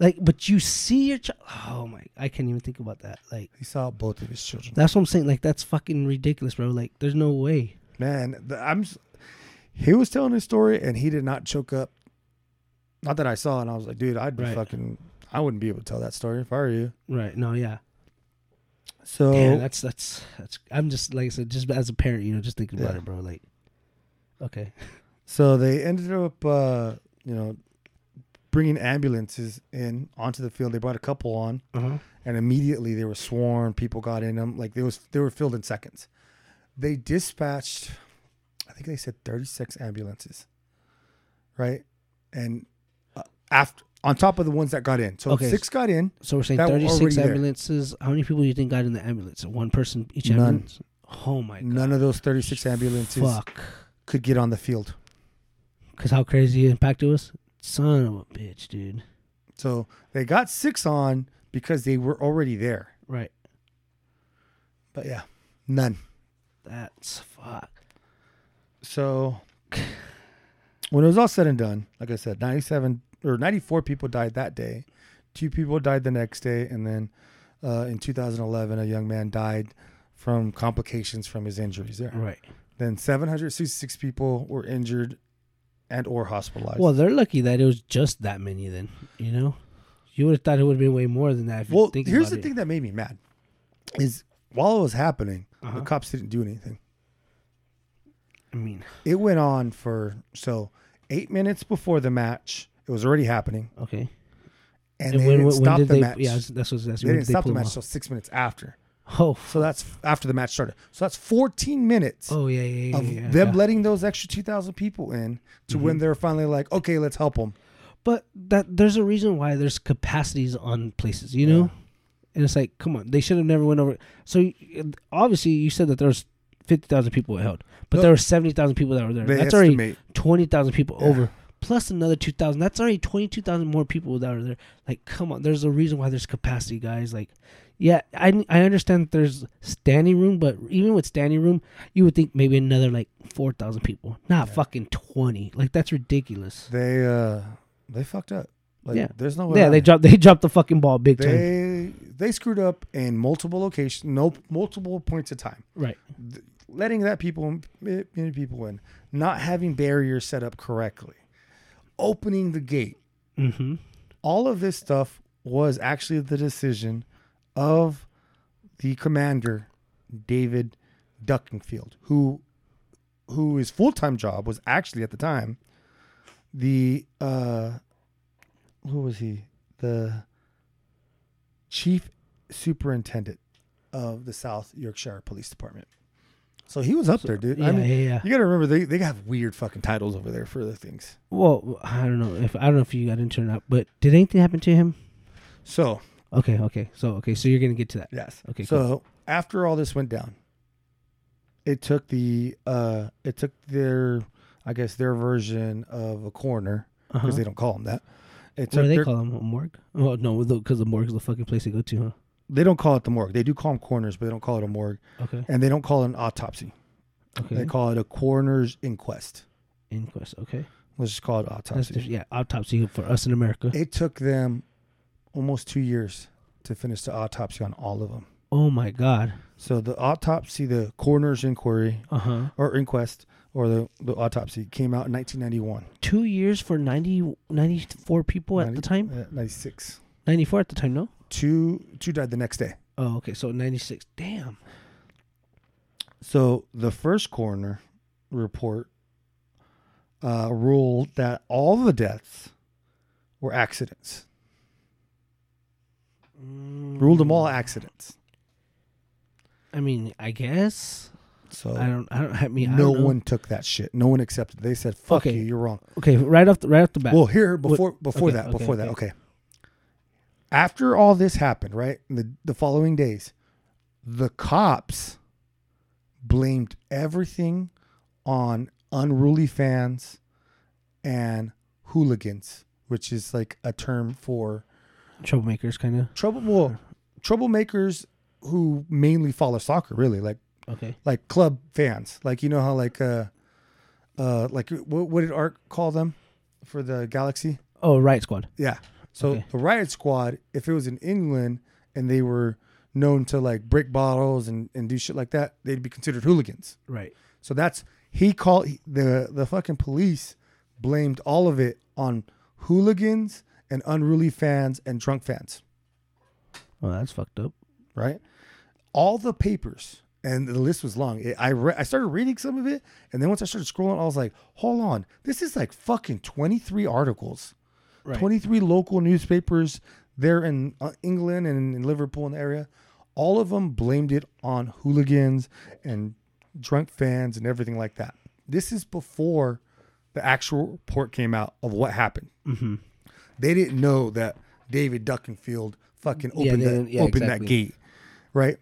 [SPEAKER 3] Like, but you see your child. Oh my! I can't even think about that. Like,
[SPEAKER 2] He saw both of his children.
[SPEAKER 3] that's what I'm saying. Like, that's fucking ridiculous, bro. Like, there's no way.
[SPEAKER 2] Man, the, I'm. s- He was telling his story, and he did not choke up. Not that I saw, and I was like, dude, I'd be
[SPEAKER 3] Right.
[SPEAKER 2] fucking. I wouldn't be able to tell that story if I were you.
[SPEAKER 3] Right? No. Yeah.
[SPEAKER 2] So
[SPEAKER 3] Yeah. That's that's that's. I'm just like I said, just as a parent, you know, just thinking about
[SPEAKER 2] Yeah.
[SPEAKER 3] it, bro. Like, okay.
[SPEAKER 2] So they ended up, uh, you know, bringing ambulances in onto the field. They brought a couple on,
[SPEAKER 3] Uh huh.
[SPEAKER 2] and immediately they were swarmed. People got in them. Like they was, they were filled in seconds. They dispatched, I think they said thirty six ambulances, right? And uh, after on top of the ones that got in, so
[SPEAKER 3] Okay.
[SPEAKER 2] six got in.
[SPEAKER 3] So we're saying
[SPEAKER 2] That were
[SPEAKER 3] 36
[SPEAKER 2] already there.
[SPEAKER 3] ambulances. How many people do you think got in the ambulance? One person each
[SPEAKER 2] None.
[SPEAKER 3] ambulance. Oh my god.
[SPEAKER 2] None of those thirty six ambulances
[SPEAKER 3] Fuck.
[SPEAKER 2] could get on the field.
[SPEAKER 3] Because how crazy the impact it was. Son of a bitch, dude.
[SPEAKER 2] So they got six on because they were already there.
[SPEAKER 3] Right.
[SPEAKER 2] But yeah, none.
[SPEAKER 3] That's fuck.
[SPEAKER 2] So when it was all said and done, like I said, 97 or 94 people died that day. Two people died the next day. And then uh, in 2011, a young man died from complications from his injuries there.
[SPEAKER 3] Right.
[SPEAKER 2] Then 766 people were injured and or hospitalized.
[SPEAKER 3] Well, they're lucky that it was just that many. Then you know, you would have thought it would have been way more than that. If
[SPEAKER 2] Well,
[SPEAKER 3] you think
[SPEAKER 2] here's
[SPEAKER 3] about
[SPEAKER 2] the
[SPEAKER 3] it.
[SPEAKER 2] thing that made me mad is while it was happening,
[SPEAKER 3] Uh-huh.
[SPEAKER 2] the cops didn't do anything.
[SPEAKER 3] I mean,
[SPEAKER 2] It went on for so eight minutes before the match. It was already happening,
[SPEAKER 3] okay.
[SPEAKER 2] and, they didn't stop the
[SPEAKER 3] they?
[SPEAKER 2] match.
[SPEAKER 3] Yeah, that's what that's
[SPEAKER 2] They
[SPEAKER 3] when
[SPEAKER 2] didn't
[SPEAKER 3] did they
[SPEAKER 2] stop the
[SPEAKER 3] pull them
[SPEAKER 2] match
[SPEAKER 3] off?
[SPEAKER 2] until six minutes after.
[SPEAKER 3] Oh, f-
[SPEAKER 2] So that's f- after the match started. So that's 14 minutes
[SPEAKER 3] oh yeah, yeah, yeah.
[SPEAKER 2] of
[SPEAKER 3] yeah,
[SPEAKER 2] them
[SPEAKER 3] yeah. Mm-hmm.
[SPEAKER 2] letting those extra 2,000 people in to when they're finally like, okay, let's help them.
[SPEAKER 3] but that there's a reason why there's capacities on places, you know. And it's like, come on, they should have never went over. So y- obviously, you said that there was fifty thousand people held, but
[SPEAKER 2] No.
[SPEAKER 3] there were seventy thousand people that were there.
[SPEAKER 2] They
[SPEAKER 3] that's already
[SPEAKER 2] estimate.
[SPEAKER 3] twenty thousand people
[SPEAKER 2] Yeah.
[SPEAKER 3] over, plus another two thousand. That's already twenty two thousand more people that are there. Like, come on, there's a reason why there's capacity, guys. Like, yeah, I I understand that there's standing room, but even with standing room, you would think maybe another like four thousand people, not fucking twenty. Like, that's ridiculous.
[SPEAKER 2] They uh, they fucked up. Like,
[SPEAKER 3] Yeah.
[SPEAKER 2] There's no way.
[SPEAKER 3] Yeah,
[SPEAKER 2] around
[SPEAKER 3] they
[SPEAKER 2] it.
[SPEAKER 3] dropped they dropped the fucking ball big time.
[SPEAKER 2] They they screwed up in multiple locations, no multiple points of time.
[SPEAKER 3] Right.
[SPEAKER 2] letting that people eh, many people in, not having barriers set up correctly, opening the gate.
[SPEAKER 3] Mm-hmm.
[SPEAKER 2] All of this stuff was actually the decision of the commander, David Duckingfield, who who his full time job was actually at the time the uh who was he? The chief superintendent of the South Yorkshire Police Department. So he was up there, dude.
[SPEAKER 3] Yeah,
[SPEAKER 2] I mean,
[SPEAKER 3] yeah, yeah.
[SPEAKER 2] you got to remember they they have weird fucking titles over there for the things.
[SPEAKER 3] Well, I don't know if I don't know if you got into or not, but did anything happen to him?
[SPEAKER 2] So
[SPEAKER 3] Okay, okay. So okay, so you're gonna get to that.
[SPEAKER 2] yes,
[SPEAKER 3] Okay,
[SPEAKER 2] So after all this went down, it took the uh it took their I guess their version of a coroner
[SPEAKER 3] Uh-huh.
[SPEAKER 2] because they don't call them that. It
[SPEAKER 3] What
[SPEAKER 2] took
[SPEAKER 3] do they
[SPEAKER 2] their-
[SPEAKER 3] call them? A morgue? Oh no, because the morgue's the fucking place to go to, huh?
[SPEAKER 2] they don't call it the morgue. They do call them coroners, but they don't call it a morgue,
[SPEAKER 3] Okay.
[SPEAKER 2] and they don't call it an autopsy.
[SPEAKER 3] Okay.
[SPEAKER 2] They call it a coroner's inquest.
[SPEAKER 3] Inquest. Okay.
[SPEAKER 2] Let's just call it
[SPEAKER 3] That's
[SPEAKER 2] autopsy.
[SPEAKER 3] diff- yeah. Autopsy for us in America.
[SPEAKER 2] It took them almost two years to finish the autopsy on all of them.
[SPEAKER 3] oh my God.
[SPEAKER 2] So the autopsy, the coroner's inquiry
[SPEAKER 3] Uh huh.
[SPEAKER 2] or inquest or the, the autopsy came out in 1991.
[SPEAKER 3] Two years for 90, 94 people at the
[SPEAKER 2] 90
[SPEAKER 3] time.
[SPEAKER 2] uh, 96.
[SPEAKER 3] Ninety four at the time. No.
[SPEAKER 2] Two two died the next day.
[SPEAKER 3] Oh, okay. So ninety six. Damn.
[SPEAKER 2] So the first coroner report uh, ruled that all the deaths were accidents. Ruled them all accidents.
[SPEAKER 3] I mean, I guess.
[SPEAKER 2] So
[SPEAKER 3] I don't. I don't. I mean, I
[SPEAKER 2] no
[SPEAKER 3] don't know.
[SPEAKER 2] one took that shit. No one accepted. They said, "Fuck
[SPEAKER 3] Okay.
[SPEAKER 2] you, you're wrong."
[SPEAKER 3] Okay. Right off. The, right off the bat.
[SPEAKER 2] Well, here
[SPEAKER 3] What-
[SPEAKER 2] before before
[SPEAKER 3] okay,
[SPEAKER 2] that,
[SPEAKER 3] okay,
[SPEAKER 2] before that,
[SPEAKER 3] okay.
[SPEAKER 2] okay. After all this happened, right? The the following days, the cops blamed everything on unruly fans and hooligans, which is like a term for
[SPEAKER 3] Troublemakers, kind of.
[SPEAKER 2] trouble well, troublemakers who mainly follow soccer, really, like
[SPEAKER 3] Okay.
[SPEAKER 2] like club fans. Like you know how like uh uh like what, what did Art call them for the Galaxy?
[SPEAKER 3] Oh, right squad.
[SPEAKER 2] Yeah. So
[SPEAKER 3] Okay.
[SPEAKER 2] the riot squad, if it was in England and they were known to like break bottles and, and do shit like that, they'd be considered hooligans.
[SPEAKER 3] Right.
[SPEAKER 2] So that's he called he- the the fucking police blamed all of it on hooligans and unruly fans and drunk fans,
[SPEAKER 3] Oh, that's fucked up.
[SPEAKER 2] right? All the papers and the list was long. It- I re- I started reading some of it, and then once I started scrolling, I was like, hold on, this is like fucking twenty three articles,
[SPEAKER 3] Right.
[SPEAKER 2] twenty three local newspapers there in uh, England and in Liverpool and the area. All of them blamed it on hooligans and drunk fans and everything like that. This is before the actual report came out of what happened.
[SPEAKER 3] Mm-hmm.
[SPEAKER 2] They didn't know that David Duckenfield fucking
[SPEAKER 3] Yeah,
[SPEAKER 2] opened,
[SPEAKER 3] they
[SPEAKER 2] that,
[SPEAKER 3] didn't- yeah,
[SPEAKER 2] opened
[SPEAKER 3] exactly.
[SPEAKER 2] that gate, right?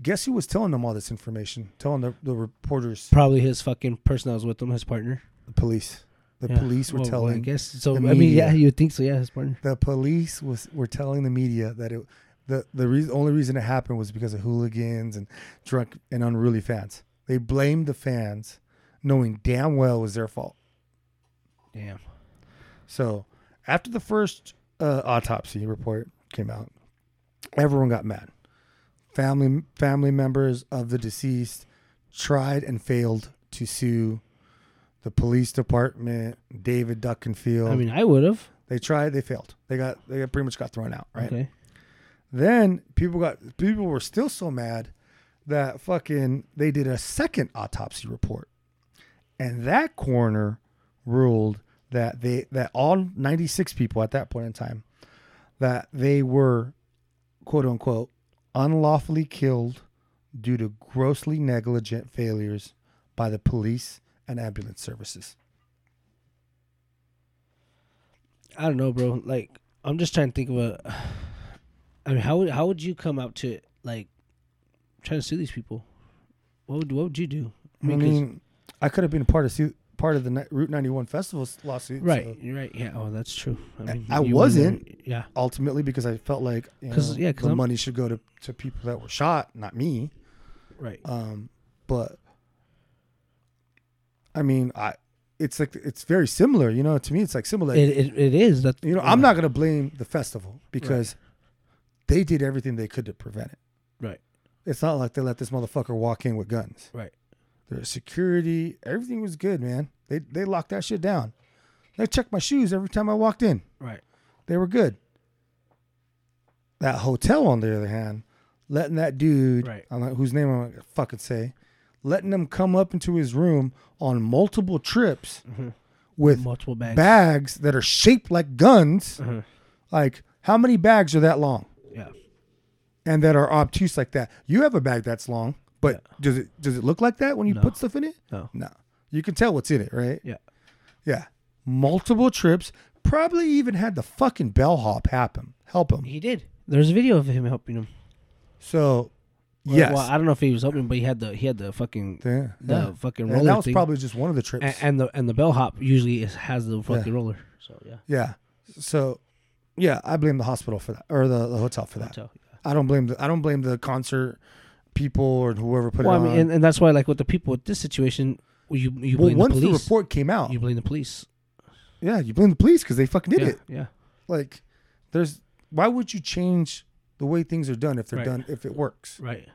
[SPEAKER 2] Guess who was telling them all this information? Telling the, the reporters,
[SPEAKER 3] Probably his fucking person that was with him, his partner.
[SPEAKER 2] the police. The
[SPEAKER 3] Yeah.
[SPEAKER 2] police were
[SPEAKER 3] Well, well,
[SPEAKER 2] telling.
[SPEAKER 3] I guess so. I
[SPEAKER 2] the
[SPEAKER 3] mean, yeah,
[SPEAKER 2] media.
[SPEAKER 3] you would think so. Yeah, his partner.
[SPEAKER 2] the police was were telling the media that it the the reason, only reason it happened was because of hooligans and drunk and unruly fans. They blamed the fans, knowing damn well it was their fault.
[SPEAKER 3] Damn.
[SPEAKER 2] So after the first uh, autopsy report came out, everyone got mad. Family family members of the deceased tried and failed to sue the police department, David Duckenfield.
[SPEAKER 3] I mean, I would have.
[SPEAKER 2] they tried, they failed. They got they got pretty much got thrown out, right?
[SPEAKER 3] Okay.
[SPEAKER 2] Then people got people were still so mad that fucking they did a second autopsy report. And that coroner ruled that they that all 96 people at that point in time that they were quote unquote unlawfully killed due to grossly negligent failures by the police and ambulance services.
[SPEAKER 3] I don't know, bro. Like, I'm just trying to think of a. I mean, how would how would you come out to it? Like, trying to sue these people. What would what would you do?
[SPEAKER 2] I mean, I,
[SPEAKER 3] 'cause-
[SPEAKER 2] could have been part of su- part of the Ni- Route 91 festival lawsuit.
[SPEAKER 3] right,
[SPEAKER 2] so-
[SPEAKER 3] you're right. Yeah. Oh, that's true. I, mean,
[SPEAKER 2] uh, I
[SPEAKER 3] you wouldn't-
[SPEAKER 2] wasn't.
[SPEAKER 3] Yeah.
[SPEAKER 2] ultimately because I felt like you
[SPEAKER 3] 'Cause-
[SPEAKER 2] know,
[SPEAKER 3] yeah, 'cause
[SPEAKER 2] the
[SPEAKER 3] I'm-
[SPEAKER 2] money should go to, to people that were shot, not me.
[SPEAKER 3] Right.
[SPEAKER 2] Um, but I mean, I it's like it's very similar, you know. To me, it's like similar.
[SPEAKER 3] it, it it is that
[SPEAKER 2] you know, I'm not gonna blame the festival because they did everything they could to prevent it.
[SPEAKER 3] right.
[SPEAKER 2] It's not like they let this motherfucker walk in with guns.
[SPEAKER 3] Right.
[SPEAKER 2] Their security, everything was good, man. They they locked that shit down. They checked my shoes every time I walked in.
[SPEAKER 3] Right.
[SPEAKER 2] They were good. That hotel, on the other hand, letting that dude,
[SPEAKER 3] Right.
[SPEAKER 2] I'm not, whose name I'm not gonna fucking say, letting him come up into his room on multiple trips with
[SPEAKER 3] Mm-hmm. Multiple bags. Mm-hmm.
[SPEAKER 2] bags that are shaped like guns. Like, how many bags are that long
[SPEAKER 3] yeah.
[SPEAKER 2] and that are obtuse like that? You have a bag that's long, but does it does it look like that when you put stuff in it?
[SPEAKER 3] No.
[SPEAKER 2] No, you can tell what's in it, right?
[SPEAKER 3] Yeah.
[SPEAKER 2] Yeah, multiple trips. Probably even had the fucking bellhop happen help him.
[SPEAKER 3] He did. There's a video of him helping him.
[SPEAKER 2] So,
[SPEAKER 3] Well,
[SPEAKER 2] yes,
[SPEAKER 3] Well, I don't know if he was helping, but he had the he had the fucking
[SPEAKER 2] Yeah,
[SPEAKER 3] the
[SPEAKER 2] yeah.
[SPEAKER 3] fucking roller
[SPEAKER 2] and that was
[SPEAKER 3] thing.
[SPEAKER 2] probably just one of the trips.
[SPEAKER 3] and, and the and the bellhop usually is, has the fucking roller. So yeah.
[SPEAKER 2] yeah. So, yeah, I blame the hospital for that or the, the hotel for that.
[SPEAKER 3] Hotel, yeah.
[SPEAKER 2] I don't blame the I don't blame the concert people or whoever put
[SPEAKER 3] Well, I
[SPEAKER 2] it on.
[SPEAKER 3] mean, and, and that's why, like, with the people with this situation, well, you you
[SPEAKER 2] uh, well,
[SPEAKER 3] blame
[SPEAKER 2] once
[SPEAKER 3] the
[SPEAKER 2] the,
[SPEAKER 3] police.
[SPEAKER 2] report came out,
[SPEAKER 3] you blame the police.
[SPEAKER 2] yeah, you blame the police because they fucking did
[SPEAKER 3] yeah,
[SPEAKER 2] it.
[SPEAKER 3] yeah,
[SPEAKER 2] Like, there's why would you change the way things are done if they're
[SPEAKER 3] Right.
[SPEAKER 2] done if it works?
[SPEAKER 3] right.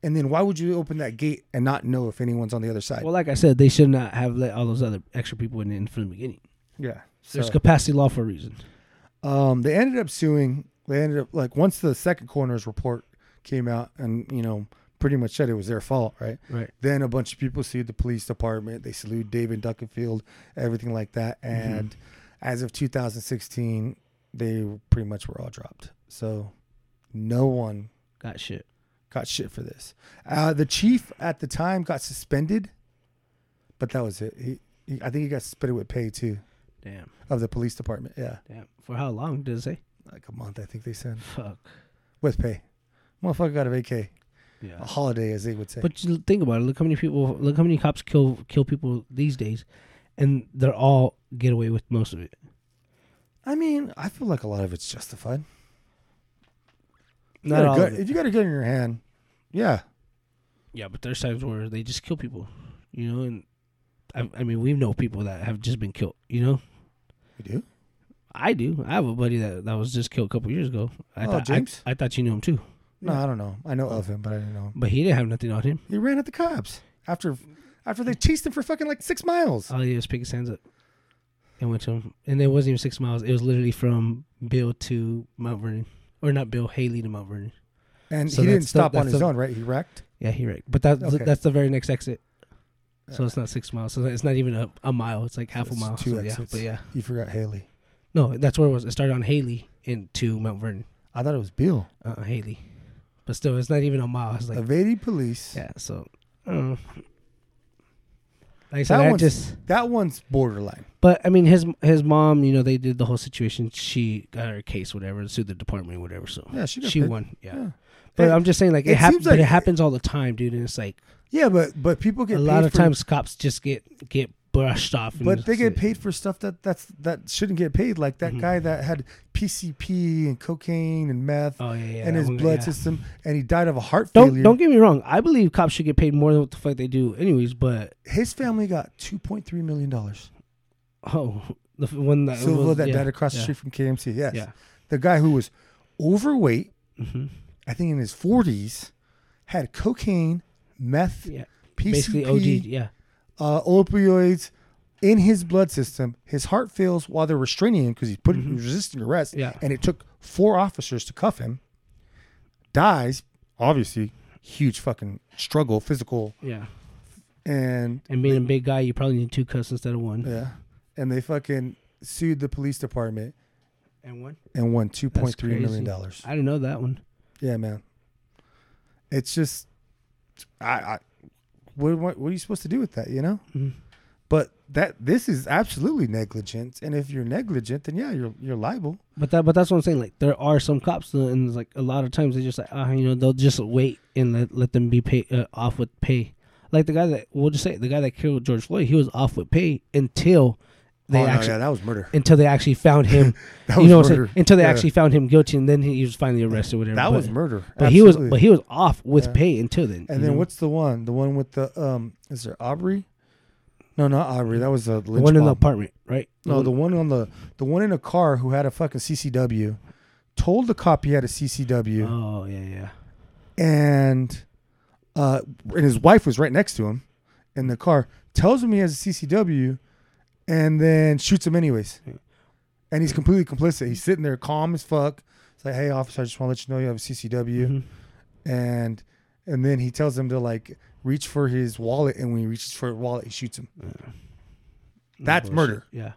[SPEAKER 2] And then why would you open that gate and not know if anyone's on the other side?
[SPEAKER 3] Well, like I said, they should not have let all those other extra people in, in from the beginning.
[SPEAKER 2] yeah, so.
[SPEAKER 3] There's capacity law for a reason.
[SPEAKER 2] Um, they ended up suing. They ended up like once the second coroner's report came out, and you know, pretty much said it was their fault, right?
[SPEAKER 3] Right.
[SPEAKER 2] Then a bunch of people sued the police department. They sued David Duckenfield, everything like that. And as of 2016, they pretty much were all dropped. So no one
[SPEAKER 3] Got shit.
[SPEAKER 2] got shit for this. Uh, the chief at the time got suspended, but that was it. He, he I think he got suspended with pay too
[SPEAKER 3] Damn.
[SPEAKER 2] of the police department. Yeah,
[SPEAKER 3] Damn. For how long did it say?
[SPEAKER 2] like a month, I think they said.
[SPEAKER 3] Fuck.
[SPEAKER 2] with pay. Motherfucker got a vacay,
[SPEAKER 3] Yeah.
[SPEAKER 2] a holiday, as they would say.
[SPEAKER 3] But you think about it. Look how many people. Look how many cops kill kill people these days, and they're all get away with most of it.
[SPEAKER 2] I mean, I feel like a lot of it's justified. You
[SPEAKER 3] Not
[SPEAKER 2] got a
[SPEAKER 3] all
[SPEAKER 2] gun-
[SPEAKER 3] of it.
[SPEAKER 2] If you got a gun in your hand, yeah,
[SPEAKER 3] Yeah, but there's times where they just kill people, you know. And I, I mean, we know people that have just been killed. You know,
[SPEAKER 2] we do.
[SPEAKER 3] I do. I have a buddy that, that was just killed a couple years ago. I
[SPEAKER 2] Oh,
[SPEAKER 3] thought,
[SPEAKER 2] James?
[SPEAKER 3] I, I thought you knew him too,
[SPEAKER 2] No, I don't know. I know of him, but I didn't know him.
[SPEAKER 3] but he didn't have nothing on him.
[SPEAKER 2] He ran at the cops after after
[SPEAKER 3] Mm.
[SPEAKER 2] they chased him for fucking like six miles.
[SPEAKER 3] All he did was pick his hands up and went to him. And it wasn't even six miles. It was literally from Bill to Mount Vernon, or not Bill Haley to Mount Vernon.
[SPEAKER 2] And
[SPEAKER 3] so
[SPEAKER 2] he didn't
[SPEAKER 3] that's the-
[SPEAKER 2] stop on
[SPEAKER 3] that's
[SPEAKER 2] his
[SPEAKER 3] the-
[SPEAKER 2] own, right? He wrecked.
[SPEAKER 3] Yeah, he right. But that's
[SPEAKER 2] Okay.
[SPEAKER 3] that's the very next exit. So it's not six miles. So it's not even a, a mile. It's like half
[SPEAKER 2] It's
[SPEAKER 3] a mile.
[SPEAKER 2] two
[SPEAKER 3] so yeah,
[SPEAKER 2] exits.
[SPEAKER 3] but yeah,
[SPEAKER 2] You forgot Haley.
[SPEAKER 3] no, that's where it was. It started on Haley into Mount Vernon,
[SPEAKER 2] I thought it was Bill.
[SPEAKER 3] uh, Haley. But still, it's not even a mile. It's like
[SPEAKER 2] Evading police.
[SPEAKER 3] yeah. So I don't know. like I said,
[SPEAKER 2] That
[SPEAKER 3] I
[SPEAKER 2] one's,
[SPEAKER 3] just
[SPEAKER 2] that one's borderline.
[SPEAKER 3] But I mean, his his mom, you know, they did the whole situation. She got her case, whatever, sued the department, whatever. So
[SPEAKER 2] Yeah, she got
[SPEAKER 3] she
[SPEAKER 2] paid.
[SPEAKER 3] won. Yeah.
[SPEAKER 2] Yeah.
[SPEAKER 3] But
[SPEAKER 2] Hey,
[SPEAKER 3] I'm just saying, like it,
[SPEAKER 2] it
[SPEAKER 3] happens,
[SPEAKER 2] seems
[SPEAKER 3] but it
[SPEAKER 2] like-
[SPEAKER 3] happens all the time, dude. And it's like
[SPEAKER 2] Yeah, but but people get
[SPEAKER 3] a lot
[SPEAKER 2] paid
[SPEAKER 3] of
[SPEAKER 2] for-
[SPEAKER 3] times cops just get get brushed off. and
[SPEAKER 2] But they
[SPEAKER 3] it's
[SPEAKER 2] get
[SPEAKER 3] like-
[SPEAKER 2] paid for stuff that that's that shouldn't get paid. Like
[SPEAKER 3] Mm-hmm.
[SPEAKER 2] that guy that had PCP and cocaine and meth
[SPEAKER 3] Oh yeah, yeah.
[SPEAKER 2] and
[SPEAKER 3] that
[SPEAKER 2] his
[SPEAKER 3] one guy,
[SPEAKER 2] blood
[SPEAKER 3] yeah.
[SPEAKER 2] system, and he died of a heart
[SPEAKER 3] Don't
[SPEAKER 2] failure.
[SPEAKER 3] don't get me wrong. I believe cops should get paid more than what the fuck they do, anyways. But
[SPEAKER 2] His family got two point three million dollars.
[SPEAKER 3] oh, the f- one that
[SPEAKER 2] Silva
[SPEAKER 3] was-
[SPEAKER 2] that
[SPEAKER 3] yeah,
[SPEAKER 2] died across the
[SPEAKER 3] yeah,
[SPEAKER 2] street from KMC. Yes,
[SPEAKER 3] Yeah.
[SPEAKER 2] the guy who was overweight,
[SPEAKER 3] Mhm.
[SPEAKER 2] I think in his forties, had cocaine, meth,
[SPEAKER 3] Yeah.
[SPEAKER 2] PCP,
[SPEAKER 3] Basically OD. Yeah.
[SPEAKER 2] uh, opioids in his blood system. His heart fails while they're restraining him because he's put he was resisting arrest.
[SPEAKER 3] Mm-hmm. Yeah.
[SPEAKER 2] And it took four officers to cuff him. Dies, obviously, huge fucking struggle, physical,
[SPEAKER 3] Yeah.
[SPEAKER 2] and
[SPEAKER 3] And being a big guy, you probably need two cuffs instead of one.
[SPEAKER 2] yeah, and they fucking sued the police department
[SPEAKER 3] And one.
[SPEAKER 2] and won two
[SPEAKER 3] That's
[SPEAKER 2] point three million
[SPEAKER 3] crazy.
[SPEAKER 2] dollars.
[SPEAKER 3] I didn't know that one.
[SPEAKER 2] Yeah, man. It's just, I, I what, what what are you supposed to do with that? You know.
[SPEAKER 3] Mhm.
[SPEAKER 2] But that this is absolutely negligence, and if you're negligent, then yeah, you're you're liable.
[SPEAKER 3] But that, but that's what I'm saying. Like there are some cops, uh, and it's like a lot of times they just like, ah, you know, they'll just wait and let, let them be pay uh, off with pay. Like the guy that we'll just say the guy that killed George Floyd, he was off with pay until they
[SPEAKER 2] Oh, no,
[SPEAKER 3] actually
[SPEAKER 2] yeah, that was murder.
[SPEAKER 3] until they actually found him.
[SPEAKER 2] That
[SPEAKER 3] you know,
[SPEAKER 2] was
[SPEAKER 3] what I'm saying?
[SPEAKER 2] murder.
[SPEAKER 3] until they
[SPEAKER 2] Yeah.
[SPEAKER 3] actually found him guilty, and then he was finally arrested. Whatever.
[SPEAKER 2] That
[SPEAKER 3] but,
[SPEAKER 2] was murder.
[SPEAKER 3] But he was
[SPEAKER 2] Absolutely.
[SPEAKER 3] but he was off with
[SPEAKER 2] Yeah.
[SPEAKER 3] pay until then.
[SPEAKER 2] and
[SPEAKER 3] you
[SPEAKER 2] then
[SPEAKER 3] know?
[SPEAKER 2] what's the one? The one with the um, is there Aubrey? No, not Aubrey. That was a
[SPEAKER 3] the one in the apartment, right?
[SPEAKER 2] No, the one on the the one in a car who had a fucking CCW, told the cop he had a CCW,
[SPEAKER 3] Oh yeah, yeah.
[SPEAKER 2] and uh, and his wife was right next to him in the car. Tells him he has a CCW, and then shoots him anyways. And he's completely complicit. He's sitting there calm as fuck. It's like, hey, officer, I just want to let you know you have a CCW,
[SPEAKER 3] Mhm.
[SPEAKER 2] and and then he tells him to like reach for his wallet, and when he reaches for his wallet, he shoots him. That's
[SPEAKER 3] Bullshit.
[SPEAKER 2] murder.
[SPEAKER 3] Yeah.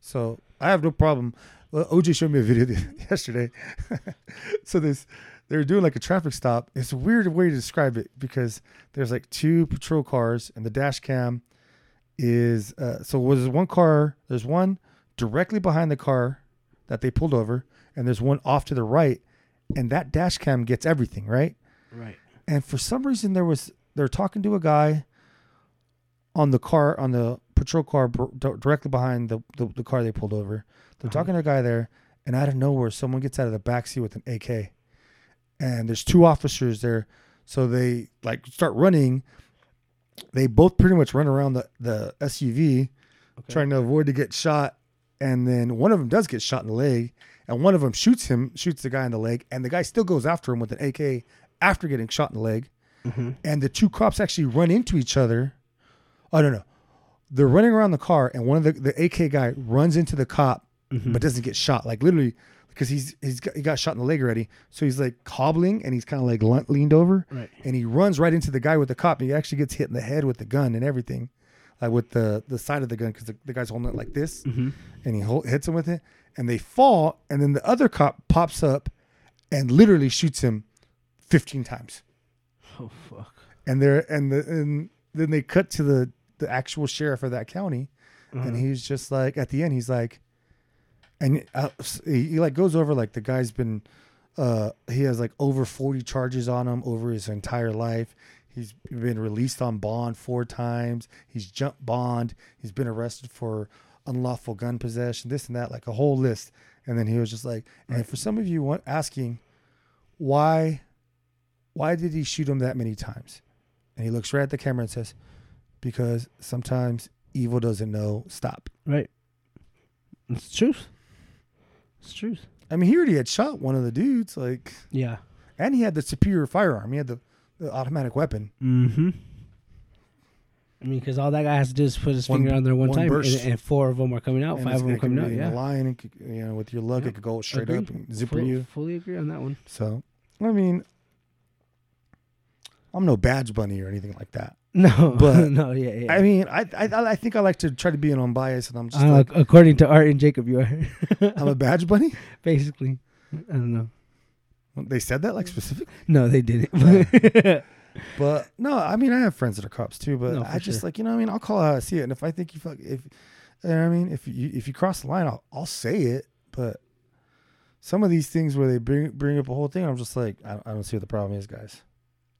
[SPEAKER 2] So I have no problem. Well, OJ showed me a video the- yesterday. so this, they were doing like a traffic stop. It's a weird way to describe it because there's like two patrol cars and the dash cam is uh, so was one car. There's one directly behind the car that they pulled over, and there's one off to the right, and that dash cam gets everything right
[SPEAKER 3] Right.
[SPEAKER 2] and for some reason there was they're talking to a guy on the car on the patrol car br- d- directly behind the, the the car they pulled over they're talking to a guy there and out of nowhere someone gets out of the backseat with an ak and there's two officers there so they like start running they both pretty much run around the, the suv trying to avoid to get shot and then one of them does get shot in the leg and one of them shoots him shoots the guy in the leg and the guy still goes after him with an ak after getting shot in the leg and the two cops actually run into each other oh no no they're running around the car and one of the, the ak guy runs into the cop but doesn't get shot like literally because he's he's got, he got shot in the leg already so he's like hobbling and he's kind of like le- leaned over
[SPEAKER 3] Right.
[SPEAKER 2] and he runs right into the guy with the cop and he actually gets hit in the head with the gun and everything like with the the side of the gun because the, the guy's holding it like this
[SPEAKER 3] Mm-hmm.
[SPEAKER 2] and he hol- hits him with it and they fall and then the other cop pops up and literally shoots him 15 times
[SPEAKER 3] Oh fuck.
[SPEAKER 2] and they're and the and then they cut to the the actual sheriff of that county and he's just like at the end he's like and uh, s- he, he like goes over like the guy's been uh he has like over 40 charges on him over his entire life he's been released on bond four times he's jumped bond he's been arrested for unlawful gun possession this and that like a whole list and then he was just like and for some of you want asking why why did he shoot him that many times and he looks right at the camera and says because sometimes evil doesn't know stop
[SPEAKER 3] Right. It's the truth. It's the truth.
[SPEAKER 2] I mean, he already had shot one of the dudes, like,
[SPEAKER 3] Yeah.
[SPEAKER 2] and he had the superior firearm. He had the, the automatic weapon.
[SPEAKER 3] Mm-hmm. I mean, because all that guy has to do is put his
[SPEAKER 2] One-
[SPEAKER 3] finger on there one,
[SPEAKER 2] one
[SPEAKER 3] time, and,
[SPEAKER 2] burst.
[SPEAKER 3] and four of them are coming out,
[SPEAKER 2] And
[SPEAKER 3] Oh,
[SPEAKER 2] this
[SPEAKER 3] five of them
[SPEAKER 2] guy
[SPEAKER 3] are
[SPEAKER 2] can
[SPEAKER 3] coming out.
[SPEAKER 2] be in
[SPEAKER 3] Yeah,
[SPEAKER 2] The lion, it could- you know, with your luck,
[SPEAKER 3] Yeah.
[SPEAKER 2] it could go straight up
[SPEAKER 3] Agreed.
[SPEAKER 2] and zipper
[SPEAKER 3] Full-
[SPEAKER 2] you.
[SPEAKER 3] Fully agree on that one.
[SPEAKER 2] So, I mean, I'm no badge bunny or anything like that.
[SPEAKER 3] No,
[SPEAKER 2] But-
[SPEAKER 3] no, yeah, yeah.
[SPEAKER 2] I mean, I, I I think I like to try to be an unbiased, and I'm just
[SPEAKER 3] Uh,
[SPEAKER 2] like,
[SPEAKER 3] according to Art and Jacob, you are
[SPEAKER 2] I'm a badge bunny.
[SPEAKER 3] basically. I don't know.
[SPEAKER 2] They said that like specific,
[SPEAKER 3] No, they didn't. But
[SPEAKER 2] but no, I mean, I have friends that are cops too, but
[SPEAKER 3] No, for
[SPEAKER 2] I just
[SPEAKER 3] sure.
[SPEAKER 2] like you know, what I mean, I'll call it how I see it, and if I think you fuck, if you know what I mean, if you if you cross the line, I'll I'll say it, but some of these things where they bring bring up a whole thing, I'm just like, I, I don't see what the problem is, guys.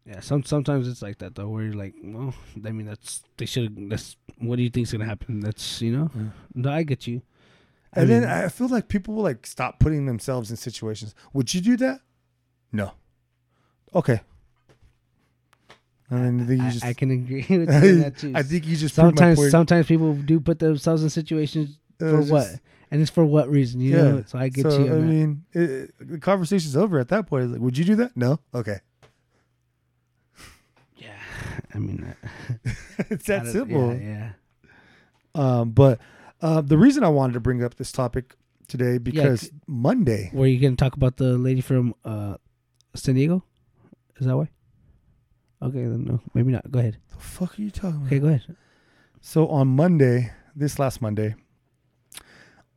[SPEAKER 3] yeah, some sometimes it's like that though, where you're like, well, I mean, that's they should. That's what do you think's gonna happen? That's you know.
[SPEAKER 2] Yeah.
[SPEAKER 3] No, I get you. I
[SPEAKER 2] And then
[SPEAKER 3] mean-
[SPEAKER 2] I feel like people will like stop putting themselves in situations. Would you do that? No. Okay. And then you
[SPEAKER 3] I,
[SPEAKER 2] just,
[SPEAKER 3] I can agree with you on that too.
[SPEAKER 2] I think you just proved my
[SPEAKER 3] sometimes
[SPEAKER 2] point.
[SPEAKER 3] sometimes people do put themselves in situations
[SPEAKER 2] Uh,
[SPEAKER 3] for
[SPEAKER 2] just-
[SPEAKER 3] what, and it's for what reason? You know.
[SPEAKER 2] Yeah.
[SPEAKER 3] So I get
[SPEAKER 2] so
[SPEAKER 3] you.
[SPEAKER 2] I
[SPEAKER 3] On that.
[SPEAKER 2] mean, it, it- the conversation's over at that point. It's Like, would you do that? No. Okay.
[SPEAKER 3] yeah. I mean, I-
[SPEAKER 2] it's
[SPEAKER 3] I
[SPEAKER 2] that
[SPEAKER 3] don't-
[SPEAKER 2] simple.
[SPEAKER 3] Yeah, yeah.
[SPEAKER 2] Um, but uh, the reason I wanted to bring up this topic today because
[SPEAKER 3] c-
[SPEAKER 2] Monday.
[SPEAKER 3] Were you gonna talk about the lady from uh, San Diego? Is that why? Okay, then no, maybe not. Go ahead.
[SPEAKER 2] The fuck are you talking about?
[SPEAKER 3] Okay, go ahead.
[SPEAKER 2] So on Monday, this last Monday,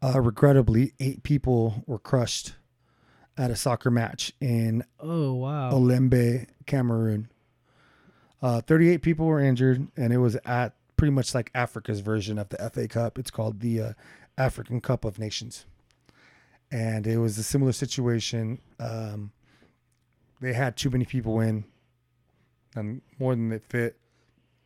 [SPEAKER 2] uh, regrettably, eight people were crushed at a soccer match in
[SPEAKER 3] Oh wow.
[SPEAKER 2] Olembe, Cameroon. Uh, 38 people were injured, and it was at pretty much like Africa's version of the FA Cup. It's called the uh, African Cup of Nations. And it was a similar situation. Um, they had too many people in, and more than they fit.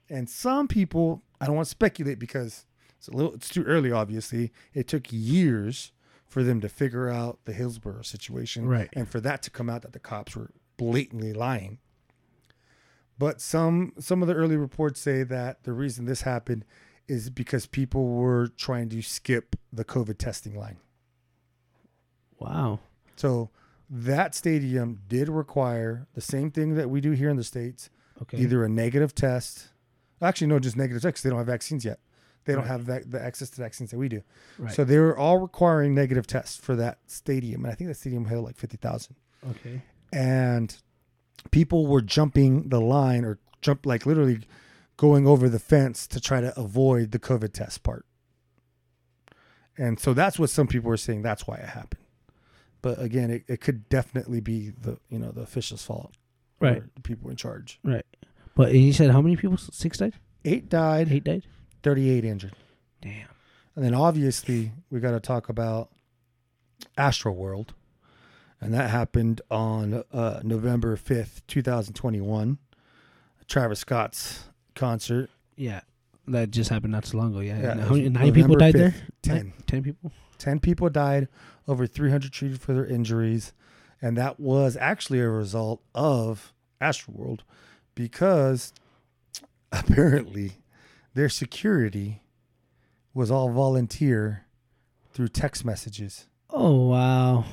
[SPEAKER 2] And some people, I don't want to speculate because it's a little, it's too early. Obviously, it took years for them to figure out the Hillsborough situation,
[SPEAKER 3] Right.
[SPEAKER 2] And for that to come out that the cops were blatantly lying. But some some of the early reports say that the reason this happened is because people were trying to skip the COVID testing line.
[SPEAKER 3] Wow.
[SPEAKER 2] So that stadium did require the same thing that we do here in the states
[SPEAKER 3] Okay.
[SPEAKER 2] either a negative test. Actually, no, just negative tests. They don't have vaccines yet. They don't
[SPEAKER 3] Right.
[SPEAKER 2] have vac- the access to vaccines that we do.
[SPEAKER 3] Right.
[SPEAKER 2] So they were all requiring negative tests for that stadium, and I think that stadium held like fifty thousand.
[SPEAKER 3] okay.
[SPEAKER 2] And people were jumping the line or jump like literally going over the fence to try to avoid the COVID test part. And so that's what some people were saying. That's why it happened. But again, it, it could definitely be the you know the officials' fault, or
[SPEAKER 3] Right.
[SPEAKER 2] the people in charge.
[SPEAKER 3] But you said how many people? Six died.
[SPEAKER 2] Eight died.
[SPEAKER 3] Eight died.
[SPEAKER 2] 38 injured.
[SPEAKER 3] Damn.
[SPEAKER 2] And then obviously, we got to talk about Astro World. And that happened on uh, November 5th, 2021. Travis Scott's concert.
[SPEAKER 3] Yeah. That just happened not so long ago. Yeah.
[SPEAKER 2] Yeah,
[SPEAKER 3] And
[SPEAKER 2] it
[SPEAKER 3] how
[SPEAKER 2] was
[SPEAKER 3] many- nine people
[SPEAKER 2] November
[SPEAKER 3] died
[SPEAKER 2] 5th,
[SPEAKER 3] there.
[SPEAKER 2] 10.
[SPEAKER 3] Nine- Ten people.
[SPEAKER 2] 10 people died, over 300 treated for their injuries. And that was actually a result of Astroworld because apparently their security was all volunteer through text messages.
[SPEAKER 3] Oh wow.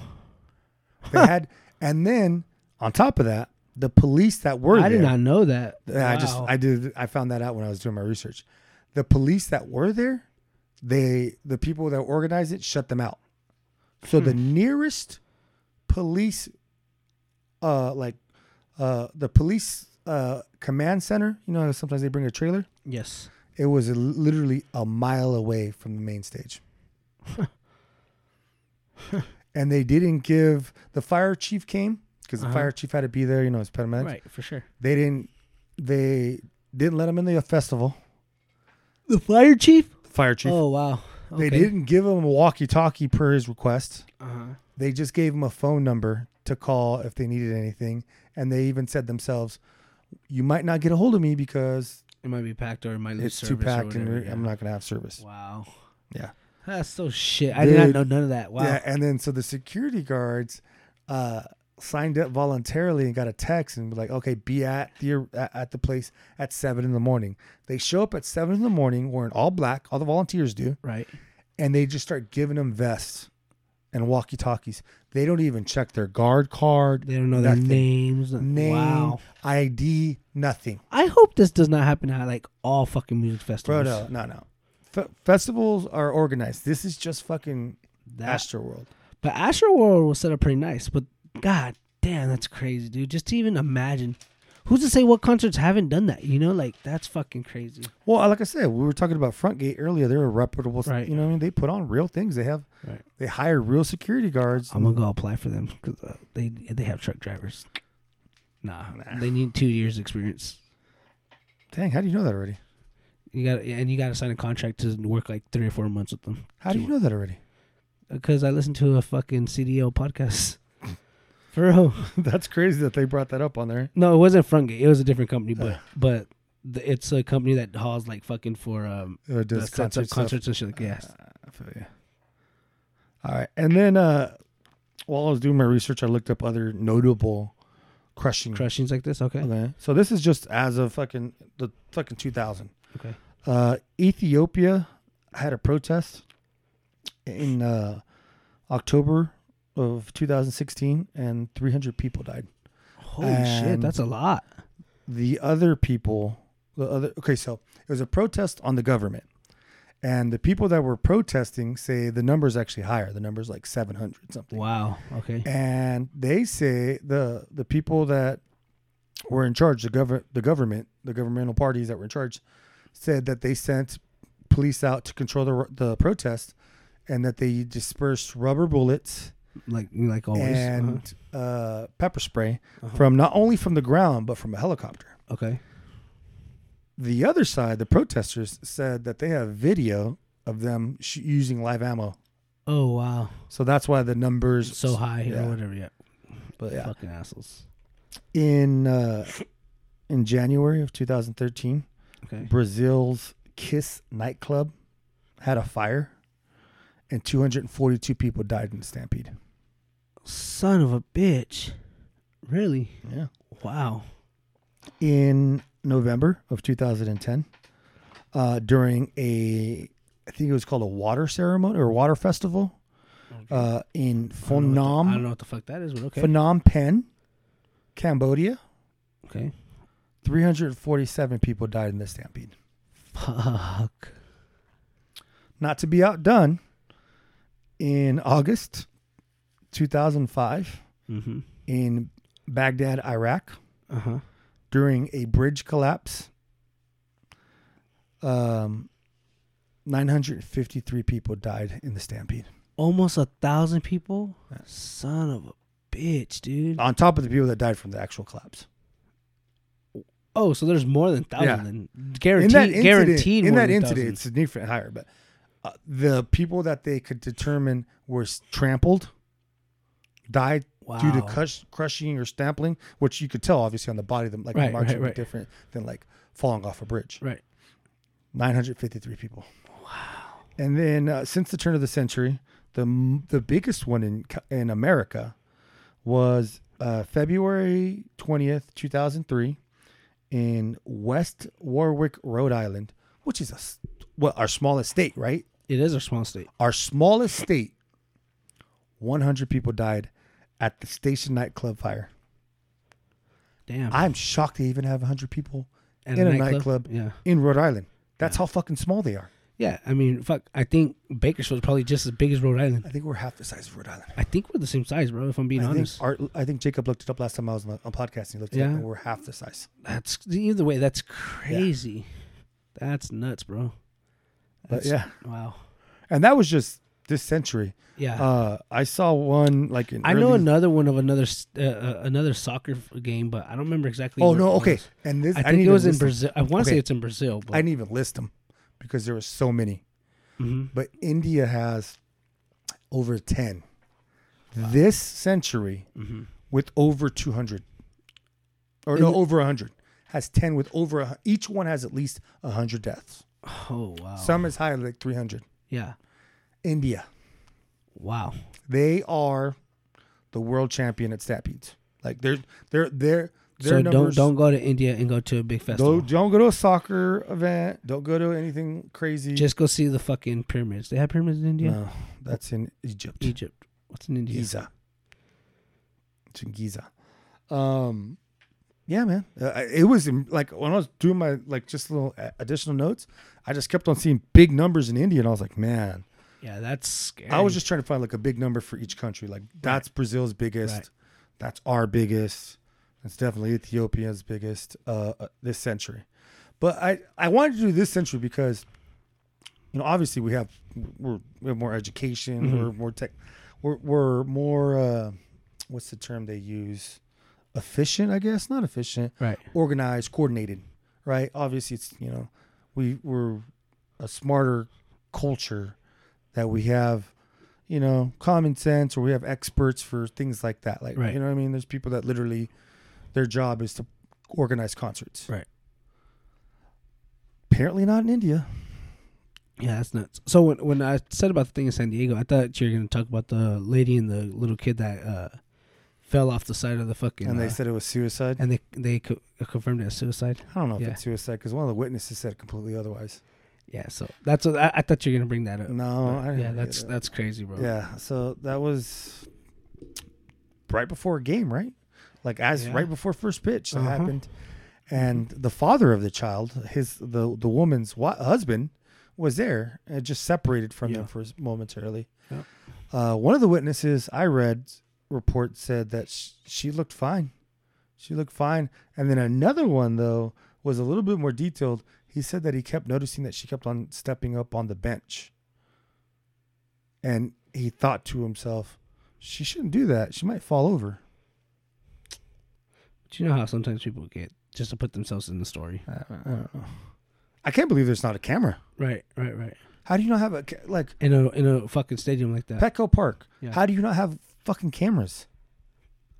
[SPEAKER 2] They had, and then on top of that, the police that were
[SPEAKER 3] I
[SPEAKER 2] there,
[SPEAKER 3] did not know that.
[SPEAKER 2] I just,
[SPEAKER 3] Wow.
[SPEAKER 2] I did, I found that out when I was doing my research. The police that were there, they, the people that organized it, shut them out. So the
[SPEAKER 3] Hmm.
[SPEAKER 2] nearest police, uh, like, uh, the police uh command center, you know, how sometimes they bring a trailer.
[SPEAKER 3] yes.
[SPEAKER 2] It was a, literally a mile away from the main stage. and they didn't give the fire chief came because the
[SPEAKER 3] Uh-huh.
[SPEAKER 2] fire chief had to be there, you know, as paramedics.
[SPEAKER 3] Right. For sure.
[SPEAKER 2] They didn't they didn't let him in the festival.
[SPEAKER 3] The fire chief.
[SPEAKER 2] Fire chief.
[SPEAKER 3] Oh wow.
[SPEAKER 2] They didn't give him a walkie-talkie per his request.
[SPEAKER 3] Uh-huh.
[SPEAKER 2] They just gave him a phone number to call if they needed anything, and they even said themselves, "You might not get a hold of me because
[SPEAKER 3] It might be packed or it might lose
[SPEAKER 2] it's too
[SPEAKER 3] service or
[SPEAKER 2] packed, and
[SPEAKER 3] whatever,
[SPEAKER 2] we're-
[SPEAKER 3] yeah.
[SPEAKER 2] I'm not going to have service."
[SPEAKER 3] Wow.
[SPEAKER 2] Yeah.
[SPEAKER 3] That's so shit. I did not
[SPEAKER 2] Dude.
[SPEAKER 3] know none of that. Wow.
[SPEAKER 2] Yeah, and then so the security guards uh, signed up voluntarily and got a text and were like, "Okay, be at the at at the place at seven in the morning." They show up at seven in the morning, wearing all black. All the volunteers do,
[SPEAKER 3] Right.
[SPEAKER 2] and they just start giving them vests and walkie talkies. They don't even check their guard card,
[SPEAKER 3] They don't know their
[SPEAKER 2] Nothing.
[SPEAKER 3] names.
[SPEAKER 2] name,
[SPEAKER 3] Wow.
[SPEAKER 2] ID, nothing.
[SPEAKER 3] I hope this does not happen at like all fucking music
[SPEAKER 2] Bro,
[SPEAKER 3] festivals.
[SPEAKER 2] no, no, no. Fe- festivals are organized. This is just fucking
[SPEAKER 3] That-
[SPEAKER 2] Astroworld.
[SPEAKER 3] But Astro World was set up pretty nice. But god damn, that's crazy, dude. Just to even imagine. Who's to say what concerts haven't done that? You know, like that's fucking crazy.
[SPEAKER 2] Well, like I said, we were talking about Frontgate earlier. They're a reputable,
[SPEAKER 3] Right.
[SPEAKER 2] you know, what I mean, they put on real things. They have,
[SPEAKER 3] Right.
[SPEAKER 2] they hire real security guards.
[SPEAKER 3] I'm gonna go apply for them because uh, they they have truck drivers. Nah, they need two years experience.
[SPEAKER 2] Dang, how do you know that already?
[SPEAKER 3] You got and you got to sign a contract to work like three or four months with them.
[SPEAKER 2] How do you know that already?
[SPEAKER 3] Because I listened to a fucking CDO podcast. For real.
[SPEAKER 2] That's crazy that they brought that up on there.
[SPEAKER 3] No, it wasn't Frontgate. It was a different company, but but the, it's a company that hauls like fucking for um
[SPEAKER 2] Uh, does
[SPEAKER 3] that sets
[SPEAKER 2] concert
[SPEAKER 3] up
[SPEAKER 2] stuff. uh,
[SPEAKER 3] concerts and shit like yes.
[SPEAKER 2] I feel ya. All right, and then uh, while I was doing my research, I looked up other notable crushing.
[SPEAKER 3] Crushings like this, okay.
[SPEAKER 2] mm. Okay. So this is just as of fucking the fucking 2000.
[SPEAKER 3] Okay.
[SPEAKER 2] Uh, Ethiopia had a protest in uh, October of 2016, and 300 people died.
[SPEAKER 3] Holy shit,
[SPEAKER 2] And-
[SPEAKER 3] that's a lot.
[SPEAKER 2] the other people the other okay so it was a protest on the government and the people that were protesting say the number's actually higher the number's like 700 something
[SPEAKER 3] Wow. Okay.
[SPEAKER 2] and they say the the people that were in charge the government the government the governmental parties that were in charge said that they sent police out to control the the protest and that they dispersed rubber bullets
[SPEAKER 3] Like like always.
[SPEAKER 2] and
[SPEAKER 3] Uh-huh.
[SPEAKER 2] uh, pepper spray
[SPEAKER 3] Uh-huh.
[SPEAKER 2] from not only from the ground but from a helicopter
[SPEAKER 3] Okay.
[SPEAKER 2] the other side, the protesters said that they have video of them sh- using live ammo,
[SPEAKER 3] Oh wow.
[SPEAKER 2] so that's why the numbers
[SPEAKER 3] So high
[SPEAKER 2] yeah.
[SPEAKER 3] or whatever, yeah.
[SPEAKER 2] But yeah,
[SPEAKER 3] Fucking assholes.
[SPEAKER 2] in uh, in January of 2013,
[SPEAKER 3] Okay.
[SPEAKER 2] Brazil's Kiss nightclub had a fire, and 242 people died in the stampede.
[SPEAKER 3] Son of a bitch. Really?
[SPEAKER 2] Yeah.
[SPEAKER 3] Wow.
[SPEAKER 2] in November of 2010 uh, during a, I think it was called a water ceremony or water festival uh, in
[SPEAKER 3] I don't know what the- I don't know
[SPEAKER 2] Phnom,
[SPEAKER 3] what the fuck that is, but okay.
[SPEAKER 2] Phnom Penh, Cambodia.
[SPEAKER 3] okay.
[SPEAKER 2] 347 people died in the stampede.
[SPEAKER 3] Fuck.
[SPEAKER 2] Not to be outdone, in August 2005
[SPEAKER 3] Mm-hmm.
[SPEAKER 2] in Baghdad, Iraq,
[SPEAKER 3] Uh
[SPEAKER 2] Uh-huh.
[SPEAKER 3] huh.
[SPEAKER 2] during a bridge collapse, um, 953 people died in the stampede.
[SPEAKER 3] Almost a thousand people.
[SPEAKER 2] Yeah. Uh,
[SPEAKER 3] Son of a bitch, dude.
[SPEAKER 2] On top of the people that died from the actual collapse.
[SPEAKER 3] Oh, so there's more than thousand.
[SPEAKER 2] Yeah.
[SPEAKER 3] Then guaranteed.
[SPEAKER 2] incident,
[SPEAKER 3] guaranteed.
[SPEAKER 2] in
[SPEAKER 3] more
[SPEAKER 2] that
[SPEAKER 3] than
[SPEAKER 2] incident,
[SPEAKER 3] 1,000.
[SPEAKER 2] it's significantly higher. But uh, the people that they could determine were s- trampled, died
[SPEAKER 3] wow.
[SPEAKER 2] due to crush, crushing or stampling, which you could tell obviously on the body. Them like the
[SPEAKER 3] Right,
[SPEAKER 2] marks
[SPEAKER 3] right,
[SPEAKER 2] would be
[SPEAKER 3] right.
[SPEAKER 2] different than like falling off a bridge.
[SPEAKER 3] Right.
[SPEAKER 2] 953 people. Wow. And then uh, since the turn of the century, the m- the biggest one in Ca- in America was uh, February 20th, 2003 in West Warwick, Rhode Island, which is a s- well, our smallest state, right?
[SPEAKER 3] It is a small state.
[SPEAKER 2] Our smallest state. 100 people died at the station nightclub fire.
[SPEAKER 3] Damn.
[SPEAKER 2] I'm shocked they even have 100 people
[SPEAKER 3] At
[SPEAKER 2] in a nightclub.
[SPEAKER 3] Yeah.
[SPEAKER 2] in Rhode Island. That's how fucking small they are.
[SPEAKER 3] Yeah. I mean, fuck. I think Bakersfield is probably just as big as Rhode Island.
[SPEAKER 2] I think we're half the size of Rhode Island.
[SPEAKER 3] I think we're the same size, bro. If I'm being
[SPEAKER 2] I think,
[SPEAKER 3] honest.
[SPEAKER 2] Art, I think Jacob looked it up last time I was on the on podcast and he looked it
[SPEAKER 3] Yeah.
[SPEAKER 2] up and we're half the size.
[SPEAKER 3] That's either way. That's crazy. That's nuts, bro.
[SPEAKER 2] But
[SPEAKER 3] That's,
[SPEAKER 2] yeah.
[SPEAKER 3] Wow.
[SPEAKER 2] And that was just this century.
[SPEAKER 3] Yeah.
[SPEAKER 2] Uh, I saw one like in
[SPEAKER 3] I know
[SPEAKER 2] early-
[SPEAKER 3] another one of another s- uh, uh, another soccer f- game, but I don't remember exactly.
[SPEAKER 2] Oh
[SPEAKER 3] where
[SPEAKER 2] no,
[SPEAKER 3] it
[SPEAKER 2] okay.
[SPEAKER 3] was.
[SPEAKER 2] And this
[SPEAKER 3] I
[SPEAKER 2] I,
[SPEAKER 3] think
[SPEAKER 2] didn't
[SPEAKER 3] it was in
[SPEAKER 2] even list-
[SPEAKER 3] Brazil. I want to
[SPEAKER 2] Okay.
[SPEAKER 3] say it's in Brazil, but
[SPEAKER 2] I didn't even list them because there were so many.
[SPEAKER 3] Mhm.
[SPEAKER 2] But India has over ten. This century with over two hundred, or
[SPEAKER 3] Mm-hmm. In
[SPEAKER 2] no,
[SPEAKER 3] the-
[SPEAKER 2] over hundred has ten with over a, hun- each one has at least hundred deaths.
[SPEAKER 3] oh wow,
[SPEAKER 2] Some as high as like three hundred.
[SPEAKER 3] yeah,
[SPEAKER 2] India.
[SPEAKER 3] wow,
[SPEAKER 2] they are the world champion at stampedes. Like they're they're they're Their
[SPEAKER 3] so
[SPEAKER 2] numbers-
[SPEAKER 3] don't don't go to India and go to a big festival.
[SPEAKER 2] Don't, don't go to a soccer event. Don't go to anything crazy.
[SPEAKER 3] Just go see the fucking pyramids. They have pyramids in India.
[SPEAKER 2] No, that's in Egypt.
[SPEAKER 3] Egypt. What's in India?
[SPEAKER 2] Giza. It's in Giza. Um, yeah, man. Uh, it was in- like when I was doing my like just little a- additional notes, I just kept on seeing big numbers in India, and I was like, man,
[SPEAKER 3] Yeah, that's scary.
[SPEAKER 2] I was just trying to find like a big number for each country. Like that's Brazil's biggest.
[SPEAKER 3] Right.
[SPEAKER 2] That's our biggest. That's definitely Ethiopia's biggest uh, uh, this century. But I I wanted to do this century because, you know, obviously we have we're, we have more education, we're more tech, we're we're more uh, what's the term they use? Efficient, I guess. Not efficient
[SPEAKER 3] right.
[SPEAKER 2] organized, coordinated, right? Obviously, it's you know, we we're a smarter culture that we have, you know, common sense, or we have experts for things like that. Like,
[SPEAKER 3] Right.
[SPEAKER 2] you know what I mean? There's people that literally their job is to organize concerts.
[SPEAKER 3] Right.
[SPEAKER 2] Apparently, not in India.
[SPEAKER 3] Yeah, that's nuts. So when when I said about the thing in San Diego, I thought you were gonna talk about the lady and the little kid that uh, fell off the side of the fucking.
[SPEAKER 2] And
[SPEAKER 3] uh,
[SPEAKER 2] they said it was suicide.
[SPEAKER 3] and they they co- confirmed it as suicide.
[SPEAKER 2] I don't know if
[SPEAKER 3] Yeah.
[SPEAKER 2] it's suicide because one of the witnesses said completely otherwise.
[SPEAKER 3] Yeah, so that's what I, I thought you were gonna bring that up.
[SPEAKER 2] No, I
[SPEAKER 3] But
[SPEAKER 2] didn't
[SPEAKER 3] yeah,
[SPEAKER 2] hear
[SPEAKER 3] that's
[SPEAKER 2] that.
[SPEAKER 3] that's crazy, bro.
[SPEAKER 2] Yeah, so that was right before a game, right? Like as
[SPEAKER 3] Yeah.
[SPEAKER 2] right before first pitch that
[SPEAKER 3] Uh-huh.
[SPEAKER 2] happened, and the father of the child, his the the woman's wa- husband, was there and just separated from them
[SPEAKER 3] Yeah.
[SPEAKER 2] for s- momentarily.
[SPEAKER 3] Yep.
[SPEAKER 2] Uh, one of the witnesses I read report said that sh- she looked fine, she looked fine, and then another one though was a little bit more detailed. He said that he kept noticing that she kept on stepping up on the bench. And he thought to himself, she shouldn't do that. She might fall over.
[SPEAKER 3] But you know how sometimes people get just to put themselves in the story.
[SPEAKER 2] I don't, I don't know. I can't believe there's not a camera.
[SPEAKER 3] Right, right, right.
[SPEAKER 2] How do you not have a, ca- like,
[SPEAKER 3] In a in a fucking stadium like that.
[SPEAKER 2] Petco Park?
[SPEAKER 3] Yeah.
[SPEAKER 2] How do you not have fucking cameras?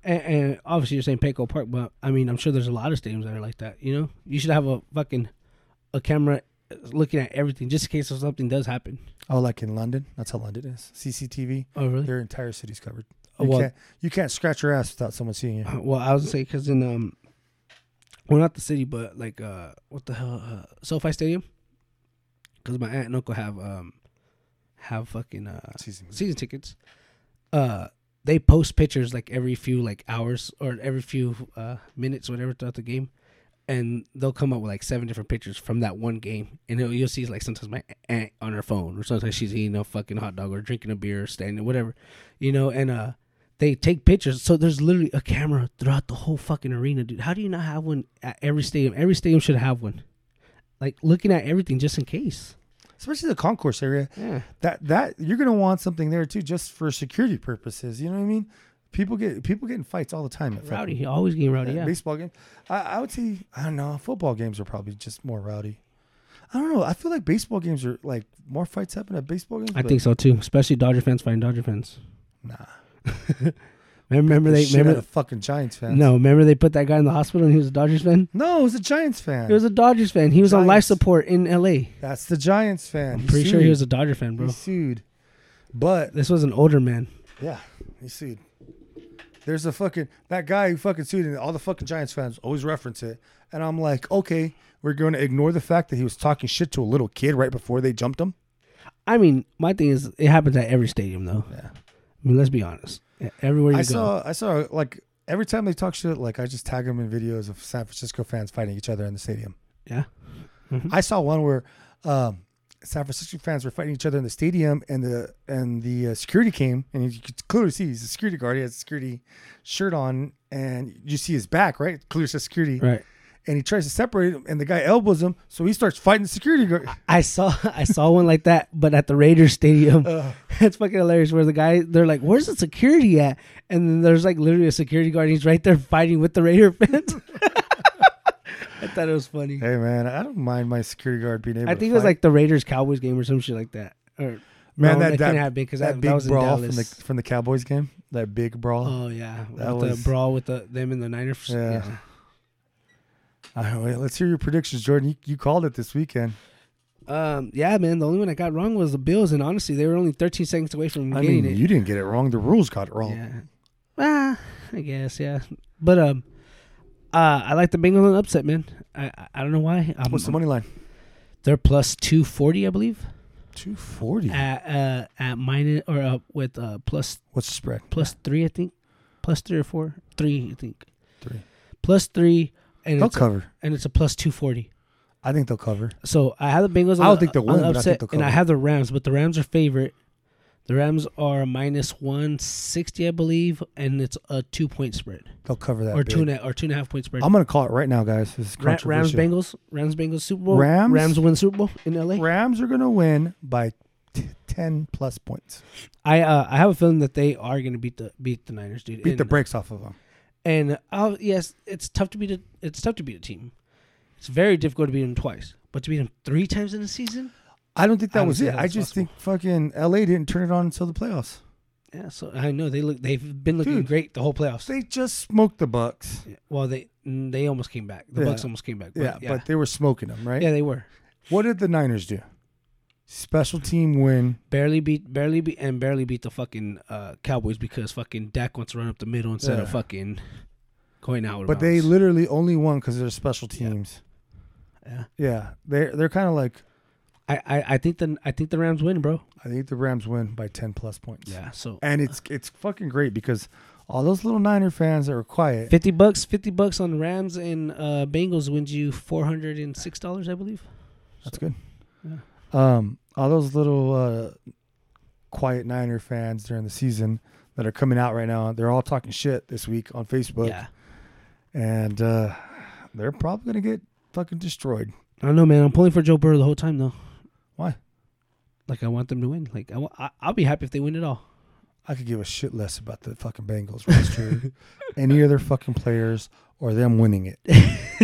[SPEAKER 3] and, and obviously you're saying Petco Park, but I mean I'm sure there's a lot of stadiums that are like that. You know, you should have a fucking a camera looking at everything just in case if something does happen.
[SPEAKER 2] Oh, like in London? That's how London is. CCTV,
[SPEAKER 3] Oh really?
[SPEAKER 2] their entire city's covered.
[SPEAKER 3] Oh,
[SPEAKER 2] You,
[SPEAKER 3] well-
[SPEAKER 2] can't, you can't scratch your ass without someone seeing you.
[SPEAKER 3] Uh, Well, I was gonna say because in um, well not the city, but like uh, what the hell, uh, SoFi Stadium. Because my aunt and uncle have um, have fucking uh
[SPEAKER 2] Season.
[SPEAKER 3] season tickets. Uh, they post pictures like every few like hours or every few uh minutes, whatever throughout the game, and they'll come up with like seven different pictures from that one game, and it'll, you'll see like sometimes my aunt on her phone, or sometimes she's eating a fucking hot dog or drinking a beer, or standing whatever, you know, and uh. They take pictures, so there's literally a camera throughout the whole fucking arena, dude. How do you not have one at every stadium? Every stadium should have one, like looking at everything just in case.
[SPEAKER 2] Especially the concourse area.
[SPEAKER 3] Yeah,
[SPEAKER 2] that that you're gonna want something there too, just for security purposes. You know what I mean? People get people get in fights all the time. At
[SPEAKER 3] rowdy, he always getting rowdy.
[SPEAKER 2] fucking-
[SPEAKER 3] Yeah,
[SPEAKER 2] Baseball games. I, I would say I don't know. Football games are probably just more rowdy. I don't know. I feel like baseball games are like more fights happen at baseball games.
[SPEAKER 3] I
[SPEAKER 2] but
[SPEAKER 3] think so too, especially Dodger fans fighting Dodger fans.
[SPEAKER 2] Nah.
[SPEAKER 3] remember
[SPEAKER 2] the
[SPEAKER 3] they
[SPEAKER 2] shit out
[SPEAKER 3] remember
[SPEAKER 2] of fucking Giants fan.
[SPEAKER 3] no, remember they put that guy in the hospital and he was a Dodgers fan.
[SPEAKER 2] no, it was a Giants fan.
[SPEAKER 3] He was a Dodgers fan. He was on life
[SPEAKER 2] Giants.
[SPEAKER 3] support in L.A.
[SPEAKER 2] That's the Giants fan.
[SPEAKER 3] I'm pretty sure he was a Dodger fan,
[SPEAKER 2] he
[SPEAKER 3] bro.
[SPEAKER 2] sued, but
[SPEAKER 3] This was an older man.
[SPEAKER 2] Yeah, he sued. There's a fucking that guy who fucking sued, and all the fucking Giants fans always reference it. And I'm like, okay, we're going to ignore the fact that he was talking shit to a little kid right before they jumped him.
[SPEAKER 3] I mean, my thing is, it happens at every stadium, though.
[SPEAKER 2] Yeah.
[SPEAKER 3] I mean, let's be honest. Yeah, Everywhere you
[SPEAKER 2] I
[SPEAKER 3] go,
[SPEAKER 2] saw, I saw, like every time they talk shit, like I just tag them in videos of San Francisco fans fighting each other in the stadium.
[SPEAKER 3] yeah, Mm-hmm.
[SPEAKER 2] I saw one where um, San Francisco fans were fighting each other in the stadium, and the and the uh, security came, and you could clearly see he's a security guard. He has a security shirt on, and you see his back, right? Clear says security,
[SPEAKER 3] right.
[SPEAKER 2] and he tries to separate him, and the guy elbows him, so he starts fighting the security guard.
[SPEAKER 3] I saw I saw one like that, but at the Raiders stadium. it's fucking hilarious. Where the guy, they're like, "Where's the security at?" And then there's like literally a security guard. And he's right there fighting with the Raider fans. I thought it was funny.
[SPEAKER 2] Hey man, I don't mind my security guard being able.
[SPEAKER 3] I
[SPEAKER 2] to
[SPEAKER 3] think it was
[SPEAKER 2] fight.
[SPEAKER 3] like the Raiders Cowboys game or some shit like that. Or
[SPEAKER 2] man that
[SPEAKER 3] no, that,
[SPEAKER 2] that,
[SPEAKER 3] couldn't have been because
[SPEAKER 2] that
[SPEAKER 3] that,
[SPEAKER 2] big
[SPEAKER 3] that was in
[SPEAKER 2] brawl
[SPEAKER 3] Dallas.
[SPEAKER 2] from the from the Cowboys game, that big brawl.
[SPEAKER 3] oh yeah,
[SPEAKER 2] That
[SPEAKER 3] with
[SPEAKER 2] was-
[SPEAKER 3] the brawl with the them and the Niners.
[SPEAKER 2] Yeah. All right, wait, let's hear your predictions, Jordan. You, you called it this weekend.
[SPEAKER 3] Um, yeah, man. The only one I got wrong was the Bills, and honestly, they were only 13 seconds away from
[SPEAKER 2] I
[SPEAKER 3] getting
[SPEAKER 2] mean,
[SPEAKER 3] it.
[SPEAKER 2] you didn't get Oh. it wrong. The rules got it wrong.
[SPEAKER 3] Yeah. Ah, I guess, yeah. But um Uh, I like the Bengals on upset, man. I I, I don't know why. I'm,
[SPEAKER 2] What's the money line?
[SPEAKER 3] They're plus two forty, I believe.
[SPEAKER 2] Two forty.
[SPEAKER 3] At uh, at minus or uh, with uh, plus
[SPEAKER 2] What's the spread?
[SPEAKER 3] plus three, I think. Plus three or four, three, I think.
[SPEAKER 2] Three.
[SPEAKER 3] Plus three, and
[SPEAKER 2] They'll
[SPEAKER 3] it's
[SPEAKER 2] cover.
[SPEAKER 3] a, and it's a plus two forty.
[SPEAKER 2] I think they'll cover.
[SPEAKER 3] So I have the Bengals. On
[SPEAKER 2] I don't
[SPEAKER 3] the,
[SPEAKER 2] think they'll
[SPEAKER 3] on the
[SPEAKER 2] win, but I
[SPEAKER 3] upset,
[SPEAKER 2] think they'll
[SPEAKER 3] and I
[SPEAKER 2] cover.
[SPEAKER 3] have the Rams, but the Rams are favorite. The Rams are minus one sixty, I believe, and it's a two point spread
[SPEAKER 2] They'll cover that.
[SPEAKER 3] or
[SPEAKER 2] big.
[SPEAKER 3] two and a, or two and a half point spread.
[SPEAKER 2] I'm gonna call it right now, guys. This is
[SPEAKER 3] Ra- Rams
[SPEAKER 2] controversial.
[SPEAKER 3] Bengals Rams Bengals Super Bowl
[SPEAKER 2] Rams?
[SPEAKER 3] Rams win Super Bowl in LA.
[SPEAKER 2] Rams are gonna win by t- ten plus points.
[SPEAKER 3] I uh, I have a feeling that they are going to beat the beat the Niners, dude.
[SPEAKER 2] Beat
[SPEAKER 3] and,
[SPEAKER 2] the brakes off of them.
[SPEAKER 3] And I'll, yes, it's tough to beat a, it's tough to beat a team. It's very difficult to beat them twice, but to beat them three times in a season,
[SPEAKER 2] I don't think
[SPEAKER 3] I
[SPEAKER 2] that
[SPEAKER 3] don't
[SPEAKER 2] was
[SPEAKER 3] see
[SPEAKER 2] it.
[SPEAKER 3] how
[SPEAKER 2] I
[SPEAKER 3] that's
[SPEAKER 2] just
[SPEAKER 3] possible.
[SPEAKER 2] think fucking LA didn't turn it on until the playoffs.
[SPEAKER 3] yeah. So I know they look they've been looking
[SPEAKER 2] Dude.
[SPEAKER 3] great the whole playoffs.
[SPEAKER 2] They just smoked the Bucks.
[SPEAKER 3] Yeah, Well, they mm, they almost came back. The
[SPEAKER 2] Yeah.
[SPEAKER 3] Bucks almost came back. But,
[SPEAKER 2] Yeah, but they were smoking them, right?
[SPEAKER 3] yeah, they were
[SPEAKER 2] What did the Niners do? Special team win.
[SPEAKER 3] barely beat, barely beat, and barely beat the fucking uh, Cowboys because fucking Dak wants to run up the middle instead of
[SPEAKER 2] Yeah.
[SPEAKER 3] fucking going out. of
[SPEAKER 2] But they
[SPEAKER 3] bounds.
[SPEAKER 2] literally only won because they're special teams.
[SPEAKER 3] Yeah.
[SPEAKER 2] Yeah, they're they're kind of like
[SPEAKER 3] I, I I think the I think the Rams win, bro.
[SPEAKER 2] I think the Rams win by ten plus points.
[SPEAKER 3] Yeah. So
[SPEAKER 2] and it's it's fucking great because all those little Niner fans that were quiet.
[SPEAKER 3] fifty bucks, fifty bucks on Rams and uh, Bengals wins you four hundred and six dollars, I believe.
[SPEAKER 2] That's good.
[SPEAKER 3] Yeah.
[SPEAKER 2] Um, all those little uh, quiet Niner fans during the season that are coming out right now, they're all talking shit this week on Facebook,
[SPEAKER 3] yeah.
[SPEAKER 2] and uh, they're probably gonna get fucking destroyed.
[SPEAKER 3] I don't know, man. I'm pulling for Joe Burrow the whole time though.
[SPEAKER 2] Why?
[SPEAKER 3] Like I want them to win. Like I, wa- I I'll be happy if they win it all.
[SPEAKER 2] I could give a shit less about the fucking Bengals roster, any other fucking players, or them winning it.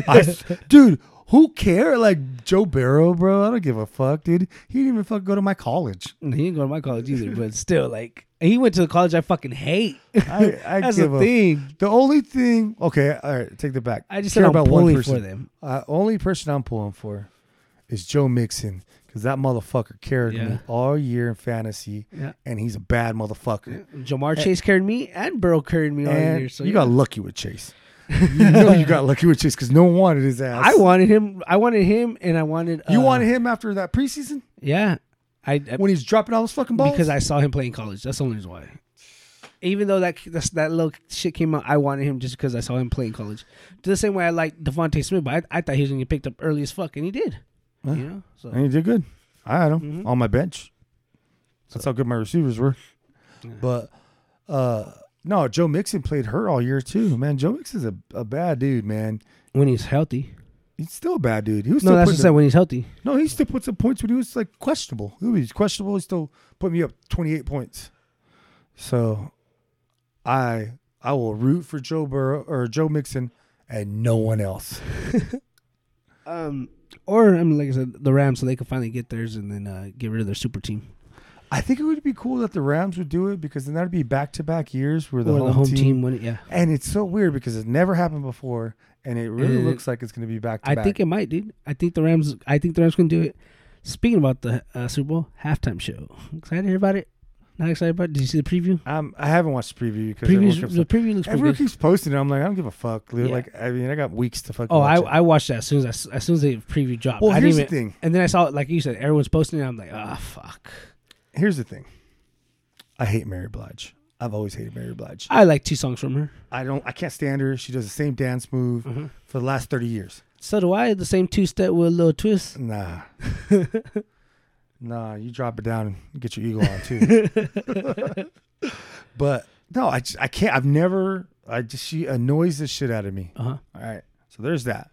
[SPEAKER 2] I, dude, who care? Like Joe Barrow, bro. I don't give a fuck, dude. He didn't even fuck go to my college.
[SPEAKER 3] He didn't go to my college either, but still, like he went to the college I fucking hate.
[SPEAKER 2] I, I
[SPEAKER 3] That's
[SPEAKER 2] give
[SPEAKER 3] the
[SPEAKER 2] a-
[SPEAKER 3] thing.
[SPEAKER 2] The only thing, okay, all right, take the back.
[SPEAKER 3] I just
[SPEAKER 2] Care
[SPEAKER 3] said I'm
[SPEAKER 2] about one
[SPEAKER 3] pulling
[SPEAKER 2] person.
[SPEAKER 3] for them.
[SPEAKER 2] Uh, only person I'm pulling for is Joe Mixon because that motherfucker carried
[SPEAKER 3] Yeah.
[SPEAKER 2] me all year in fantasy,
[SPEAKER 3] Yeah.
[SPEAKER 2] and he's a bad motherfucker.
[SPEAKER 3] Jamar Chase carried me and Burrow carried me all
[SPEAKER 2] And
[SPEAKER 3] year. So
[SPEAKER 2] Eh. you
[SPEAKER 3] yeah.
[SPEAKER 2] got lucky with Chase. you know you got lucky with Chase because no one wanted his ass.
[SPEAKER 3] I wanted him. I wanted him, and I wanted
[SPEAKER 2] You
[SPEAKER 3] uh,
[SPEAKER 2] wanted him after that preseason
[SPEAKER 3] Yeah, I, I
[SPEAKER 2] when he's dropping all those fucking balls.
[SPEAKER 3] because I saw him play in college. That's the only reason why. Even though that that's, that little shit came out, I wanted him just because I saw him play in college. The same way I like Devontae Smith, but I, I thought he was gonna get picked up early as fuck, and he did.
[SPEAKER 2] Yeah.
[SPEAKER 3] You know, so
[SPEAKER 2] and he did good. I had him
[SPEAKER 3] Mhm.
[SPEAKER 2] on my bench. That's how good my receivers were.
[SPEAKER 3] Yeah.
[SPEAKER 2] But uh no, Joe Mixon played hurt all year too. Man, Joe Mixon's a, a bad dude, man.
[SPEAKER 3] when he's healthy,
[SPEAKER 2] He's still a bad dude. He was
[SPEAKER 3] no,
[SPEAKER 2] still
[SPEAKER 3] that's
[SPEAKER 2] putting
[SPEAKER 3] just that when he's healthy.
[SPEAKER 2] up- no, he still puts up points when he was like questionable. He was questionable. He still put me up twenty eight points. So I I will root for Joe Burrow or Joe Mixon and no one else.
[SPEAKER 3] Um, or I mean, like I said, the Rams, so they can finally get theirs and then uh, get rid of their super team.
[SPEAKER 2] I think it would be cool that the Rams would do it because then that'd be back to back years where the,
[SPEAKER 3] or
[SPEAKER 2] home,
[SPEAKER 3] the home team,
[SPEAKER 2] team
[SPEAKER 3] won it. Yeah,
[SPEAKER 2] And it's so weird because it's never happened before, and it really
[SPEAKER 3] And-
[SPEAKER 2] looks like it's going to be back to
[SPEAKER 3] I
[SPEAKER 2] back.
[SPEAKER 3] think it might, dude. I think the Rams. I think the Rams can do it. Speaking about the uh, Super Bowl halftime show, excited about it? Not excited about it? Did you see the preview?
[SPEAKER 2] I'm, I haven't watched the preview because
[SPEAKER 3] Preview.
[SPEAKER 2] everyone, keeps,
[SPEAKER 3] The preview looks pretty
[SPEAKER 2] everyone
[SPEAKER 3] good.
[SPEAKER 2] keeps posting it. I'm like, I don't give a fuck. dude.
[SPEAKER 3] Yeah.
[SPEAKER 2] Like, I mean, I got weeks to fucking.
[SPEAKER 3] Oh,
[SPEAKER 2] watch
[SPEAKER 3] I,
[SPEAKER 2] it.
[SPEAKER 3] I watched that as soon as I s as soon as the preview dropped.
[SPEAKER 2] well,
[SPEAKER 3] I
[SPEAKER 2] here's
[SPEAKER 3] didn't
[SPEAKER 2] the
[SPEAKER 3] even-
[SPEAKER 2] thing.
[SPEAKER 3] And then I saw it, like you said, everyone's posting it. I'm like, ah, fuck.
[SPEAKER 2] Here's the thing. I hate Mary Blige. I've always hated Mary Blige.
[SPEAKER 3] I like two songs from her.
[SPEAKER 2] I don't. I can't stand her. She does the same dance move for the last thirty years.
[SPEAKER 3] So do I. The same two step with a little twist.
[SPEAKER 2] Nah. nah, you drop it down and get your eagle on too. but no, I just, I can't. I've never. I just she annoys the shit out of me.
[SPEAKER 3] Uh huh.
[SPEAKER 2] All right, so there's that.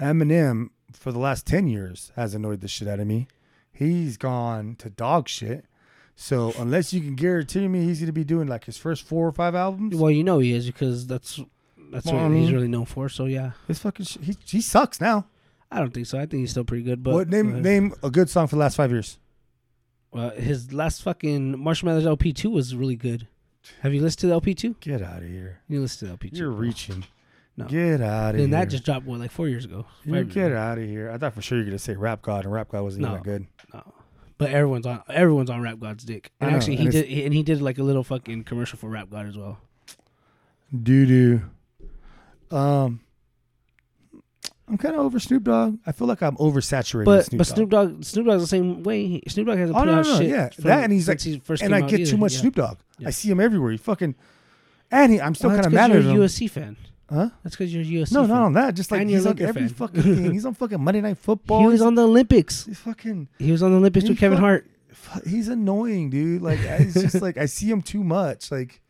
[SPEAKER 2] Eminem for the last ten years has annoyed the shit out of me. He's gone to dog shit. So unless you can guarantee me he's gonna be doing like his first four or five albums,
[SPEAKER 3] Well, you know he is because that's that's
[SPEAKER 2] Well,
[SPEAKER 3] what
[SPEAKER 2] I
[SPEAKER 3] he's
[SPEAKER 2] mean-
[SPEAKER 3] really known for. So yeah,
[SPEAKER 2] his fucking shit, he he sucks now.
[SPEAKER 3] I don't think so. I think he's still pretty good. But
[SPEAKER 2] what name
[SPEAKER 3] uh,
[SPEAKER 2] name a good song for the last five years?
[SPEAKER 3] Well, his last fucking Marshmallows LP two was really good. Have you listened to the LP two?
[SPEAKER 2] Get out of here.
[SPEAKER 3] You listened to the LP two.
[SPEAKER 2] You're reaching.
[SPEAKER 3] No.
[SPEAKER 2] Get out of here.
[SPEAKER 3] Then that just dropped what like four years ago.
[SPEAKER 2] you
[SPEAKER 3] Five years
[SPEAKER 2] get
[SPEAKER 3] ago.
[SPEAKER 2] out of here. I thought for sure you were gonna say Rap God, and Rap God wasn't
[SPEAKER 3] No.
[SPEAKER 2] even that good.
[SPEAKER 3] No. But everyone's on everyone's on Rap God's dick.
[SPEAKER 2] I
[SPEAKER 3] And
[SPEAKER 2] know,
[SPEAKER 3] actually, he
[SPEAKER 2] and
[SPEAKER 3] did
[SPEAKER 2] it's-
[SPEAKER 3] and he did like a little fucking commercial for Rap God as well.
[SPEAKER 2] Doo doo. Um, I'm kind of over Snoop Dogg. I feel like I'm oversaturated.
[SPEAKER 3] But
[SPEAKER 2] with Snoop Dogg.
[SPEAKER 3] but Snoop Dogg Snoop Dogg's the same way. He- Snoop Dogg hasn't
[SPEAKER 2] Oh,
[SPEAKER 3] put
[SPEAKER 2] no,
[SPEAKER 3] out
[SPEAKER 2] no, no,
[SPEAKER 3] shit.
[SPEAKER 2] yeah.
[SPEAKER 3] from-
[SPEAKER 2] That and he's
[SPEAKER 3] since he first
[SPEAKER 2] and I
[SPEAKER 3] came out
[SPEAKER 2] get
[SPEAKER 3] either,
[SPEAKER 2] too much
[SPEAKER 3] yeah.
[SPEAKER 2] Snoop Dogg.
[SPEAKER 3] Yeah.
[SPEAKER 2] I see him everywhere. He fucking, and he, I'm still
[SPEAKER 3] Well,
[SPEAKER 2] kind
[SPEAKER 3] Oh, that's
[SPEAKER 2] of
[SPEAKER 3] 'cause
[SPEAKER 2] mad at
[SPEAKER 3] you're
[SPEAKER 2] him.
[SPEAKER 3] a USC fan.
[SPEAKER 2] Huh?
[SPEAKER 3] That's because you're a USC.
[SPEAKER 2] No,
[SPEAKER 3] fan.
[SPEAKER 2] not on that. Just like
[SPEAKER 3] And you're
[SPEAKER 2] he's
[SPEAKER 3] a
[SPEAKER 2] on
[SPEAKER 3] Laker
[SPEAKER 2] every
[SPEAKER 3] fan.
[SPEAKER 2] fucking thing. He's on fucking Monday Night Football.
[SPEAKER 3] He was
[SPEAKER 2] he's,
[SPEAKER 3] on the Olympics.
[SPEAKER 2] he's fucking.
[SPEAKER 3] He was on the Olympics
[SPEAKER 2] He
[SPEAKER 3] with Kevin
[SPEAKER 2] fuck-
[SPEAKER 3] Hart.
[SPEAKER 2] fu- He's annoying, dude. Like I- it's just like I see him too much. Like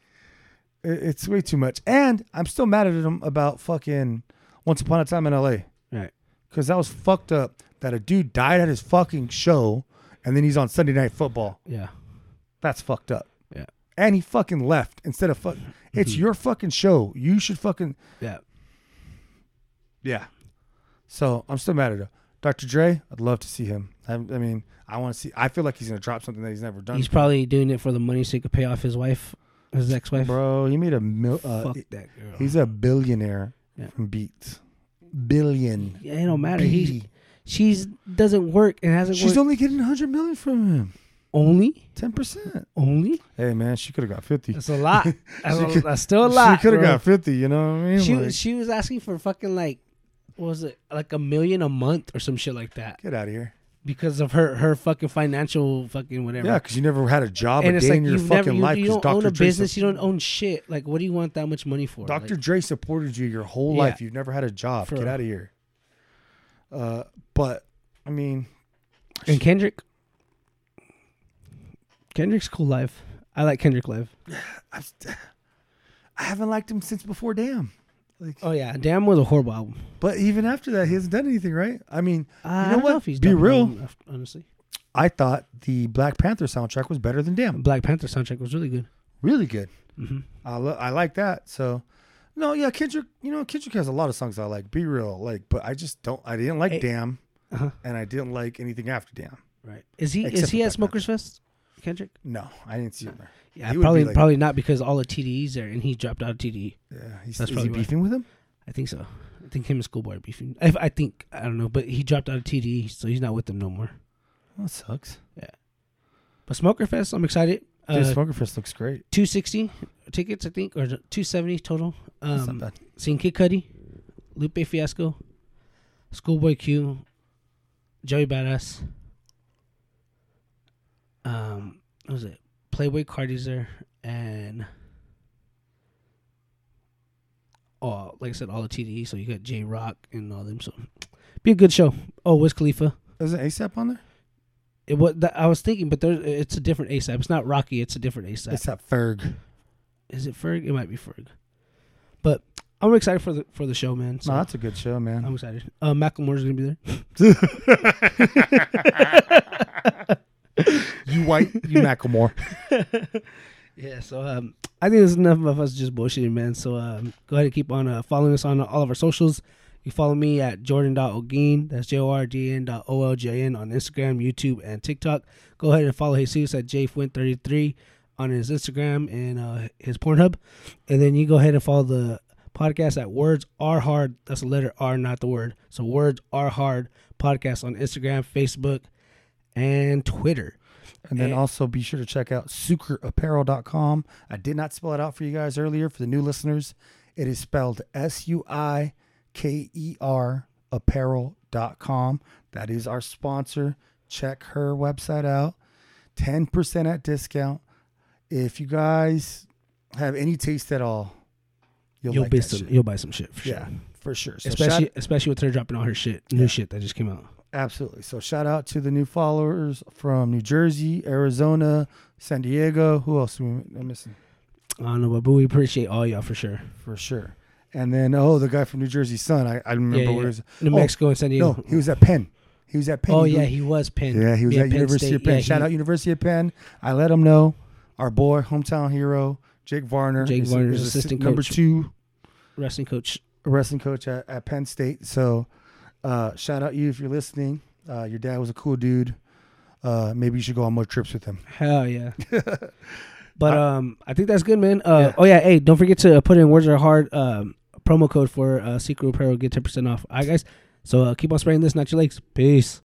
[SPEAKER 2] i- it's way too much. And I'm still mad at him about fucking Once Upon a Time in L.A.
[SPEAKER 3] Right.
[SPEAKER 2] because that was fucked up. That a dude died at his fucking show, and then he's on Sunday Night Football.
[SPEAKER 3] Yeah.
[SPEAKER 2] That's fucked up.
[SPEAKER 3] Yeah.
[SPEAKER 2] And he fucking left instead of fuck. It's your fucking show. You should fucking
[SPEAKER 3] Yeah.
[SPEAKER 2] Yeah. So I'm still mad at him. Dr. Dre, I'd love to see him. I, I mean, I want to see. I feel like he's gonna drop something that he's never done.
[SPEAKER 3] He's probably doing it for the money so he could pay off his wife, his ex-wife.
[SPEAKER 2] Bro, he made a mil. Uh,
[SPEAKER 3] Fuck that girl.
[SPEAKER 2] he's a billionaire
[SPEAKER 3] Yeah.
[SPEAKER 2] from Beats. Billion.
[SPEAKER 3] yeah, it don't matter.
[SPEAKER 2] B.
[SPEAKER 3] He she's doesn't work and hasn't
[SPEAKER 2] She's
[SPEAKER 3] worked
[SPEAKER 2] only getting 100 million from him.
[SPEAKER 3] only
[SPEAKER 2] 10%.
[SPEAKER 3] only.
[SPEAKER 2] Hey man, she could have got 50.
[SPEAKER 3] That's a lot. That's,
[SPEAKER 2] She
[SPEAKER 3] a-
[SPEAKER 2] could-
[SPEAKER 3] that's still a lot.
[SPEAKER 2] she could have
[SPEAKER 3] bro.
[SPEAKER 2] got 50, you know what I mean?
[SPEAKER 3] She
[SPEAKER 2] Like,
[SPEAKER 3] was she was asking for fucking like, what was it like a million a month or some shit like that
[SPEAKER 2] get out of here.
[SPEAKER 3] because of her her fucking financial fucking whatever.
[SPEAKER 2] Yeah, cuz you never had a job
[SPEAKER 3] and
[SPEAKER 2] a
[SPEAKER 3] it's
[SPEAKER 2] day
[SPEAKER 3] like
[SPEAKER 2] in your
[SPEAKER 3] you've
[SPEAKER 2] fucking
[SPEAKER 3] never you,
[SPEAKER 2] life
[SPEAKER 3] you
[SPEAKER 2] cuz
[SPEAKER 3] don't
[SPEAKER 2] Dr.
[SPEAKER 3] own a
[SPEAKER 2] Dre
[SPEAKER 3] business, you don't own shit. Like, what do you want that much money for?
[SPEAKER 2] Dr.
[SPEAKER 3] Like,
[SPEAKER 2] Dre supported you your whole
[SPEAKER 3] Yeah.
[SPEAKER 2] life. You've never had a job.
[SPEAKER 3] For
[SPEAKER 2] Get
[SPEAKER 3] real.
[SPEAKER 2] out of here. Uh, but I mean,
[SPEAKER 3] and Kendrick. Kendrick's cool live. I like Kendrick live.
[SPEAKER 2] I've, st- I haven't liked him since before Damn. Like,
[SPEAKER 3] Oh yeah, Damn was a horrible album.
[SPEAKER 2] but even after that, he hasn't done anything, right? I mean,
[SPEAKER 3] Uh,
[SPEAKER 2] know
[SPEAKER 3] I don't
[SPEAKER 2] what?
[SPEAKER 3] know if he's
[SPEAKER 2] Be
[SPEAKER 3] done an
[SPEAKER 2] real.
[SPEAKER 3] album, Honestly,
[SPEAKER 2] I thought the Black Panther soundtrack was better than Damn.
[SPEAKER 3] Black Panther soundtrack was really good.
[SPEAKER 2] Really good.
[SPEAKER 3] hmm
[SPEAKER 2] I lo- I like that. So, no, yeah, Kendrick. You know, Kendrick has a lot of songs I like. Be real, like, but I just don't. I didn't like
[SPEAKER 3] Hey.
[SPEAKER 2] Damn,
[SPEAKER 3] Uh-huh.
[SPEAKER 2] and I didn't like anything after Damn.
[SPEAKER 3] Right? Is he
[SPEAKER 2] Except
[SPEAKER 3] is he
[SPEAKER 2] for
[SPEAKER 3] at
[SPEAKER 2] Black
[SPEAKER 3] Smokers Fest? Kendrick?
[SPEAKER 2] No, I didn't see him there.
[SPEAKER 3] Yeah,
[SPEAKER 2] He would be
[SPEAKER 3] probably
[SPEAKER 2] like-
[SPEAKER 3] probably not because all the TDEs there and he dropped out of TDE.
[SPEAKER 2] Yeah, he's is
[SPEAKER 3] That's
[SPEAKER 2] he
[SPEAKER 3] probably why.
[SPEAKER 2] beefing with him?
[SPEAKER 3] I think so. I think him and Schoolboy are beefing. If I think I don't know, but he dropped out of TDE, so he's not with them no more.
[SPEAKER 2] Well, that sucks.
[SPEAKER 3] But Smoker Fest, I'm excited.
[SPEAKER 2] Dude,
[SPEAKER 3] Uh,
[SPEAKER 2] Smoker Fest looks great.
[SPEAKER 3] 260 tickets, I think, or 270 total.
[SPEAKER 2] That's
[SPEAKER 3] Um,
[SPEAKER 2] not bad.
[SPEAKER 3] seeing Kid Cudi, Lupe Fiasco, Schoolboy Q, Joey Badass. Um, what was it? Playboy Cardi's there, and oh, like I said, all the TDE. So you got J Rock and all them. So be a good show. Oh, Wiz Khalifa.
[SPEAKER 2] Isn't ASAP on there?
[SPEAKER 3] It was that I was thinking, but there it's a different ASAP. It's not Rocky. It's a different ASAP.
[SPEAKER 2] ASAP Ferg.
[SPEAKER 3] Is it Ferg? It might be Ferg. But I'm excited for the for the show, man. So
[SPEAKER 2] no, that's a good show, man.
[SPEAKER 3] I'm excited. Uh, Macklemore's gonna be there.
[SPEAKER 2] You white, you Macklemore.
[SPEAKER 3] Yeah, so um, I think there's enough of us just bullshitting, man. So um, go ahead and keep on uh, following us on all of our socials. You follow me at jordan.ogin. That's J-O-R-D-N dot O-L-J-N on Instagram, YouTube, and TikTok. Go ahead and follow Jesus at jfwin33 on his Instagram and uh, his Pornhub. And then you go ahead and follow the podcast at Words Are Hard. That's the letter R, not the word. So Words Are Hard podcast on Instagram, Facebook, and Twitter.
[SPEAKER 2] And then
[SPEAKER 3] Eh.
[SPEAKER 2] also be sure to check out sucreapparel.com. I did not spell it out for you guys earlier for the new listeners. It is spelled S U I K E R apparel.com. That is our sponsor. Check her website out. 10% at discount. If you guys have any taste at all, you'll,
[SPEAKER 3] You'll,
[SPEAKER 2] like
[SPEAKER 3] buy
[SPEAKER 2] that
[SPEAKER 3] some,
[SPEAKER 2] shit.
[SPEAKER 3] you'll buy some shit for sure.
[SPEAKER 2] Yeah, for sure. So shout-
[SPEAKER 3] especially especially with her dropping all her shit, new shit that just came out.
[SPEAKER 2] Absolutely. So shout out to the new followers from New Jersey, Arizona, San Diego. Who else am I missing?
[SPEAKER 3] I don't know, but, but we appreciate all y'all for sure.
[SPEAKER 2] For sure. And then oh, the guy from New Jersey Sun. I, I remember
[SPEAKER 3] yeah,
[SPEAKER 2] where
[SPEAKER 3] yeah.
[SPEAKER 2] he was.
[SPEAKER 3] New
[SPEAKER 2] Oh,
[SPEAKER 3] Mexico and San Diego.
[SPEAKER 2] No, he was at Penn. He was at Penn.
[SPEAKER 3] oh
[SPEAKER 2] He
[SPEAKER 3] yeah,
[SPEAKER 2] He,
[SPEAKER 3] he was Penn.
[SPEAKER 2] yeah, he was at
[SPEAKER 3] Penn
[SPEAKER 2] University
[SPEAKER 3] State.
[SPEAKER 2] of Penn.
[SPEAKER 3] Yeah,
[SPEAKER 2] shout
[SPEAKER 3] he-
[SPEAKER 2] out University of Penn. I let him know. Our boy, hometown hero, Jake Varner.
[SPEAKER 3] Jake
[SPEAKER 2] is-
[SPEAKER 3] Varner's
[SPEAKER 2] is assi-
[SPEAKER 3] assistant
[SPEAKER 2] number
[SPEAKER 3] coach.
[SPEAKER 2] two
[SPEAKER 3] wrestling coach.
[SPEAKER 2] wrestling coach at, at Penn State. So uh, shout out you if you're listening. Uh, your dad was a cool dude. Uh, maybe you should go on more trips with him.
[SPEAKER 3] Hell yeah. but um, I think that's good, man. Uh, oh yeah, hey, don't forget to put in words are hard um promo code for uh, secret apparel get ten percent off. All right, guys. So uh, keep on spraying this, not your legs. Peace.